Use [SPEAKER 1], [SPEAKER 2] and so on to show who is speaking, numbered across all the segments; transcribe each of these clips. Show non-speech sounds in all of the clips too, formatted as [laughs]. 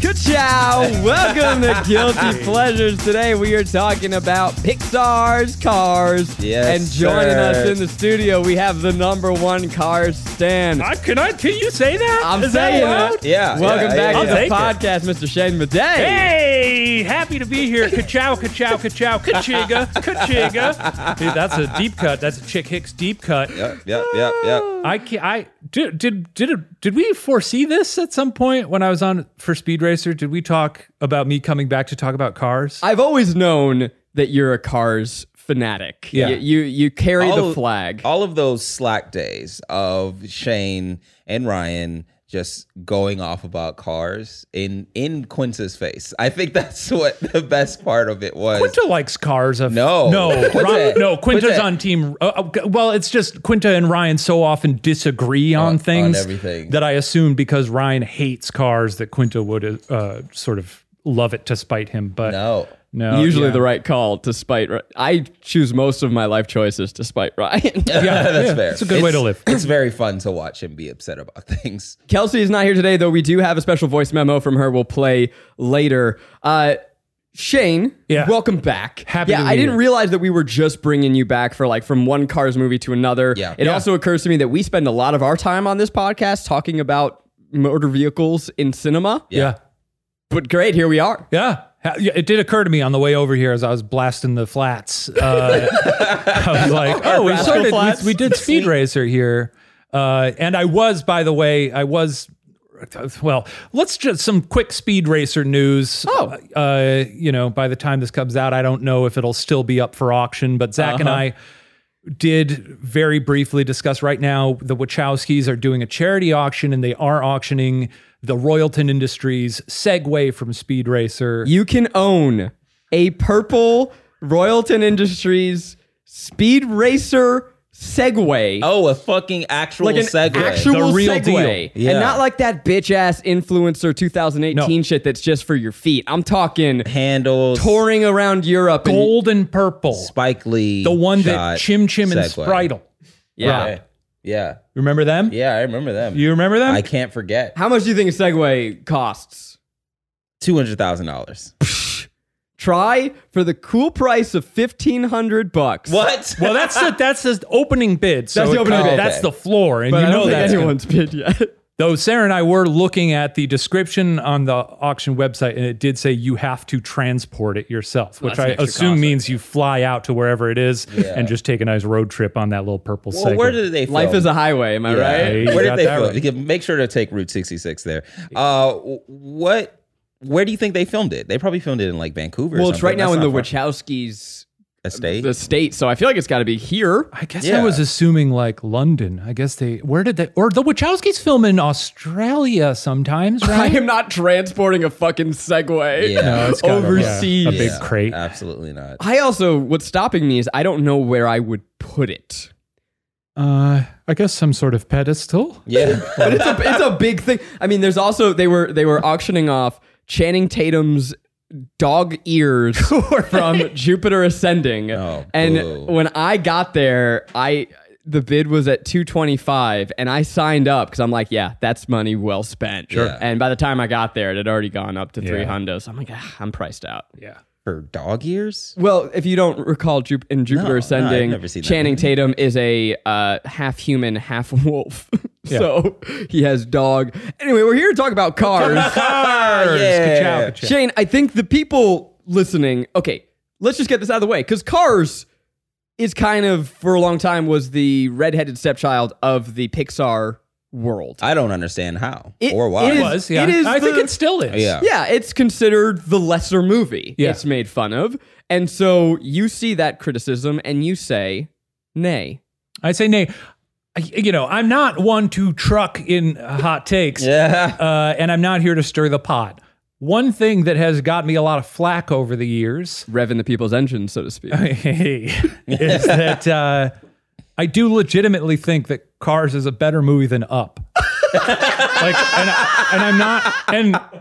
[SPEAKER 1] Ka-chow! Welcome to Guilty Pleasures. Today we are talking about Pixar's Cars.
[SPEAKER 2] Yes,
[SPEAKER 1] And joining
[SPEAKER 2] sir.
[SPEAKER 1] us in the studio, we have the number one Cars stand.
[SPEAKER 3] I, can I? Can you say that?
[SPEAKER 1] I'm
[SPEAKER 3] Is that
[SPEAKER 1] saying
[SPEAKER 3] allowed?
[SPEAKER 1] it.
[SPEAKER 2] Yeah,
[SPEAKER 1] Welcome
[SPEAKER 2] yeah,
[SPEAKER 1] back
[SPEAKER 2] yeah.
[SPEAKER 1] to
[SPEAKER 3] I'll
[SPEAKER 1] the
[SPEAKER 3] take it.
[SPEAKER 1] podcast, Mr. Shane Madej.
[SPEAKER 3] Hey, happy to be here. Ka-chow, ka-chow, ka-chow, ka-chiga, ka-chiga. Dude, that's a deep cut. That's a Chick Hicks deep cut.
[SPEAKER 2] Yep, yep, yep, yep.
[SPEAKER 3] I can't, I did, did did it- did we foresee this at some point when I was on for Speed Racer? Did we talk about me coming back to talk about cars?
[SPEAKER 1] I've always known that you're a Cars fanatic.
[SPEAKER 3] Yeah.
[SPEAKER 1] You, you, you carry
[SPEAKER 2] All-
[SPEAKER 1] the flag.
[SPEAKER 2] All of those slack days of Shane and Ryan just going off about cars in in Quince's face. I think [laughs] that's what the best part of it was.
[SPEAKER 3] Quinta likes cars. Of,
[SPEAKER 2] No.
[SPEAKER 3] no,
[SPEAKER 2] Quinta-
[SPEAKER 3] Ryan- no. Quinta's
[SPEAKER 2] Quinta-
[SPEAKER 3] on team. Uh, uh, well, it's just Quinta and Ryan so often disagree on,
[SPEAKER 2] on
[SPEAKER 3] things
[SPEAKER 2] everything.
[SPEAKER 3] that I assume because Ryan hates cars that Quinta would uh, sort of love it to spite him. But
[SPEAKER 2] No.
[SPEAKER 3] no,
[SPEAKER 1] Usually
[SPEAKER 3] yeah.
[SPEAKER 1] the right call, despite. Ri- I choose most of my life choices despite Ryan.
[SPEAKER 3] Yeah,
[SPEAKER 2] [laughs] That's
[SPEAKER 3] yeah,
[SPEAKER 2] fair.
[SPEAKER 3] It's a good way to live.
[SPEAKER 2] [laughs] It's very fun to watch him be upset about [laughs] things.
[SPEAKER 1] Kelsey is not here today, though we do have a special voice memo from her we'll play later. Uh, Shane,
[SPEAKER 3] Yeah.
[SPEAKER 1] welcome back.
[SPEAKER 3] Happy
[SPEAKER 1] yeah,
[SPEAKER 3] to be
[SPEAKER 1] I didn't
[SPEAKER 3] here.
[SPEAKER 1] realize that we were just bringing you back for like from one Cars movie to another.
[SPEAKER 2] Yeah.
[SPEAKER 1] It
[SPEAKER 2] Yeah.
[SPEAKER 1] also occurs to me that we spend a lot of our time on this podcast talking about motor vehicles in cinema.
[SPEAKER 3] Yeah.
[SPEAKER 1] But great, here we are.
[SPEAKER 3] Yeah. Ha- yeah, It did occur to me on the way over here as I was blasting the flats. Uh,
[SPEAKER 1] [laughs]
[SPEAKER 3] I was like, oh, we
[SPEAKER 1] Rascal
[SPEAKER 3] started,
[SPEAKER 1] Flats.
[SPEAKER 3] we, we did Speed Racer here. Uh, and I was, by the way, I was, well, let's just some quick Speed Racer news.
[SPEAKER 1] Oh.
[SPEAKER 3] Uh, you know, by the time this comes out, I don't know if it'll still be up for auction, but Zach
[SPEAKER 1] Uh-huh.
[SPEAKER 3] and I did very briefly discuss right now the Wachowskis are doing a charity auction and they are auctioning the Royalton Industries Segway from Speed Racer.
[SPEAKER 1] You can own a purple Royalton Industries Speed Racer Segway.
[SPEAKER 2] Oh, a fucking actual
[SPEAKER 1] like an
[SPEAKER 2] segue.
[SPEAKER 1] actual
[SPEAKER 3] The real
[SPEAKER 1] segue,
[SPEAKER 2] deal.
[SPEAKER 1] and
[SPEAKER 2] Yeah.
[SPEAKER 1] not like that bitch ass influencer 2018
[SPEAKER 3] No.
[SPEAKER 1] shit that's just for your feet. I'm talking
[SPEAKER 2] handles
[SPEAKER 1] touring around Europe. and-
[SPEAKER 3] Gold and purple.
[SPEAKER 2] Spike Lee.
[SPEAKER 3] the one
[SPEAKER 2] shot
[SPEAKER 3] that Chim Chim and
[SPEAKER 2] segue.
[SPEAKER 3] Spritel.
[SPEAKER 1] yeah.
[SPEAKER 2] Yeah. Yeah.
[SPEAKER 3] Remember them?
[SPEAKER 2] Yeah, I remember them.
[SPEAKER 3] You remember them?
[SPEAKER 2] I can't forget.
[SPEAKER 1] How much do you think a Segway costs?
[SPEAKER 2] Two hundred thousand dollars.
[SPEAKER 1] Try for the cool price of fifteen hundred bucks.
[SPEAKER 2] What?
[SPEAKER 3] [laughs] well, that's the, that's the opening bid. So
[SPEAKER 1] That's the
[SPEAKER 3] it
[SPEAKER 1] opening
[SPEAKER 3] comes-
[SPEAKER 1] bid.
[SPEAKER 3] That's the floor, and
[SPEAKER 1] But
[SPEAKER 3] you
[SPEAKER 1] I don't
[SPEAKER 3] know
[SPEAKER 1] think
[SPEAKER 3] that's gonna-
[SPEAKER 1] anyone's bid yet.
[SPEAKER 3] Though Sarah and I were looking at the description on the auction website, and it did say you have to transport it yourself, which
[SPEAKER 1] that's an
[SPEAKER 3] I
[SPEAKER 1] extra
[SPEAKER 3] assume
[SPEAKER 1] cost,
[SPEAKER 3] means you fly out to wherever it is and just take a nice road trip on that little purple
[SPEAKER 2] Well,
[SPEAKER 3] Segway.
[SPEAKER 2] where did they? Film?
[SPEAKER 1] Life is a highway. Am I
[SPEAKER 2] Yeah.
[SPEAKER 1] right?
[SPEAKER 3] you
[SPEAKER 2] Where
[SPEAKER 3] got
[SPEAKER 2] did they
[SPEAKER 3] that
[SPEAKER 2] film?
[SPEAKER 3] right.
[SPEAKER 2] You can make sure to take Route sixty six there. Uh, wh- what? Where do you think they filmed it? They probably filmed it in like Vancouver. or
[SPEAKER 1] Well, it's
[SPEAKER 2] something.
[SPEAKER 1] right now
[SPEAKER 2] That's
[SPEAKER 1] in the
[SPEAKER 2] not far.
[SPEAKER 1] Wachowskis'
[SPEAKER 2] estate.
[SPEAKER 1] the state, so I feel like it's got to be here.
[SPEAKER 3] I guess I
[SPEAKER 2] Yeah.
[SPEAKER 3] was assuming like London. I guess they where did they or the Wachowskis film in Australia sometimes,
[SPEAKER 1] I
[SPEAKER 3] right?
[SPEAKER 1] am not transporting a fucking Segway
[SPEAKER 2] Yeah. No, it's
[SPEAKER 3] gotta be a-
[SPEAKER 1] overseas.
[SPEAKER 3] a big crate.
[SPEAKER 2] Absolutely not.
[SPEAKER 1] I also what's stopping me is I don't know where I would put it.
[SPEAKER 3] Uh, I guess some sort of pedestal.
[SPEAKER 2] [laughs] Yeah.
[SPEAKER 1] But it's a it's a big thing. I mean, there's also they were they were auctioning off Channing Tatum's dog ears
[SPEAKER 2] [laughs]
[SPEAKER 1] from Jupiter Ascending.
[SPEAKER 2] Oh,
[SPEAKER 1] and
[SPEAKER 2] boo.
[SPEAKER 1] when I got there, I the bid was at 225 and I signed up cuz I'm like, yeah, that's money well spent.
[SPEAKER 2] Sure. Yeah.
[SPEAKER 1] And by the time I got there, it had already gone up to 300. So I'm like, ah, I'm priced out.
[SPEAKER 3] Yeah.
[SPEAKER 2] For dog ears.
[SPEAKER 1] Well, if you don't recall, Jup- in Jupiter
[SPEAKER 2] No, no, I've
[SPEAKER 1] Ascending,
[SPEAKER 2] never seen that
[SPEAKER 1] Channing Tatum is a uh, half human, half [laughs] wolf. so he has dog. Anyway, we're here to talk about
[SPEAKER 2] [laughs]
[SPEAKER 1] cars.
[SPEAKER 3] Cars.
[SPEAKER 2] yeah.
[SPEAKER 3] Ka-chow, ka-chow.
[SPEAKER 1] Shane, I think the people listening, okay, let's just get this out of the way because cars is kind of, for a long time, was the redheaded stepchild of the Pixar world.
[SPEAKER 2] I don't understand how
[SPEAKER 1] It-
[SPEAKER 2] or why.
[SPEAKER 1] it is-
[SPEAKER 3] Was, yeah.
[SPEAKER 1] It is
[SPEAKER 3] I think
[SPEAKER 1] the-
[SPEAKER 3] it still is.
[SPEAKER 2] Yeah.
[SPEAKER 1] Yeah, it's considered the lesser movie.
[SPEAKER 3] Yeah.
[SPEAKER 1] It's made fun of. And so you see that criticism and you say, nay.
[SPEAKER 3] I say nay. you know, I'm not one to truck in hot takes.
[SPEAKER 2] Yeah.
[SPEAKER 3] Uh, and I'm not here to stir the pot. One thing that has got me a lot of flack over the years [laughs]
[SPEAKER 1] Revving the people's engines, so to speak.
[SPEAKER 3] is that uh, I do legitimately think that Cars is a better movie than Up. [laughs] like, and, I, and I'm not,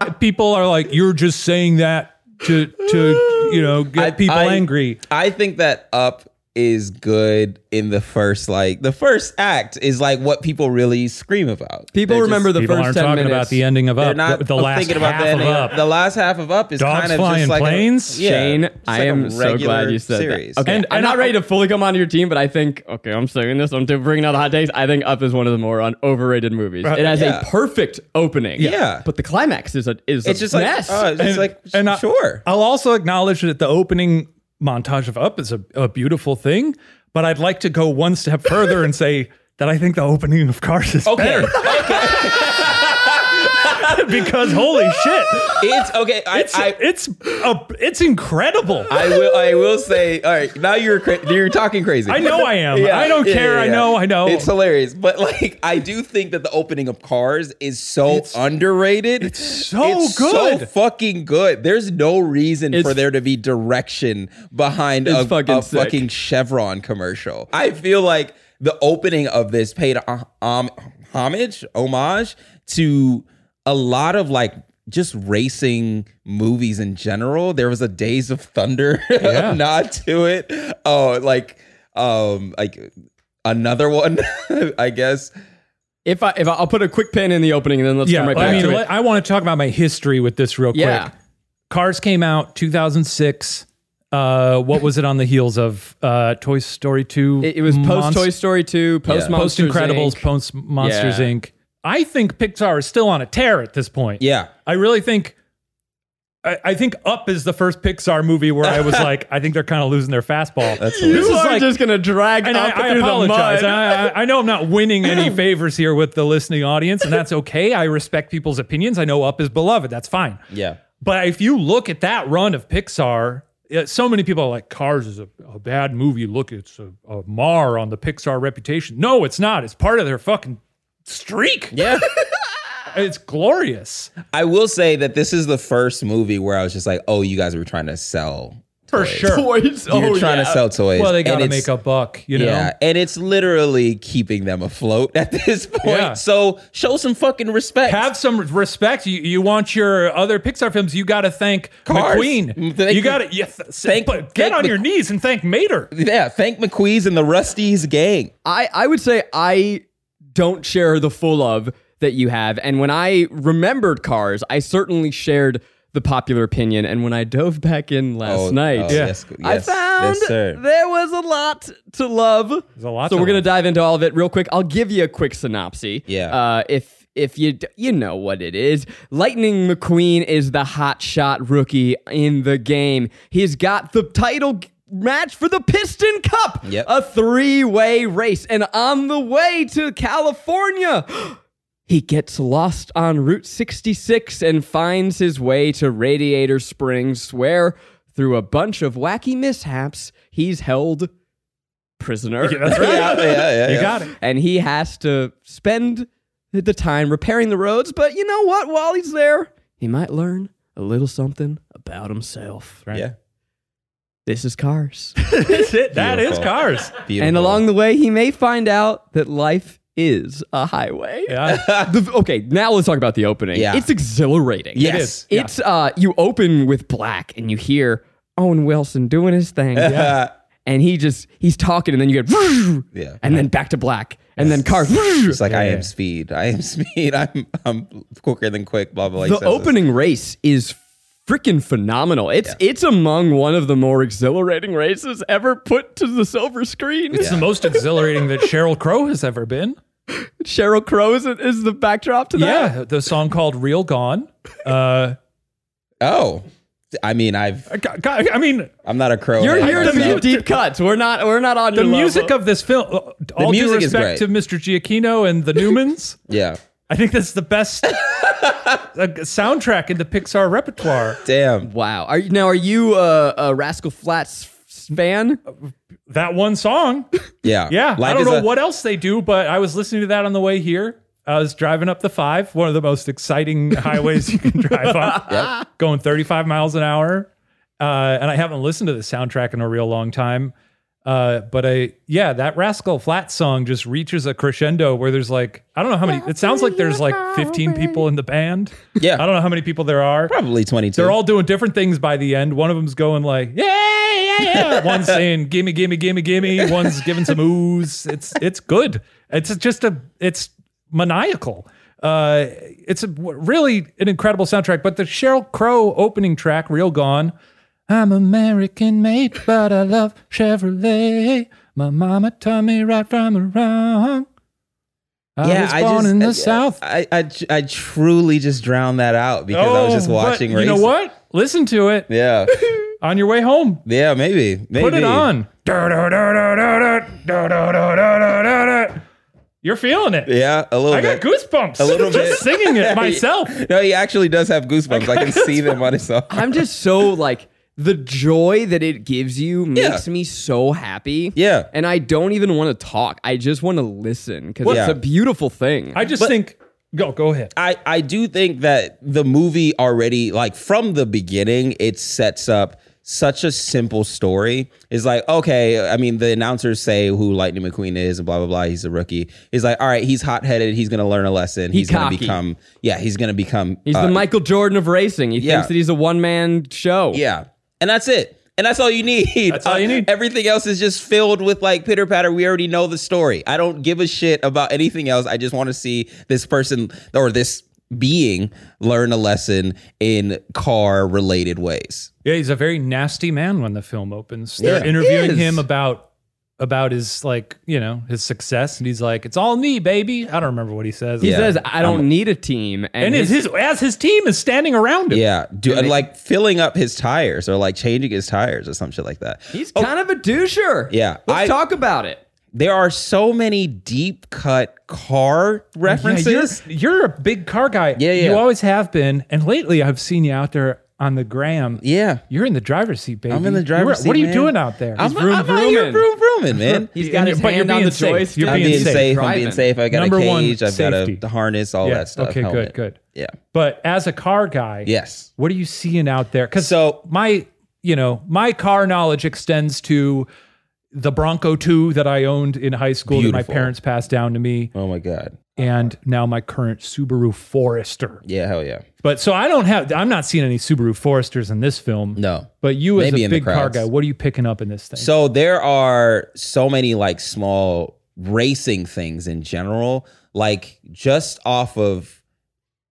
[SPEAKER 3] and people are like, you're just saying that to to you know get people
[SPEAKER 2] I-
[SPEAKER 3] angry.
[SPEAKER 2] [laughs] I think that up is good in the first like the first act is like what people really scream about.
[SPEAKER 1] People
[SPEAKER 2] They're
[SPEAKER 1] remember the
[SPEAKER 3] People
[SPEAKER 1] first
[SPEAKER 3] aren't
[SPEAKER 1] 10
[SPEAKER 3] talking
[SPEAKER 1] minutes.
[SPEAKER 3] about the ending of
[SPEAKER 2] just-
[SPEAKER 3] Up.
[SPEAKER 2] they're not
[SPEAKER 3] the, the last
[SPEAKER 2] thinking about
[SPEAKER 3] half
[SPEAKER 2] the
[SPEAKER 3] of
[SPEAKER 2] ending.
[SPEAKER 3] Up.
[SPEAKER 2] The last half of up is
[SPEAKER 3] Dogs
[SPEAKER 2] kind of
[SPEAKER 3] flying
[SPEAKER 2] just like
[SPEAKER 3] planes?
[SPEAKER 2] A, yeah,
[SPEAKER 1] Shane,
[SPEAKER 2] it's
[SPEAKER 1] I
[SPEAKER 2] like a
[SPEAKER 1] am so glad
[SPEAKER 2] regular
[SPEAKER 1] you said
[SPEAKER 2] series.
[SPEAKER 1] that. Okay,
[SPEAKER 3] And-
[SPEAKER 1] I'm
[SPEAKER 3] and
[SPEAKER 1] not
[SPEAKER 3] I-
[SPEAKER 1] ready to fully come onto your team, but I think okay, I'm saying this. I'm doing- bringing out the hot takes. I think Up is one of the more un- overrated movies. It has
[SPEAKER 2] yeah.
[SPEAKER 1] a perfect opening,
[SPEAKER 2] Yeah.
[SPEAKER 1] but the climax is a is
[SPEAKER 2] It's
[SPEAKER 1] a
[SPEAKER 2] just like,
[SPEAKER 1] mess.
[SPEAKER 2] oh, it's just like
[SPEAKER 3] and I-
[SPEAKER 2] sure.
[SPEAKER 3] I'll also acknowledge that the opening montage of Up is a, a beautiful thing, but I'd like to go one step further and say [laughs] that I think the opening of Cars is
[SPEAKER 2] okay.
[SPEAKER 3] better [laughs] because holy shit,
[SPEAKER 2] it's okay. I,
[SPEAKER 3] it's
[SPEAKER 2] I,
[SPEAKER 3] it's a, it's incredible. I,
[SPEAKER 2] I will. I will say. All right. Now you're cra- you're talking crazy.
[SPEAKER 3] know I am.
[SPEAKER 2] [laughs] Yeah,
[SPEAKER 3] I don't
[SPEAKER 2] yeah,
[SPEAKER 3] care.
[SPEAKER 2] yeah,
[SPEAKER 3] I
[SPEAKER 2] yeah.
[SPEAKER 3] know. I know.
[SPEAKER 2] It's hilarious, but like I do think that the opening of Cars is so underrated. It's
[SPEAKER 3] so
[SPEAKER 2] so
[SPEAKER 3] Oh, good.
[SPEAKER 2] fucking good. There's no reason
[SPEAKER 1] It's-
[SPEAKER 2] for there to be direction behind
[SPEAKER 1] It's
[SPEAKER 2] a,
[SPEAKER 1] fucking
[SPEAKER 2] a
[SPEAKER 1] sick.
[SPEAKER 2] fucking Chevron commercial. I feel like the opening of this paid uh, um, homage, homage to a lot of like just racing movies in general. There was a Days of Thunder [laughs] nod to it. Oh, like um like another one, [laughs] I guess.
[SPEAKER 1] If I if I, I'll put a quick pin in the opening and then let's
[SPEAKER 3] yeah,
[SPEAKER 1] come right back
[SPEAKER 3] I mean,
[SPEAKER 1] to it.
[SPEAKER 3] let- I want to talk about my history with this real quick.
[SPEAKER 1] yeah,
[SPEAKER 3] Cars came out 2006. Uh, what was it on the heels of? Uh, Toy Story 2.
[SPEAKER 1] it, it was post
[SPEAKER 3] Monst-
[SPEAKER 1] Toy Story two, post
[SPEAKER 3] post
[SPEAKER 1] Monsters
[SPEAKER 3] Incredibles,
[SPEAKER 1] Inc.
[SPEAKER 3] post Monsters
[SPEAKER 1] Yeah.
[SPEAKER 3] Inc. I think Pixar is still on a tear at this point.
[SPEAKER 2] Yeah.
[SPEAKER 3] I really think. I, I think Up is the first Pixar movie where
[SPEAKER 1] [laughs]
[SPEAKER 3] I was like, I think they're kind of losing their fastball.
[SPEAKER 2] That's
[SPEAKER 3] This
[SPEAKER 2] hilarious.
[SPEAKER 1] You
[SPEAKER 3] is
[SPEAKER 1] are
[SPEAKER 3] like-
[SPEAKER 1] just gonna drag
[SPEAKER 3] and I,
[SPEAKER 1] up
[SPEAKER 3] I
[SPEAKER 1] through
[SPEAKER 3] apologize.
[SPEAKER 1] the [laughs] mud.
[SPEAKER 3] I, I- I know I'm not
[SPEAKER 1] [laughs]
[SPEAKER 3] winning any favors here with the listening audience, and that's okay. I respect people's opinions. I know Up is beloved. That's fine.
[SPEAKER 2] [laughs] Yeah.
[SPEAKER 3] But if you look at that run of Pixar, uh, so many people are like, Cars is a, a bad movie. Look, it's a, a mar on the Pixar reputation. No, it's not. It's part of their fucking streak.
[SPEAKER 2] Yeah.
[SPEAKER 3] It's glorious.
[SPEAKER 2] I will say that this is the first movie where I was just like, oh, you guys were trying to sell.
[SPEAKER 3] For sure.
[SPEAKER 1] Toys.
[SPEAKER 2] You're
[SPEAKER 1] oh,
[SPEAKER 2] trying
[SPEAKER 1] yeah.
[SPEAKER 2] to sell toys.
[SPEAKER 3] Well, they
[SPEAKER 2] And
[SPEAKER 3] got to
[SPEAKER 2] it's-
[SPEAKER 3] make a buck, you know?
[SPEAKER 2] Yeah, and it's literally keeping them afloat [laughs] at this point.
[SPEAKER 3] Yeah.
[SPEAKER 2] So show some fucking respect.
[SPEAKER 3] Have some respect. You, you want your other Pixar films, you got to thank
[SPEAKER 2] Cars. Mm,
[SPEAKER 3] McQueen.
[SPEAKER 2] Thank-
[SPEAKER 3] you got to yeah, th-
[SPEAKER 2] thank-
[SPEAKER 3] but get
[SPEAKER 2] thank
[SPEAKER 3] on your
[SPEAKER 2] Mc-
[SPEAKER 3] knees and thank Mater.
[SPEAKER 2] yeah, thank McQueeze and the Rusty's gang.
[SPEAKER 1] I, I would say I don't share the full of that you have. And when I remembered cars, I certainly shared the popular opinion. And when I dove back in last
[SPEAKER 2] Oh,
[SPEAKER 1] night,
[SPEAKER 2] oh, yes,
[SPEAKER 1] I
[SPEAKER 2] yes,
[SPEAKER 1] found
[SPEAKER 2] yes, sir.
[SPEAKER 1] there was a lot to love. There's
[SPEAKER 3] a lot
[SPEAKER 1] So
[SPEAKER 3] to
[SPEAKER 1] we're gonna
[SPEAKER 3] love.
[SPEAKER 1] dive into all of it real quick. I'll give you a quick synopsis.
[SPEAKER 2] Yeah.
[SPEAKER 1] Uh, if if you d- you know what it is, Lightning McQueen is the hot shot rookie in the game. He's got the title g- match for the Piston Cup.
[SPEAKER 2] Yep.
[SPEAKER 1] A three way race, and on the way to California. He gets lost on Route 66 and finds his way to Radiator Springs, where, through a bunch of wacky mishaps, he's held
[SPEAKER 3] [laughs]
[SPEAKER 1] prisoner.
[SPEAKER 2] Yeah, yeah, yeah,
[SPEAKER 3] You
[SPEAKER 2] yeah.
[SPEAKER 3] got it.
[SPEAKER 1] [laughs] and he has to spend the time repairing the roads. But you know what? While he's there, he might learn a little something about himself. Right?
[SPEAKER 2] Yeah,
[SPEAKER 1] This is Cars.
[SPEAKER 3] That's it. That is
[SPEAKER 2] Beautiful.
[SPEAKER 3] Cars.
[SPEAKER 2] beautiful.
[SPEAKER 1] and along the way, he may find out that life is a highway.
[SPEAKER 2] [laughs]
[SPEAKER 3] Yeah.
[SPEAKER 1] [laughs] The- okay, now let's talk about the opening.
[SPEAKER 2] Yeah.
[SPEAKER 1] It's exhilarating.
[SPEAKER 2] yes,
[SPEAKER 3] is. Yeah.
[SPEAKER 1] It's uh you open with black and you hear Owen Wilson doing his thing.
[SPEAKER 2] yeah.
[SPEAKER 1] And he just he's talking and then you get [laughs]
[SPEAKER 2] Yeah.
[SPEAKER 1] and then back to black. And then cars.
[SPEAKER 2] It's like I am speed. I am [laughs] speed. I'm I'm quicker than quick. Blah blah. blah.
[SPEAKER 1] [laughs]
[SPEAKER 2] He
[SPEAKER 1] the
[SPEAKER 2] says this.
[SPEAKER 1] opening race is freaking phenomenal. It's it's among one of the more exhilarating races ever put to the silver screen.
[SPEAKER 3] It's the most exhilarating that Cheryl Crow has ever been.
[SPEAKER 1] [laughs] Cheryl Crow is, is the backdrop to that.
[SPEAKER 3] Yeah, the song called "Real Gone." Uh,
[SPEAKER 2] Oh, I mean, I've
[SPEAKER 3] I, I- I mean,
[SPEAKER 2] I'm not a crow.
[SPEAKER 1] You're
[SPEAKER 2] I
[SPEAKER 1] here to
[SPEAKER 2] don't know.
[SPEAKER 1] be deep cuts. We're not we're not on
[SPEAKER 3] the
[SPEAKER 1] your
[SPEAKER 3] music
[SPEAKER 1] level.
[SPEAKER 3] of this film. uh, All due
[SPEAKER 2] music is great.
[SPEAKER 3] respect to Mr. Giacchino and the
[SPEAKER 2] [laughs]
[SPEAKER 3] Newmans.
[SPEAKER 2] Yeah.
[SPEAKER 3] I think that's the best uh, soundtrack in the Pixar repertoire.
[SPEAKER 2] Damn.
[SPEAKER 1] Wow. Are you now are you a, a Rascal Flats fan?
[SPEAKER 3] that one song.
[SPEAKER 2] Yeah.
[SPEAKER 3] Yeah.
[SPEAKER 2] Life
[SPEAKER 3] I don't
[SPEAKER 2] is
[SPEAKER 3] know
[SPEAKER 2] a-
[SPEAKER 3] what else they do, but I was listening to that on the way here. I was driving up the five, one of the most exciting [laughs] highways you can drive on,
[SPEAKER 2] [laughs]
[SPEAKER 3] going 35 miles an hour. Uh, and I haven't listened to the soundtrack in a real long time. Uh, but I, yeah, that Rascal Flat song just reaches a crescendo where there's like, I don't know how many, it sounds like there's like 15 people in the band.
[SPEAKER 2] Yeah.
[SPEAKER 3] I don't know how many people there are.
[SPEAKER 2] Probably 22.
[SPEAKER 3] They're all doing different things by the end. One of them's going like, yeah,
[SPEAKER 2] [laughs]
[SPEAKER 3] yeah, yeah. One's saying, gimme, gimme, gimme, gimme. One's giving some oohs. It's it's good. It's just a it's maniacal. Uh, it's a, really an incredible soundtrack. But the Cheryl Crow opening track, "Real Gone," I'm American made, but I love Chevrolet. My mama taught me right from wrong. I was born in the
[SPEAKER 2] I- uh,
[SPEAKER 3] South.
[SPEAKER 2] I, I I truly just drowned that out because I was just
[SPEAKER 3] Oh, but
[SPEAKER 2] watching.
[SPEAKER 3] You know
[SPEAKER 2] race-
[SPEAKER 3] what? Listen to it
[SPEAKER 2] Yeah,
[SPEAKER 3] on your way home.
[SPEAKER 2] yeah, maybe, maybe.
[SPEAKER 3] Put it on. You're feeling it.
[SPEAKER 2] Yeah, a little
[SPEAKER 3] I got
[SPEAKER 2] bit.
[SPEAKER 3] goosebumps.
[SPEAKER 2] A little
[SPEAKER 3] [laughs] Just
[SPEAKER 2] bit. [laughs]
[SPEAKER 3] singing it myself.
[SPEAKER 2] No, he actually does have goosebumps. I,
[SPEAKER 3] [laughs]
[SPEAKER 2] can see them on his song.
[SPEAKER 1] I'm just so like the joy that it gives you
[SPEAKER 2] Yeah.
[SPEAKER 1] makes me so happy.
[SPEAKER 2] Yeah.
[SPEAKER 1] And I don't even want to talk. I just want to listen because
[SPEAKER 2] Yeah.
[SPEAKER 1] it's a beautiful thing.
[SPEAKER 3] I just think. Go, go ahead.
[SPEAKER 2] I, I do think that the movie already like from the beginning it sets up such a simple story it's like okay i mean the announcers say who lightning mcqueen is and blah blah blah he's a rookie he's like all right he's hot-headed he's gonna learn a lesson
[SPEAKER 1] He
[SPEAKER 2] he's gonna
[SPEAKER 1] cocky.
[SPEAKER 2] become yeah he's gonna become
[SPEAKER 1] he's the Michael Jordan of racing. He
[SPEAKER 2] Uh, yeah.
[SPEAKER 1] thinks that he's a one man show.
[SPEAKER 2] Yeah. And that's it. And that's all you need. That's
[SPEAKER 3] all you need.
[SPEAKER 2] Everything else is just filled with like pitter patter. We already know the story. I don't give a shit about anything else. I just want to see this person or this being learn a lesson in car related ways.
[SPEAKER 3] Yeah, he's a very nasty man when the film opens.
[SPEAKER 2] Yeah.
[SPEAKER 3] They're interviewing
[SPEAKER 1] He is.
[SPEAKER 3] him about about his like you know his success, and he's like, "It's all me, baby." I don't remember what he says.
[SPEAKER 1] He
[SPEAKER 2] Yeah.
[SPEAKER 1] says, I don't need a team. And,
[SPEAKER 3] And his,
[SPEAKER 1] his,
[SPEAKER 3] his as his team is standing around him.
[SPEAKER 2] Yeah. Do, and like filling up his tires or like changing his tires or some shit like that.
[SPEAKER 1] he's kind of a doucher.
[SPEAKER 2] Oh. Yeah,
[SPEAKER 1] Let's
[SPEAKER 2] I-
[SPEAKER 1] talk about it.
[SPEAKER 2] There are so many deep cut car
[SPEAKER 3] Yeah,
[SPEAKER 2] references.
[SPEAKER 3] you're, you're a big car guy.
[SPEAKER 2] Yeah, yeah.
[SPEAKER 3] You always have been, and lately I've seen you out there on the gram.
[SPEAKER 2] Yeah.
[SPEAKER 3] You're in the driver's seat, baby.
[SPEAKER 2] I'm in the driver's
[SPEAKER 3] You're-
[SPEAKER 2] seat.
[SPEAKER 3] What are you
[SPEAKER 2] man.
[SPEAKER 3] doing out there?
[SPEAKER 2] I'm,
[SPEAKER 1] He's vroom
[SPEAKER 2] I'm out here
[SPEAKER 1] vrooming.
[SPEAKER 2] vroom vrooming,
[SPEAKER 3] [laughs]
[SPEAKER 2] man.
[SPEAKER 1] He's got
[SPEAKER 3] And
[SPEAKER 1] his
[SPEAKER 3] you're- but you're
[SPEAKER 1] hand on
[SPEAKER 3] being
[SPEAKER 1] the
[SPEAKER 3] safe.
[SPEAKER 1] joystick.
[SPEAKER 3] You're
[SPEAKER 2] I'm being safe. I'm
[SPEAKER 1] driving.
[SPEAKER 2] being safe. I got
[SPEAKER 3] Number
[SPEAKER 2] a
[SPEAKER 3] one,
[SPEAKER 2] cage. I've got
[SPEAKER 3] safety.
[SPEAKER 2] a harness. All
[SPEAKER 3] Yeah,
[SPEAKER 2] that stuff.
[SPEAKER 3] okay,
[SPEAKER 2] helmet.
[SPEAKER 3] good, good.
[SPEAKER 2] Yeah.
[SPEAKER 3] but as a car guy,
[SPEAKER 2] Yes.
[SPEAKER 3] what are you seeing out there? Because
[SPEAKER 2] So-
[SPEAKER 3] my, you know, my car knowledge extends to the Bronco 2 that I owned in high school that my
[SPEAKER 2] Beautiful.
[SPEAKER 3] parents passed down to me,
[SPEAKER 2] Oh my god.
[SPEAKER 3] and now my current Subaru Forester.
[SPEAKER 2] Yeah. Hell yeah.
[SPEAKER 3] But so I don't have, I'm not seeing any Subaru Foresters in this film.
[SPEAKER 2] No.
[SPEAKER 3] But you, as
[SPEAKER 2] Maybe
[SPEAKER 3] a
[SPEAKER 2] in the
[SPEAKER 3] big car
[SPEAKER 2] crowds.
[SPEAKER 3] guy, what are you picking up in this thing?
[SPEAKER 2] So there are so many like small racing things in general, like just off of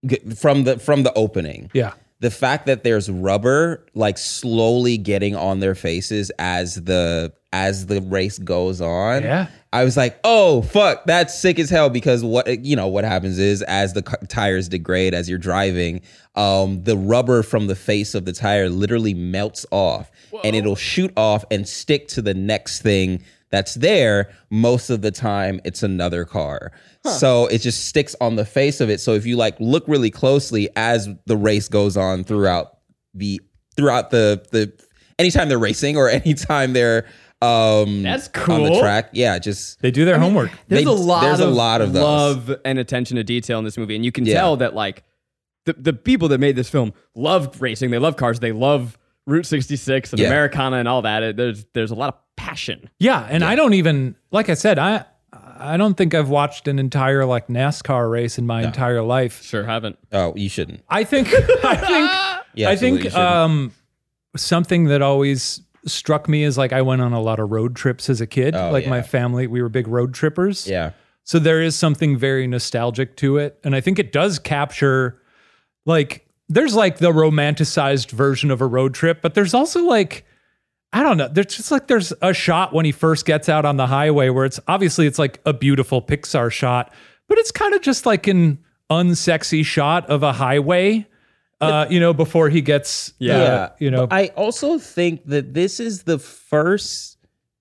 [SPEAKER 2] g- from the from the opening.
[SPEAKER 3] yeah.
[SPEAKER 2] the fact that there's rubber like slowly getting on their faces as the as the race goes on
[SPEAKER 3] Yeah.
[SPEAKER 2] i was like oh fuck that's sick as hell because what you know what happens is as the cu- tires degrade as you're driving um the rubber from the face of the tire literally melts off and it'll shoot off and stick to the next thing that's there most of the time it's another car so it just sticks on the face of it so if you like look really closely as the race goes on throughout the throughout the the anytime they're racing or [laughs] anytime they're um
[SPEAKER 1] That's
[SPEAKER 2] on the
[SPEAKER 1] cool.
[SPEAKER 2] track yeah just
[SPEAKER 3] They do their homework.
[SPEAKER 1] There's
[SPEAKER 2] They-
[SPEAKER 1] a lot.
[SPEAKER 2] there's a
[SPEAKER 1] of
[SPEAKER 2] lot of those.
[SPEAKER 1] love and attention to detail in this movie, and you can
[SPEAKER 2] Yeah.
[SPEAKER 1] tell that like the the people that made this film love racing. They love cars. They love Route 66 and
[SPEAKER 2] Yeah.
[SPEAKER 1] Americana and all that. It- there's there's a lot of passion.
[SPEAKER 3] Yeah, and I don't even like I said I I don't think I've watched an entire like NASCAR race in my entire life.
[SPEAKER 1] Sure haven't.
[SPEAKER 2] oh you shouldn't
[SPEAKER 3] I think [laughs] I think
[SPEAKER 2] Yeah,
[SPEAKER 3] I
[SPEAKER 2] absolutely, you
[SPEAKER 3] think
[SPEAKER 1] uh,
[SPEAKER 2] shouldn't.
[SPEAKER 3] um something that always struck me is like I went on a lot of road trips as a kid. like my family, we were big road trippers.
[SPEAKER 2] Oh, yeah
[SPEAKER 3] So there is something very nostalgic to it. And I think it does capture like there's like the romanticized version of a road trip, but there's also like I don't know. There's just like there's a shot when he first gets out on the highway where it's obviously it's like a beautiful Pixar shot, but it's kind of just like an unsexy shot of a highway. Uh, you know, before he gets, yeah,
[SPEAKER 1] Yeah.
[SPEAKER 3] you know,
[SPEAKER 2] But I also think that this is the first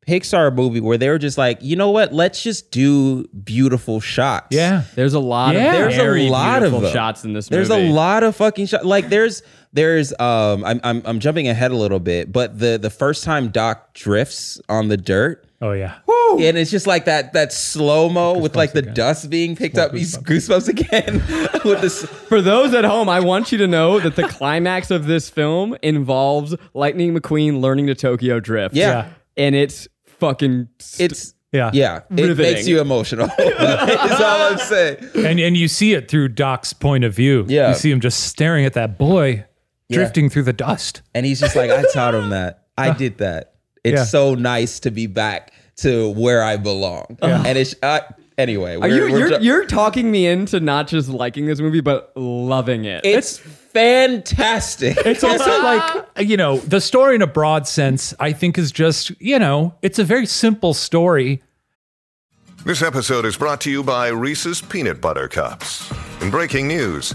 [SPEAKER 2] Pixar movie where they were just like, you know what? Let's just do beautiful shots.
[SPEAKER 3] Yeah.
[SPEAKER 1] There's a lot
[SPEAKER 3] Yeah.
[SPEAKER 1] of
[SPEAKER 3] There's
[SPEAKER 2] a
[SPEAKER 1] very
[SPEAKER 2] lot of
[SPEAKER 1] beautiful
[SPEAKER 2] them.
[SPEAKER 1] shots in this
[SPEAKER 2] There's
[SPEAKER 1] movie.
[SPEAKER 2] a lot of fucking shots. Like there's there's um I'm, I'm I'm jumping ahead a little bit, but the the first time Doc drifts on the dirt,
[SPEAKER 3] Oh yeah.
[SPEAKER 2] and it's just like that that slow mo with like the dust being picked up. He's goosebumps again [laughs] with this.
[SPEAKER 1] For those at home, I want you to know that the [laughs] climax of this film involves Lightning McQueen learning to Tokyo Drift.
[SPEAKER 2] Yeah.
[SPEAKER 3] Yeah.
[SPEAKER 1] And it's fucking. st-
[SPEAKER 2] It's
[SPEAKER 3] Yeah.
[SPEAKER 2] yeah. It
[SPEAKER 1] Riveting.
[SPEAKER 2] makes you emotional. [laughs] That's all I'm saying.
[SPEAKER 3] And and you see it through Doc's point of view.
[SPEAKER 2] Yeah.
[SPEAKER 3] You see him just staring at that boy drifting through the dust.
[SPEAKER 2] And he's just like, I taught him that. I did that. It's
[SPEAKER 3] Yeah.
[SPEAKER 2] so nice to be back to where I belong. And it's uh, anyway.
[SPEAKER 1] Are
[SPEAKER 2] we're-
[SPEAKER 1] you,
[SPEAKER 2] we're
[SPEAKER 1] you're,
[SPEAKER 2] ju-
[SPEAKER 1] you're talking me into not just liking this movie, but loving it.
[SPEAKER 2] it's fantastic.
[SPEAKER 3] It's also like, you know, the story in a broad sense, I think is just, you know, it's a very simple story.
[SPEAKER 4] This episode is brought to you by Reese's Peanut Butter Cups. In breaking news,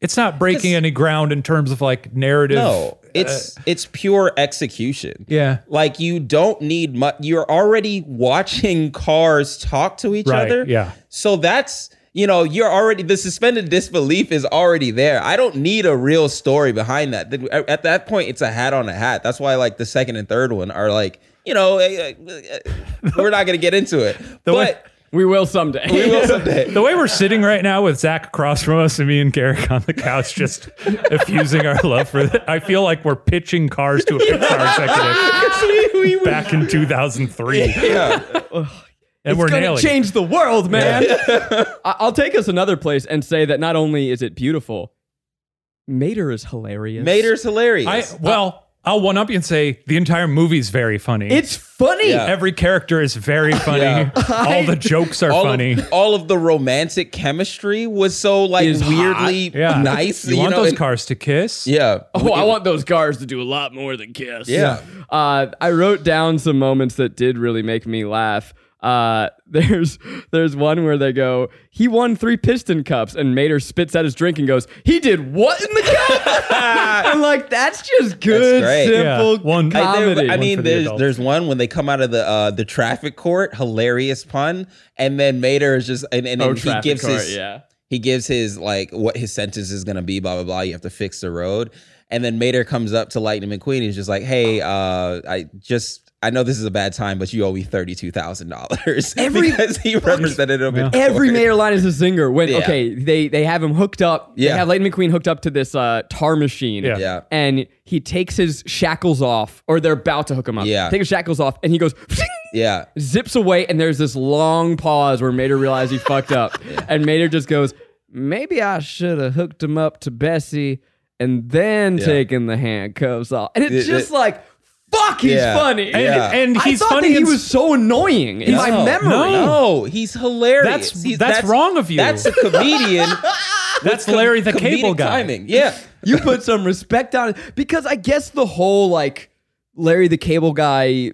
[SPEAKER 3] it's not breaking
[SPEAKER 2] It's-
[SPEAKER 3] any ground in terms of like narrative.
[SPEAKER 2] no, it's it's pure execution.
[SPEAKER 3] uh, Yeah.
[SPEAKER 2] Like you don't need much. You're already watching cars talk to each
[SPEAKER 3] Right,
[SPEAKER 2] other.
[SPEAKER 3] yeah.
[SPEAKER 2] So that's you know you're already the suspended disbelief is already there. I don't need a real story behind that. Th- At at that point, it's a hat on a hat. That's why like the second and third one are like you know eh, eh, eh, we're not gonna get into
[SPEAKER 3] [laughs]
[SPEAKER 2] it, but
[SPEAKER 3] way-
[SPEAKER 1] we will someday.
[SPEAKER 2] we [laughs] will someday.
[SPEAKER 3] [laughs] The way we're sitting right now with Zach across from us and me and Garrick on the couch, just [laughs] effusing our love for it, I feel like we're pitching cars to a Pixar executive
[SPEAKER 2] We- we-
[SPEAKER 3] back in 2003.
[SPEAKER 2] yeah.
[SPEAKER 3] And we're
[SPEAKER 1] it's gonna
[SPEAKER 3] nailing it.
[SPEAKER 1] change the world, man. [laughs] I- I'll take us another place and say that not only is it beautiful, Mater is hilarious.
[SPEAKER 2] Mater's hilarious.
[SPEAKER 3] I well, I'll one up you and say the entire movie's very funny.
[SPEAKER 1] it's funny.
[SPEAKER 2] Yeah.
[SPEAKER 3] every character is very funny.
[SPEAKER 2] Yeah.
[SPEAKER 3] All the jokes are
[SPEAKER 2] all
[SPEAKER 3] funny.
[SPEAKER 2] Of, all of the romantic chemistry was so like
[SPEAKER 1] Is hot.
[SPEAKER 2] weirdly
[SPEAKER 3] yeah,
[SPEAKER 2] nice.
[SPEAKER 3] You, want
[SPEAKER 2] know,
[SPEAKER 3] those
[SPEAKER 2] and-
[SPEAKER 3] cars to kiss?
[SPEAKER 2] Yeah.
[SPEAKER 1] Oh, I want those cars to do a lot more than kiss.
[SPEAKER 2] Yeah.
[SPEAKER 1] Uh, I wrote down some moments that did really make me laugh. Uh, [laughs] there's there's one where they go, he won three piston cups, and Mater spits out his drink and goes, he did what in the cup? [laughs] I'm like, that's just good,
[SPEAKER 2] great.
[SPEAKER 1] simple
[SPEAKER 3] Yeah. One-
[SPEAKER 2] I, there-
[SPEAKER 1] comedy.
[SPEAKER 2] I mean,
[SPEAKER 3] for the
[SPEAKER 2] there's
[SPEAKER 3] adults.
[SPEAKER 2] there's one when they come out of the uh, the traffic court, hilarious pun, and then Mater is just and, and,
[SPEAKER 1] Oh,
[SPEAKER 2] and he
[SPEAKER 1] traffic
[SPEAKER 2] gives
[SPEAKER 1] court,
[SPEAKER 2] his
[SPEAKER 1] yeah.
[SPEAKER 2] he gives his like what his sentence is gonna be, blah blah blah. You have to fix the road, and then Mater comes up to Lightning McQueen. He's just like, hey, uh, I just. I know this is a bad time, but you owe me thirty two thousand dollars [laughs]
[SPEAKER 1] Every-
[SPEAKER 2] because he represented him. in
[SPEAKER 1] Every
[SPEAKER 2] court.
[SPEAKER 1] mayor line is a zinger. When
[SPEAKER 2] Yeah.
[SPEAKER 1] okay, they they have him hooked up. They
[SPEAKER 2] Yeah.
[SPEAKER 1] have Lightning McQueen hooked up to this uh, tar machine.
[SPEAKER 3] Yeah.
[SPEAKER 2] Yeah.
[SPEAKER 1] And he takes his shackles off, or they're about to hook him up.
[SPEAKER 2] Yeah.
[SPEAKER 1] Take his shackles off, and he goes.
[SPEAKER 2] yeah,
[SPEAKER 1] Zips away, and there's this long pause where Mater realizes he fucked
[SPEAKER 2] [laughs]
[SPEAKER 1] up, and Mater just goes, "Maybe I should have hooked him up to Bessie, and then taken the handcuffs off." And it's
[SPEAKER 2] It-
[SPEAKER 1] just
[SPEAKER 2] it-
[SPEAKER 1] like, "Fuck, he's
[SPEAKER 2] Yeah.
[SPEAKER 1] funny."
[SPEAKER 3] And,
[SPEAKER 2] Yeah.
[SPEAKER 3] and he's
[SPEAKER 1] I thought
[SPEAKER 3] funny.
[SPEAKER 1] That he
[SPEAKER 3] in-
[SPEAKER 1] was so annoying in my
[SPEAKER 2] No,
[SPEAKER 1] memory.
[SPEAKER 2] No, he's hilarious.
[SPEAKER 3] That's-
[SPEAKER 2] He's-
[SPEAKER 3] that's wrong of you.
[SPEAKER 2] That's a comedian.
[SPEAKER 3] that's [laughs] Larry the Cable
[SPEAKER 2] comedic
[SPEAKER 3] Guy.
[SPEAKER 2] Timing. Yeah.
[SPEAKER 1] you put some respect on it because I guess the whole like Larry the Cable Guy,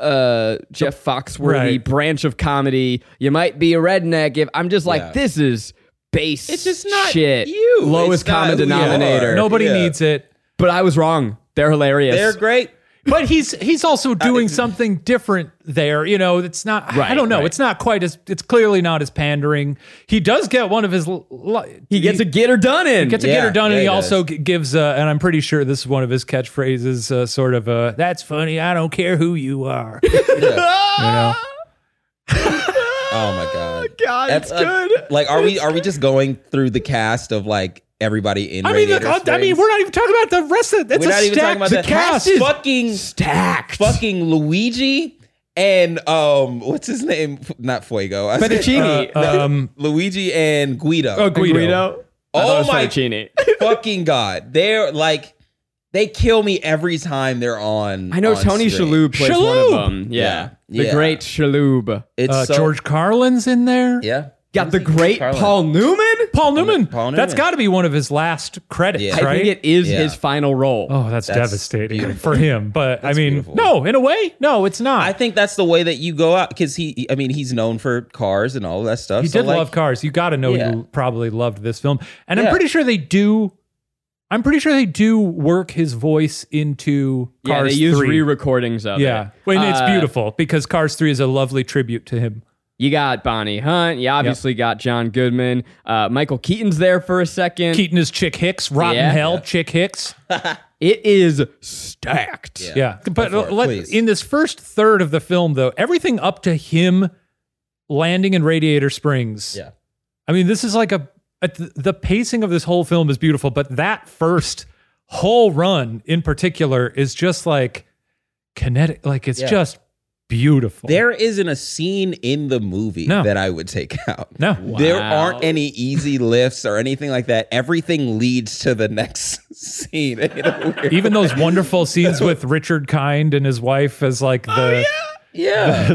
[SPEAKER 1] uh, Jeff Foxworthy
[SPEAKER 3] Right.
[SPEAKER 1] branch of comedy. You might be a redneck if I'm just like
[SPEAKER 2] Yeah.
[SPEAKER 1] this is base.
[SPEAKER 2] It's just not
[SPEAKER 1] shit.
[SPEAKER 2] you.
[SPEAKER 1] Lowest
[SPEAKER 2] It's not
[SPEAKER 1] common
[SPEAKER 2] who you
[SPEAKER 1] denominator.
[SPEAKER 2] are.
[SPEAKER 3] Nobody
[SPEAKER 2] Yeah.
[SPEAKER 3] needs it.
[SPEAKER 1] but I was wrong. They're hilarious.
[SPEAKER 2] They're great.
[SPEAKER 3] But he's he's also doing something different there. You know, it's not. I
[SPEAKER 1] Right,
[SPEAKER 3] don't know.
[SPEAKER 1] right.
[SPEAKER 3] It's not quite as. It's clearly not as pandering. He does get one of his. l- li-
[SPEAKER 1] he gets a get or done in.
[SPEAKER 3] gets a
[SPEAKER 2] Yeah,
[SPEAKER 3] get her done,
[SPEAKER 2] yeah,
[SPEAKER 3] and he
[SPEAKER 2] he
[SPEAKER 3] also
[SPEAKER 2] does.
[SPEAKER 3] g- gives. Uh, and I'm pretty sure this is one of his catchphrases. Uh, sort of uh, "That's funny. I don't care who
[SPEAKER 2] [laughs]
[SPEAKER 3] you are." You know?
[SPEAKER 2] Oh my god.
[SPEAKER 1] [laughs] God, it's
[SPEAKER 2] uh,
[SPEAKER 1] good.
[SPEAKER 2] Like, are we are we just going through the cast of like everybody in?
[SPEAKER 3] I mean, look,
[SPEAKER 2] Radiator
[SPEAKER 3] I, I mean,
[SPEAKER 2] Springs?
[SPEAKER 3] we're not even talking about the rest of. It's
[SPEAKER 2] We're
[SPEAKER 3] a
[SPEAKER 2] not even
[SPEAKER 3] stacked
[SPEAKER 2] talking about
[SPEAKER 3] the
[SPEAKER 2] that.
[SPEAKER 3] cast.
[SPEAKER 2] Cast
[SPEAKER 3] is-
[SPEAKER 2] fucking
[SPEAKER 1] stacked.
[SPEAKER 2] fucking Luigi and um, what's his name? F- Not Fuego. I said- uh,
[SPEAKER 1] Fettuccine.
[SPEAKER 3] um,
[SPEAKER 2] Luigi and Guido.
[SPEAKER 3] oh, Guido.
[SPEAKER 1] Guido. I
[SPEAKER 2] Oh
[SPEAKER 1] thought it was
[SPEAKER 2] my-
[SPEAKER 1] Fettuccine.
[SPEAKER 2] fucking god. They're like They kill me every time they're on.
[SPEAKER 1] I know
[SPEAKER 2] on
[SPEAKER 1] Tony
[SPEAKER 2] screen.
[SPEAKER 1] Shalhoub plays one
[SPEAKER 3] Shalhoub!
[SPEAKER 1] of them. Yeah,
[SPEAKER 2] Yeah.
[SPEAKER 1] the
[SPEAKER 2] Yeah.
[SPEAKER 1] great Shalhoub.
[SPEAKER 2] It's
[SPEAKER 3] Uh,
[SPEAKER 2] so-
[SPEAKER 3] George Carlin's in there.
[SPEAKER 2] Yeah.
[SPEAKER 1] Got the great
[SPEAKER 2] Carlin.
[SPEAKER 1] Paul Newman.
[SPEAKER 3] Paul Newman.
[SPEAKER 2] Paul Newman.
[SPEAKER 3] That's got to be one of his last credits,
[SPEAKER 2] Yeah.
[SPEAKER 1] I
[SPEAKER 3] right?
[SPEAKER 1] think it is
[SPEAKER 2] Yeah.
[SPEAKER 1] his final role.
[SPEAKER 3] oh, that's,
[SPEAKER 2] That's
[SPEAKER 3] devastating
[SPEAKER 2] beautiful.
[SPEAKER 3] for him. But I
[SPEAKER 2] That's
[SPEAKER 3] mean,
[SPEAKER 2] beautiful.
[SPEAKER 3] no, in a way, no, it's not.
[SPEAKER 2] I think that's the way that you go out because he. I mean, he's known for cars and all that stuff.
[SPEAKER 3] he
[SPEAKER 2] so,
[SPEAKER 3] did
[SPEAKER 2] like,
[SPEAKER 3] love cars. You got to know
[SPEAKER 2] Yeah.
[SPEAKER 3] he probably loved this film, and I'm
[SPEAKER 2] Yeah.
[SPEAKER 3] pretty sure they do. I'm pretty sure they do work his voice into
[SPEAKER 1] yeah,
[SPEAKER 3] Cars
[SPEAKER 1] they use
[SPEAKER 3] Three.
[SPEAKER 1] re-recordings of it.
[SPEAKER 3] yeah, Well, and it's
[SPEAKER 1] Uh,
[SPEAKER 3] beautiful because Cars Three is a lovely tribute to him.
[SPEAKER 1] You got Bonnie Hunt. You obviously got John Goodman. Uh, Michael Keaton's there for a second.
[SPEAKER 3] Keaton is Chick Hicks, rotten
[SPEAKER 1] Yeah.
[SPEAKER 3] hell, Chick Hicks.
[SPEAKER 1] It is stacked.
[SPEAKER 3] Yeah, but
[SPEAKER 2] Go for it,
[SPEAKER 3] let-
[SPEAKER 2] please.
[SPEAKER 3] in this first third of the film, though, everything up to him landing in Radiator Springs.
[SPEAKER 2] Yeah.
[SPEAKER 3] I mean, this is like a, a the pacing of this whole film is beautiful, but that first whole run in particular is just like kinetic. Like it's
[SPEAKER 2] Yeah.
[SPEAKER 3] just beautiful.
[SPEAKER 2] There isn't a scene in the movie
[SPEAKER 3] No.
[SPEAKER 2] that I would take [laughs] out.
[SPEAKER 3] no,
[SPEAKER 2] There
[SPEAKER 1] Wow.
[SPEAKER 2] aren't any easy lifts or anything like that. Everything leads to the [laughs] next scene. in a
[SPEAKER 3] [laughs]
[SPEAKER 2] weird-
[SPEAKER 3] even those wonderful scenes with Richard Kind and his wife as like the
[SPEAKER 2] Oh, yeah.
[SPEAKER 3] [laughs] the,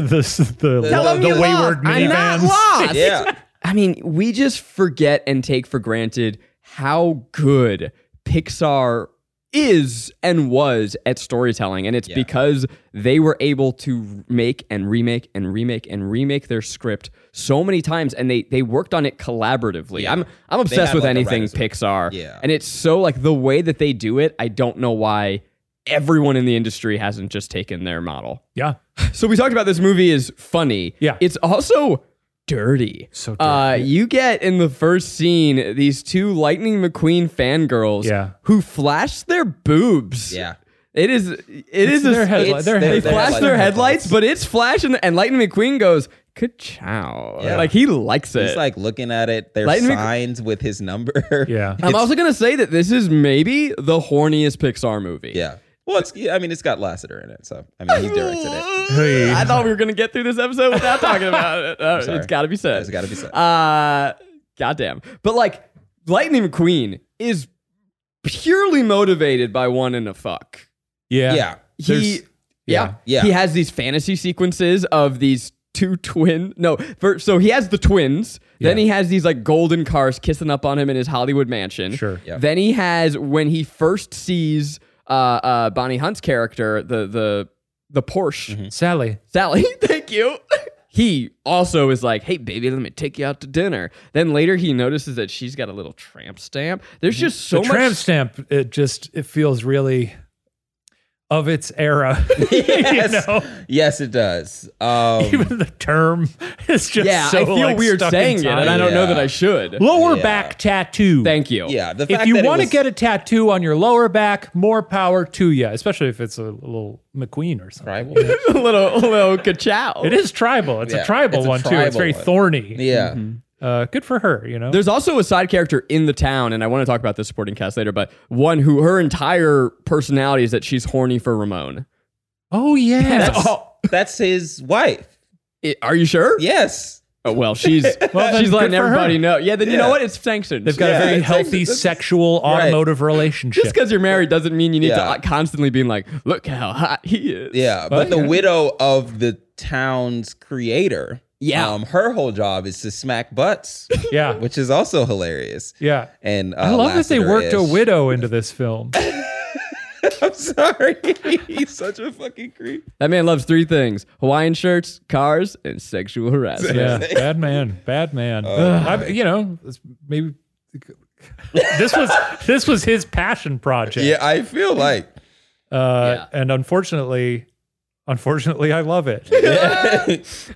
[SPEAKER 3] the,
[SPEAKER 2] Tell
[SPEAKER 3] the,
[SPEAKER 2] him
[SPEAKER 3] the
[SPEAKER 2] you
[SPEAKER 3] wayward
[SPEAKER 1] I'm not
[SPEAKER 3] minivans.
[SPEAKER 1] lost.
[SPEAKER 2] [laughs] Yeah.
[SPEAKER 1] I mean, we just forget and take for granted how good Pixar is and was at storytelling. And it's because they were able to make and remake and remake and remake their script so many times and they they worked on it collaboratively. I'm I'm obsessed
[SPEAKER 2] had,
[SPEAKER 1] with
[SPEAKER 2] like, a
[SPEAKER 1] anything
[SPEAKER 2] writer's room.
[SPEAKER 1] Pixar.
[SPEAKER 2] Yeah.
[SPEAKER 1] And it's so like the way that they do it, I don't know why everyone in the industry hasn't just taken their model.
[SPEAKER 3] Yeah,
[SPEAKER 1] So we talked about this movie is funny.
[SPEAKER 3] Yeah.
[SPEAKER 1] It's also dirty.
[SPEAKER 3] So dirty.
[SPEAKER 1] Uh, you get in the first scene these two Lightning McQueen fangirls
[SPEAKER 3] Yeah.
[SPEAKER 1] who flash their boobs.
[SPEAKER 2] Yeah.
[SPEAKER 1] It is it is a,
[SPEAKER 3] their headli-
[SPEAKER 1] it's-
[SPEAKER 3] their
[SPEAKER 1] they
[SPEAKER 3] headlights.
[SPEAKER 1] flash their
[SPEAKER 2] Their
[SPEAKER 1] headlights,
[SPEAKER 2] headlights.
[SPEAKER 1] but it's flashing and Lightning McQueen goes, Good chow.
[SPEAKER 2] Yeah.
[SPEAKER 1] Like he likes it.
[SPEAKER 2] He's like looking at it. There's
[SPEAKER 1] Lightning McQueen-
[SPEAKER 2] signs with his number.
[SPEAKER 3] yeah.
[SPEAKER 1] I'm also gonna say that this is maybe the horniest Pixar movie.
[SPEAKER 2] Yeah. Well, it's, I mean, it's got Lasseter in it. So, I mean, he directed it.
[SPEAKER 3] Hey.
[SPEAKER 1] I thought we were gonna get through this episode without talking about
[SPEAKER 2] [laughs]
[SPEAKER 1] it. Uh,
[SPEAKER 2] sorry.
[SPEAKER 1] it's got to be said.
[SPEAKER 2] It's gotta be said.
[SPEAKER 1] Uh, goddamn. But like, Lightning McQueen is purely motivated by wanting to fuck.
[SPEAKER 3] Yeah.
[SPEAKER 2] Yeah.
[SPEAKER 1] He, yeah,
[SPEAKER 2] yeah.
[SPEAKER 1] He has these fantasy sequences of these two twin. No, for, so he has the twins. Then
[SPEAKER 3] Yeah.
[SPEAKER 1] he has these like golden cars kissing up on him in his Hollywood mansion.
[SPEAKER 3] Sure.
[SPEAKER 2] Yeah.
[SPEAKER 1] Then he has when he first sees uh, uh, Bonnie Hunt's character, the the the Porsche.
[SPEAKER 3] Mm-hmm. Sally.
[SPEAKER 1] Sally, [laughs] thank you. He also is like, hey, baby, let me take you out to dinner. Then later he notices that she's got a little tramp stamp. There's just so
[SPEAKER 3] Mm-hmm. the
[SPEAKER 1] much.
[SPEAKER 3] tramp stamp it just it feels really of its era [laughs] You
[SPEAKER 2] Yes.
[SPEAKER 3] know?
[SPEAKER 2] Yes, it does. Um,
[SPEAKER 3] even the term is just
[SPEAKER 1] yeah,
[SPEAKER 3] so,
[SPEAKER 1] I feel
[SPEAKER 3] like,
[SPEAKER 1] weird
[SPEAKER 3] stuck
[SPEAKER 1] saying
[SPEAKER 3] in
[SPEAKER 1] it,
[SPEAKER 3] time.
[SPEAKER 1] and I don't know
[SPEAKER 2] Yeah.
[SPEAKER 1] that I should.
[SPEAKER 3] lower
[SPEAKER 2] Yeah.
[SPEAKER 3] back tattoo
[SPEAKER 1] Thank you.
[SPEAKER 2] yeah. The fact
[SPEAKER 3] if you
[SPEAKER 2] that it
[SPEAKER 3] want to
[SPEAKER 2] was-
[SPEAKER 3] get a tattoo on your lower back more power to you especially if it's a little mcqueen or something
[SPEAKER 2] Tribal.
[SPEAKER 3] [laughs]
[SPEAKER 1] a [laughs] little, a little ka-chow.
[SPEAKER 3] it is tribal it's
[SPEAKER 2] Yeah,
[SPEAKER 3] a tribal
[SPEAKER 2] it's a
[SPEAKER 3] one too it's
[SPEAKER 2] tribal
[SPEAKER 3] very
[SPEAKER 2] one.
[SPEAKER 3] thorny
[SPEAKER 2] Yeah.
[SPEAKER 3] uh, good for her you know
[SPEAKER 1] There's also a side character in the town, and I want to talk about this supporting cast later, but one who her entire personality is that she's horny for Ramon.
[SPEAKER 3] oh yeah
[SPEAKER 2] That's, that's his wife.
[SPEAKER 1] I- are you sure?
[SPEAKER 2] Yes.
[SPEAKER 1] Oh, well,
[SPEAKER 3] [laughs]
[SPEAKER 1] she's
[SPEAKER 3] then
[SPEAKER 1] she's letting
[SPEAKER 3] good for her.
[SPEAKER 1] everybody know. Yeah, then you know what? It's sanctioned.
[SPEAKER 3] they've got
[SPEAKER 2] Yeah,
[SPEAKER 3] a very
[SPEAKER 2] it's-
[SPEAKER 3] healthy
[SPEAKER 2] it's-
[SPEAKER 3] sexual
[SPEAKER 2] right.
[SPEAKER 3] automotive relationship
[SPEAKER 1] Just because you're married doesn't mean you need to
[SPEAKER 2] Yeah.
[SPEAKER 1] uh, constantly be like, look how hot he is.
[SPEAKER 2] Yeah, but the
[SPEAKER 3] yeah.
[SPEAKER 2] widow of the town's creator.
[SPEAKER 1] Yeah.
[SPEAKER 2] um, her whole job is to smack
[SPEAKER 3] [laughs]
[SPEAKER 2] butts,
[SPEAKER 3] yeah
[SPEAKER 2] which is also hilarious.
[SPEAKER 3] yeah
[SPEAKER 2] And uh,
[SPEAKER 3] I love that they worked a
[SPEAKER 2] Lasseter-ish.
[SPEAKER 3] widow into this film.
[SPEAKER 2] [laughs] I'm sorry, [laughs] he's such a fucking creep.
[SPEAKER 1] That man loves three things Hawaiian shirts, cars, and sexual harassment.
[SPEAKER 3] Yeah, bad man, bad man.
[SPEAKER 2] Oh,
[SPEAKER 3] Ugh, I, you know, it's maybe [laughs] this was this was his passion project.
[SPEAKER 2] Yeah, I feel like
[SPEAKER 3] Uh, and unfortunately, unfortunately, I love it.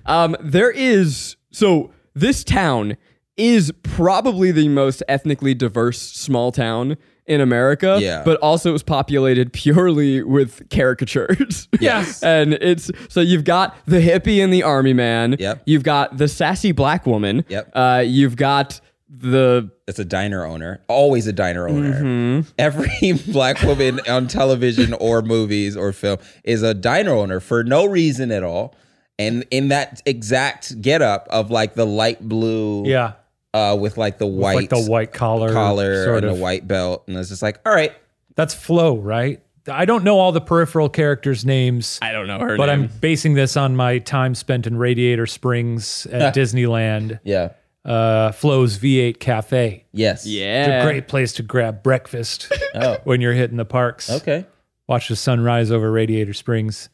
[SPEAKER 1] Um, there is, so this town is probably the most ethnically diverse small town in America,
[SPEAKER 2] Yeah.
[SPEAKER 1] but also is populated purely with caricatures.
[SPEAKER 2] [laughs] Yes.
[SPEAKER 1] and it's, so you've got the hippie and the army man.
[SPEAKER 2] Yep.
[SPEAKER 1] You've got the sassy black woman.
[SPEAKER 2] Yep.
[SPEAKER 1] Uh, you've got the
[SPEAKER 2] it's a diner owner, always a diner owner.
[SPEAKER 3] Mm-hmm.
[SPEAKER 2] Every [laughs] black woman on television or movies or film is a diner owner for no reason at all. And in that exact getup of like the light blue,
[SPEAKER 3] Yeah,
[SPEAKER 2] uh, with like the white,
[SPEAKER 3] like the white collar,
[SPEAKER 2] collar
[SPEAKER 3] sort
[SPEAKER 2] and
[SPEAKER 3] of.
[SPEAKER 2] the white belt, and it's just like, all right,
[SPEAKER 3] That's Flo, right? I don't know all the peripheral characters' names,
[SPEAKER 5] I don't know her
[SPEAKER 3] but
[SPEAKER 5] name.
[SPEAKER 3] I'm basing this on my time spent in Radiator Springs
[SPEAKER 2] [laughs]
[SPEAKER 3] at Disneyland.
[SPEAKER 2] Yeah.
[SPEAKER 3] Uh, Flo's V8 Cafe.
[SPEAKER 2] Yes.
[SPEAKER 3] It's
[SPEAKER 1] Yeah.
[SPEAKER 3] a great place to grab breakfast
[SPEAKER 2] Oh.
[SPEAKER 3] when you're hitting the parks.
[SPEAKER 2] Okay.
[SPEAKER 3] Watch the sunrise over Radiator Springs.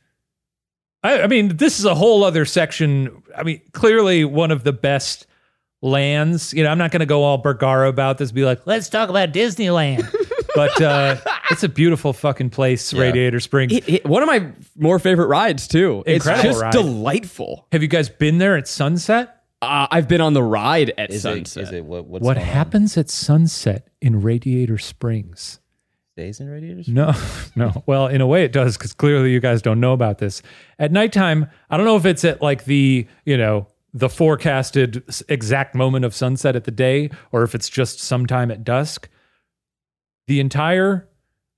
[SPEAKER 3] I, I mean, this is a whole other section. I mean, clearly one of the best lands. You know, I'm not going to go all Bergara about this, be like, let's talk about Disneyland. but uh, it's a beautiful fucking place, Radiator Springs.
[SPEAKER 1] It- it- one of my more favorite rides too. it's
[SPEAKER 3] Incredible
[SPEAKER 1] just
[SPEAKER 3] ride.
[SPEAKER 1] delightful.
[SPEAKER 3] Have you guys been there at sunset?
[SPEAKER 1] Uh, I've been on the ride at
[SPEAKER 2] Is it,
[SPEAKER 1] sunset.
[SPEAKER 2] is it what what's
[SPEAKER 3] what
[SPEAKER 2] going on?
[SPEAKER 3] happens at sunset in Radiator Springs?
[SPEAKER 2] Stays in radiators?
[SPEAKER 3] No, no. [laughs] Well, in a way it does because clearly you guys don't know about this. At nighttime, I don't know if it's at like the, you know, the forecasted s- exact moment of sunset at the day or if it's just sometime at dusk. The entire,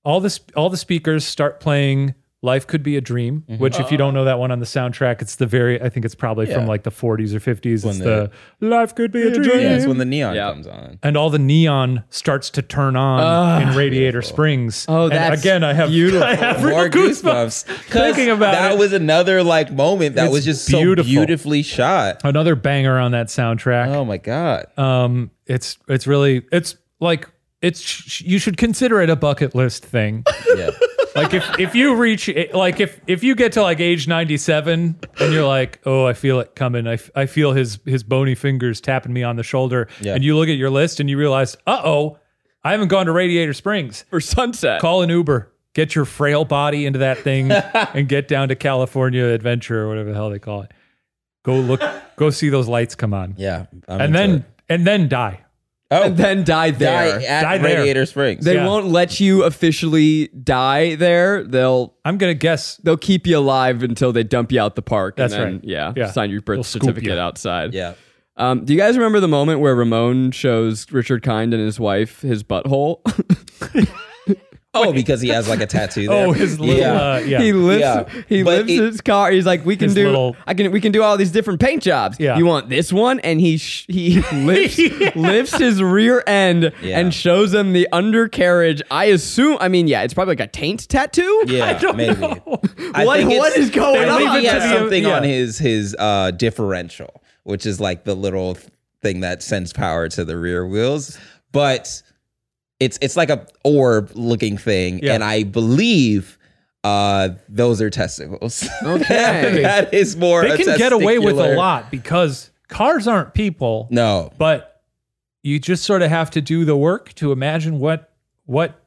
[SPEAKER 3] all the, sp- all the speakers start playing Life Could Be a Dream,
[SPEAKER 2] Mm-hmm.
[SPEAKER 3] which if you don't know that one on the soundtrack, it's the very, I think it's probably from
[SPEAKER 2] Yeah.
[SPEAKER 3] like the 40s or 50s.
[SPEAKER 2] When
[SPEAKER 3] it's the, Life Could Be a Dream
[SPEAKER 2] Yeah, it's when the neon
[SPEAKER 1] Yeah.
[SPEAKER 2] comes on.
[SPEAKER 3] and all the neon starts to turn
[SPEAKER 2] Ah.
[SPEAKER 3] on in Radiator Springs.
[SPEAKER 1] Oh,
[SPEAKER 3] And
[SPEAKER 1] that's
[SPEAKER 3] again. I have [laughs]
[SPEAKER 1] beautiful.
[SPEAKER 3] I have real
[SPEAKER 2] More goosebumps. 'Cause
[SPEAKER 3] thinking about
[SPEAKER 2] that
[SPEAKER 3] it.
[SPEAKER 2] was another like moment that
[SPEAKER 3] It's
[SPEAKER 2] was just
[SPEAKER 3] beautiful.
[SPEAKER 2] so beautifully shot.
[SPEAKER 3] Another banger on that soundtrack.
[SPEAKER 2] Oh my god!
[SPEAKER 3] Um, it's it's really it's like it's sh- you should consider it a bucket
[SPEAKER 2] [laughs]
[SPEAKER 3] list thing. [laughs]
[SPEAKER 2] yeah,
[SPEAKER 3] like if if you reach like if if you get to like age 97 and you're like oh i feel it coming i, f- I feel his his bony fingers tapping me on the shoulder
[SPEAKER 2] Yeah.
[SPEAKER 3] and you look at your list and you realize uh-oh i haven't gone to radiator springs
[SPEAKER 1] for sunset.
[SPEAKER 3] call an Uber, get your frail body into
[SPEAKER 2] [laughs]
[SPEAKER 3] that thing, and get down to California Adventure or whatever the hell they call it. Go look, go see those lights come on,
[SPEAKER 2] yeah. I'm
[SPEAKER 3] and
[SPEAKER 2] into
[SPEAKER 3] then
[SPEAKER 2] it.
[SPEAKER 3] and then die.
[SPEAKER 2] oh,
[SPEAKER 1] and then die there.
[SPEAKER 2] die at
[SPEAKER 3] Die there.
[SPEAKER 2] Radiator Springs.
[SPEAKER 1] They
[SPEAKER 3] Yeah.
[SPEAKER 1] won't let you officially die there. They'll
[SPEAKER 3] I'm gonna guess
[SPEAKER 1] they'll keep you alive until they dump you out the park.
[SPEAKER 3] That's
[SPEAKER 1] and then,
[SPEAKER 3] right.
[SPEAKER 1] Yeah,
[SPEAKER 3] Yeah.
[SPEAKER 1] Sign your birth
[SPEAKER 3] They'll scoop
[SPEAKER 1] certificate
[SPEAKER 3] you.
[SPEAKER 1] outside.
[SPEAKER 2] yeah,
[SPEAKER 1] Um, do you guys remember the moment where Ramon shows Richard Kind and his wife his butthole? [laughs]
[SPEAKER 2] oh, because he has like a
[SPEAKER 3] [laughs]
[SPEAKER 2] tattoo. There. [laughs]
[SPEAKER 3] oh his little yeah. Uh, yeah.
[SPEAKER 1] he lifts
[SPEAKER 2] Yeah.
[SPEAKER 1] he
[SPEAKER 2] But
[SPEAKER 1] lifts
[SPEAKER 2] it-
[SPEAKER 1] his car. He's like, we can
[SPEAKER 3] His
[SPEAKER 1] do
[SPEAKER 3] little-
[SPEAKER 1] I can we can do all these different paint jobs.
[SPEAKER 3] Yeah.
[SPEAKER 1] You want this one? And he sh-
[SPEAKER 3] [laughs]
[SPEAKER 1] he lifts lifts his rear end
[SPEAKER 2] Yeah.
[SPEAKER 1] and shows them the undercarriage. I assume. I mean, yeah, it's probably like a taint tattoo.
[SPEAKER 2] yeah, maybe. I
[SPEAKER 1] What-
[SPEAKER 2] think
[SPEAKER 1] what
[SPEAKER 2] it's-
[SPEAKER 1] is going
[SPEAKER 2] I think
[SPEAKER 3] on?
[SPEAKER 2] he has
[SPEAKER 3] Yeah.
[SPEAKER 2] something on
[SPEAKER 3] Yeah.
[SPEAKER 2] his his uh, differential, which is like the little thing that sends power to the rear wheels, but it's it's like a orb looking thing,
[SPEAKER 3] Yeah.
[SPEAKER 2] and I believe. Uh, those are testicles. [laughs]
[SPEAKER 1] Okay.
[SPEAKER 2] that is more.
[SPEAKER 3] They
[SPEAKER 2] a
[SPEAKER 3] can get away with a
[SPEAKER 2] testicular-
[SPEAKER 3] lot because cars aren't people,
[SPEAKER 2] No,
[SPEAKER 3] but you just sort of have to do the work to imagine what what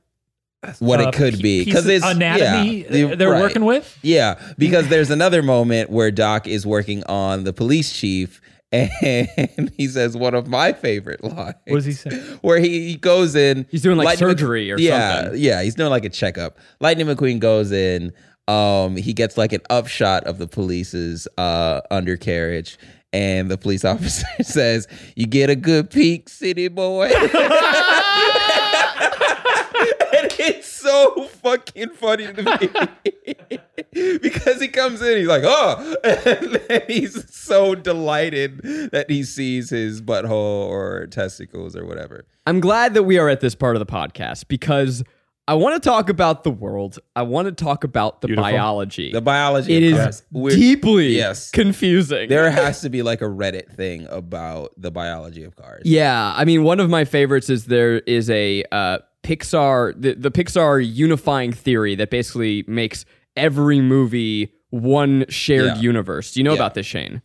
[SPEAKER 2] what
[SPEAKER 3] uh,
[SPEAKER 2] it could be
[SPEAKER 3] piece of
[SPEAKER 2] because it's
[SPEAKER 3] anatomy
[SPEAKER 2] yeah,
[SPEAKER 3] they're,
[SPEAKER 2] right.
[SPEAKER 3] working with.
[SPEAKER 2] [laughs] Yeah, because there's another moment where Doc is working on the police chief, [laughs] and he says one of my favorite lines.
[SPEAKER 3] What does he say?
[SPEAKER 2] Where he goes in,
[SPEAKER 1] He's doing, like,
[SPEAKER 2] Lightning Mc-
[SPEAKER 1] surgery or
[SPEAKER 2] yeah,
[SPEAKER 1] something.
[SPEAKER 2] Yeah, he's doing like a checkup. Lightning McQueen goes in. Um, he gets like an upshot of the police's uh undercarriage, and the police [laughs] officer says, "You get a good peek, city boy." [laughs] And it's so fucking funny to me [laughs] because he comes in, he's like, oh, [laughs] and then he's so delighted that he sees his butthole or testicles or whatever.
[SPEAKER 1] I'm glad that we are at this part of the podcast because I want to talk about the world. I want to talk about the
[SPEAKER 3] Beautiful.
[SPEAKER 1] biology.
[SPEAKER 2] The biology.
[SPEAKER 1] it is
[SPEAKER 2] of cars. We're-
[SPEAKER 1] deeply
[SPEAKER 2] Yes.
[SPEAKER 1] confusing.
[SPEAKER 2] There has to be like a Reddit thing about the biology of cars.
[SPEAKER 1] Yeah, I mean, one of my favorites is there is a uh, Pixar the, the Pixar unifying theory that basically makes every movie one shared
[SPEAKER 2] Yeah.
[SPEAKER 1] universe. Do you know
[SPEAKER 2] Yeah.
[SPEAKER 1] about this, Shane?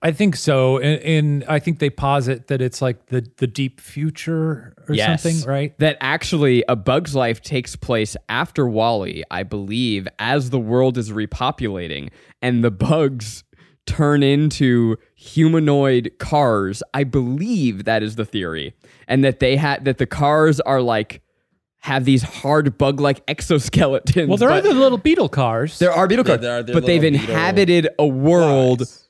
[SPEAKER 3] I think so, and, and I think they posit that it's like the the deep future or something, right?
[SPEAKER 1] That actually, A Bug's Life takes place after Wally, I believe, as the world is repopulating and the bugs turn into humanoid cars. I believe that is the theory, and that they had that the cars are like have these hard bug-like exoskeletons.
[SPEAKER 3] Well, there are
[SPEAKER 1] but-
[SPEAKER 3] the little beetle cars.
[SPEAKER 1] there are beetle
[SPEAKER 2] Yeah,
[SPEAKER 1] cars,
[SPEAKER 2] there are- there are
[SPEAKER 1] but they've
[SPEAKER 2] little beetle
[SPEAKER 1] inhabited a world
[SPEAKER 2] Cars.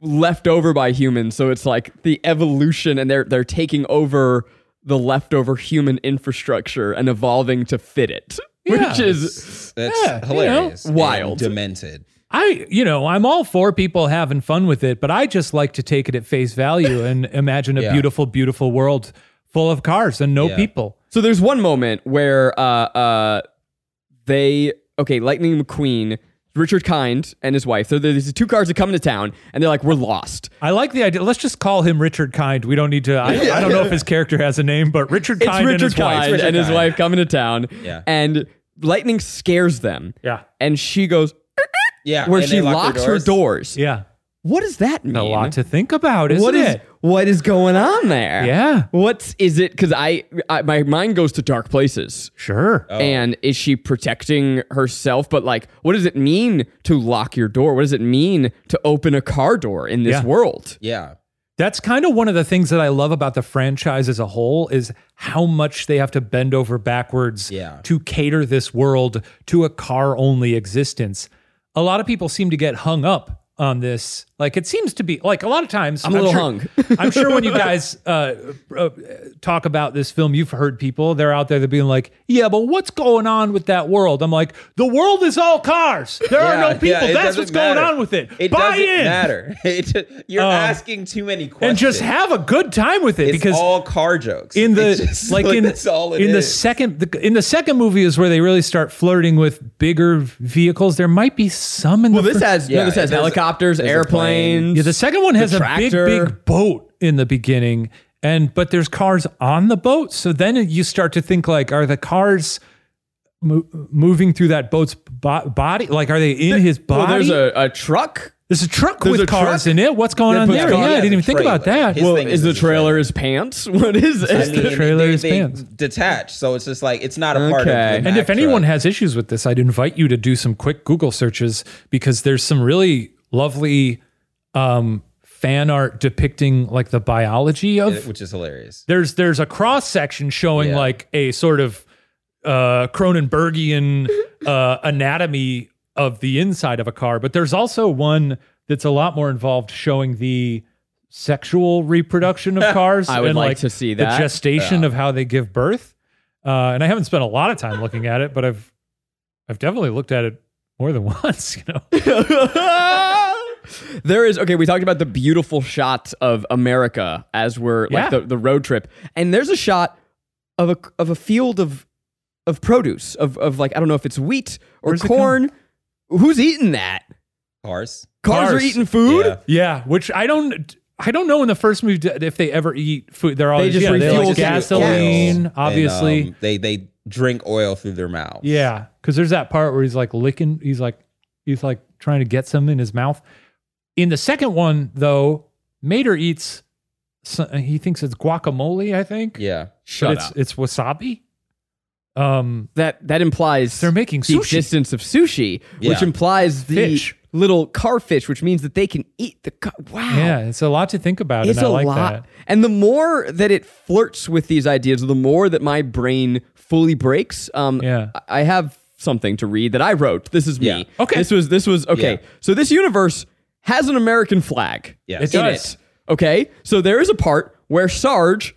[SPEAKER 1] left over by humans. So it's like the evolution, and they're they're taking over the leftover human infrastructure and evolving to fit it, [laughs]
[SPEAKER 3] Yeah.
[SPEAKER 1] which is
[SPEAKER 2] That's
[SPEAKER 3] Yeah, you know,
[SPEAKER 2] hilarious. and
[SPEAKER 1] wild.
[SPEAKER 2] demented.
[SPEAKER 3] I, you know, I'm all for people having fun with it, but I just like
[SPEAKER 1] [laughs]
[SPEAKER 3] to take it at face value and imagine a
[SPEAKER 2] Yeah.
[SPEAKER 3] beautiful, beautiful world full of cars and no
[SPEAKER 2] Yeah.
[SPEAKER 3] people.
[SPEAKER 1] So there's one moment where uh, uh, they okay, Lightning McQueen, Richard Kind, and his wife. So there's these two cars that come into town, and they're like, "We're lost."
[SPEAKER 3] I like the idea. Let's just call him Richard Kind. We don't need to. I, I don't know if his character has a name, but Richard
[SPEAKER 1] It's
[SPEAKER 3] Kind and
[SPEAKER 1] Richard
[SPEAKER 3] his wife.
[SPEAKER 1] Kind
[SPEAKER 2] Richard
[SPEAKER 1] and his
[SPEAKER 2] Kind.
[SPEAKER 1] wife come into town,
[SPEAKER 2] Yeah.
[SPEAKER 1] and Lightning scares them,
[SPEAKER 3] Yeah,
[SPEAKER 1] and she goes
[SPEAKER 2] Yeah,
[SPEAKER 1] where
[SPEAKER 2] and
[SPEAKER 1] she
[SPEAKER 2] they lock
[SPEAKER 1] locks her doors.
[SPEAKER 3] yeah.
[SPEAKER 1] What does that mean?
[SPEAKER 3] A lot to think about, isn't
[SPEAKER 1] What is-
[SPEAKER 3] it?
[SPEAKER 1] what is going on there?
[SPEAKER 3] Yeah.
[SPEAKER 1] What's is it? Because I, I my mind goes to dark places.
[SPEAKER 3] Sure.
[SPEAKER 1] And is she protecting herself? But like, what does it mean to lock your door? What does it mean to open a car door in this
[SPEAKER 3] Yeah.
[SPEAKER 1] world?
[SPEAKER 2] Yeah,
[SPEAKER 3] That's kind of one of the things that I love about the franchise as a whole is how much they have to bend over backwards
[SPEAKER 2] Yeah.
[SPEAKER 3] to cater this world to a car only existence. A lot of people seem to get hung up on this. Like it seems to be like a lot of times
[SPEAKER 1] I'm a little
[SPEAKER 3] sure,
[SPEAKER 1] hung.
[SPEAKER 3] [laughs] I'm sure
[SPEAKER 2] [laughs]
[SPEAKER 3] when you guys uh, uh, talk about this film, you've heard people they're out there they're being like, "Yeah, but what's going on with that world?" I'm like, "The world is all cars. There
[SPEAKER 2] Yeah,
[SPEAKER 3] are no people.
[SPEAKER 2] yeah, it
[SPEAKER 3] That's
[SPEAKER 2] doesn't
[SPEAKER 3] what's going
[SPEAKER 2] matter.
[SPEAKER 3] on with it.
[SPEAKER 2] It
[SPEAKER 3] Buy
[SPEAKER 2] doesn't
[SPEAKER 3] in
[SPEAKER 2] matter. [laughs] It ju- you're
[SPEAKER 3] Um,
[SPEAKER 2] asking too many questions.
[SPEAKER 3] and just have a good time with it
[SPEAKER 2] it's
[SPEAKER 3] because
[SPEAKER 2] all car jokes
[SPEAKER 3] in the
[SPEAKER 2] It's
[SPEAKER 1] [laughs]
[SPEAKER 2] just- [laughs]
[SPEAKER 3] like in
[SPEAKER 2] that's all it
[SPEAKER 3] in the
[SPEAKER 2] is.
[SPEAKER 3] second the, in the second movie is where they really start flirting with bigger vehicles. There might be some in
[SPEAKER 1] Well,
[SPEAKER 3] the
[SPEAKER 1] this
[SPEAKER 3] fir-
[SPEAKER 1] has
[SPEAKER 2] Yeah,
[SPEAKER 1] no, this has
[SPEAKER 2] there's-
[SPEAKER 1] helicopters,
[SPEAKER 2] there's a
[SPEAKER 1] airplanes.
[SPEAKER 2] plane.
[SPEAKER 3] yeah, the second one has
[SPEAKER 1] the
[SPEAKER 3] a big
[SPEAKER 1] tractor.
[SPEAKER 3] big boat in the beginning, and but there's cars on the boat. So then you start to think like, are the cars mo- moving through that boat's bo- body? Like, are they in his
[SPEAKER 1] well,
[SPEAKER 3] body?
[SPEAKER 1] there's a, a truck.
[SPEAKER 3] There's a truck
[SPEAKER 1] there's
[SPEAKER 3] with
[SPEAKER 1] a
[SPEAKER 3] cars
[SPEAKER 1] truck
[SPEAKER 3] in it. What's going
[SPEAKER 1] that
[SPEAKER 3] on
[SPEAKER 1] puts
[SPEAKER 3] there?
[SPEAKER 1] cars
[SPEAKER 3] Yeah, I
[SPEAKER 1] as
[SPEAKER 3] didn't
[SPEAKER 1] a
[SPEAKER 3] even think about
[SPEAKER 2] trailer.
[SPEAKER 3] that.
[SPEAKER 2] His
[SPEAKER 1] Well,
[SPEAKER 2] thing
[SPEAKER 1] is
[SPEAKER 2] is
[SPEAKER 1] the
[SPEAKER 2] his trailer.
[SPEAKER 1] trailer his pants? What is
[SPEAKER 2] I
[SPEAKER 1] it?
[SPEAKER 3] the
[SPEAKER 2] mean,
[SPEAKER 3] trailer
[SPEAKER 2] they-
[SPEAKER 3] is
[SPEAKER 2] they
[SPEAKER 3] pants.
[SPEAKER 2] detached, so it's just like it's not a part of.
[SPEAKER 1] Okay.
[SPEAKER 2] The
[SPEAKER 1] And
[SPEAKER 3] And
[SPEAKER 2] Mack
[SPEAKER 3] if anyone
[SPEAKER 2] truck.
[SPEAKER 3] has issues with this, I'd invite you to do some quick Google searches because there's some really lovely um, fan art depicting like the biology of.
[SPEAKER 2] which is hilarious.
[SPEAKER 3] there's there's a cross section showing
[SPEAKER 2] Yeah.
[SPEAKER 3] like a sort of uh, Cronenbergian
[SPEAKER 1] [laughs]
[SPEAKER 3] uh, anatomy of the inside of a car, but there's also one that's a lot more involved showing the sexual reproduction
[SPEAKER 1] [laughs]
[SPEAKER 3] of cars.
[SPEAKER 1] I would
[SPEAKER 3] and,
[SPEAKER 1] like to see that.
[SPEAKER 3] the gestation of how they give birth. Uh, and I haven't spent a lot of time looking at it, but I've I've definitely looked at it more than [laughs] once. You know,
[SPEAKER 1] [laughs] there is okay. We talked about the beautiful shot of America as we're
[SPEAKER 3] Yeah.
[SPEAKER 1] like the, the road trip, and there's a shot of a of a field of of produce of of like I don't know if it's wheat or
[SPEAKER 3] Where's it
[SPEAKER 1] corn. Who's eating that?
[SPEAKER 2] Cars.
[SPEAKER 1] Cars, are
[SPEAKER 3] Cars.
[SPEAKER 1] eating food.
[SPEAKER 2] Yeah.
[SPEAKER 3] yeah. Which I don't I don't know in the first movie if they ever eat food. They're always
[SPEAKER 1] just
[SPEAKER 3] yeah, they
[SPEAKER 1] refuel
[SPEAKER 3] like
[SPEAKER 1] to gas.
[SPEAKER 3] gasoline, obviously.
[SPEAKER 2] And, um, they they drink oil through their mouths.
[SPEAKER 3] Yeah, because there's that part where he's like licking. He's like he's like trying to get some in his mouth. In the second one, though, Mater eats. so- He thinks it's guacamole. I think.
[SPEAKER 2] Yeah.
[SPEAKER 3] but
[SPEAKER 1] Shut
[SPEAKER 3] it's
[SPEAKER 1] up.
[SPEAKER 3] it's wasabi. Um,
[SPEAKER 1] That that implies
[SPEAKER 3] they're making
[SPEAKER 1] the
[SPEAKER 3] sushi.
[SPEAKER 1] existence of sushi, which
[SPEAKER 2] Yeah.
[SPEAKER 1] implies the
[SPEAKER 3] Fish.
[SPEAKER 1] little car fish, which means that they can eat the car. Wow.
[SPEAKER 3] Yeah, it's a lot to think about.
[SPEAKER 1] It's
[SPEAKER 3] and
[SPEAKER 1] a
[SPEAKER 3] I like
[SPEAKER 1] lot.
[SPEAKER 3] That.
[SPEAKER 1] And the more that it flirts with these ideas, the more that my brain fully breaks. Um,
[SPEAKER 3] Yeah.
[SPEAKER 1] I I have something to read that I wrote. This is me.
[SPEAKER 2] Yeah.
[SPEAKER 3] Okay.
[SPEAKER 1] This was this was okay.
[SPEAKER 2] Yeah.
[SPEAKER 1] So this universe has an American flag.
[SPEAKER 2] Yeah.
[SPEAKER 3] It
[SPEAKER 1] in
[SPEAKER 3] does.
[SPEAKER 1] it. Okay. So there is a part where Sarge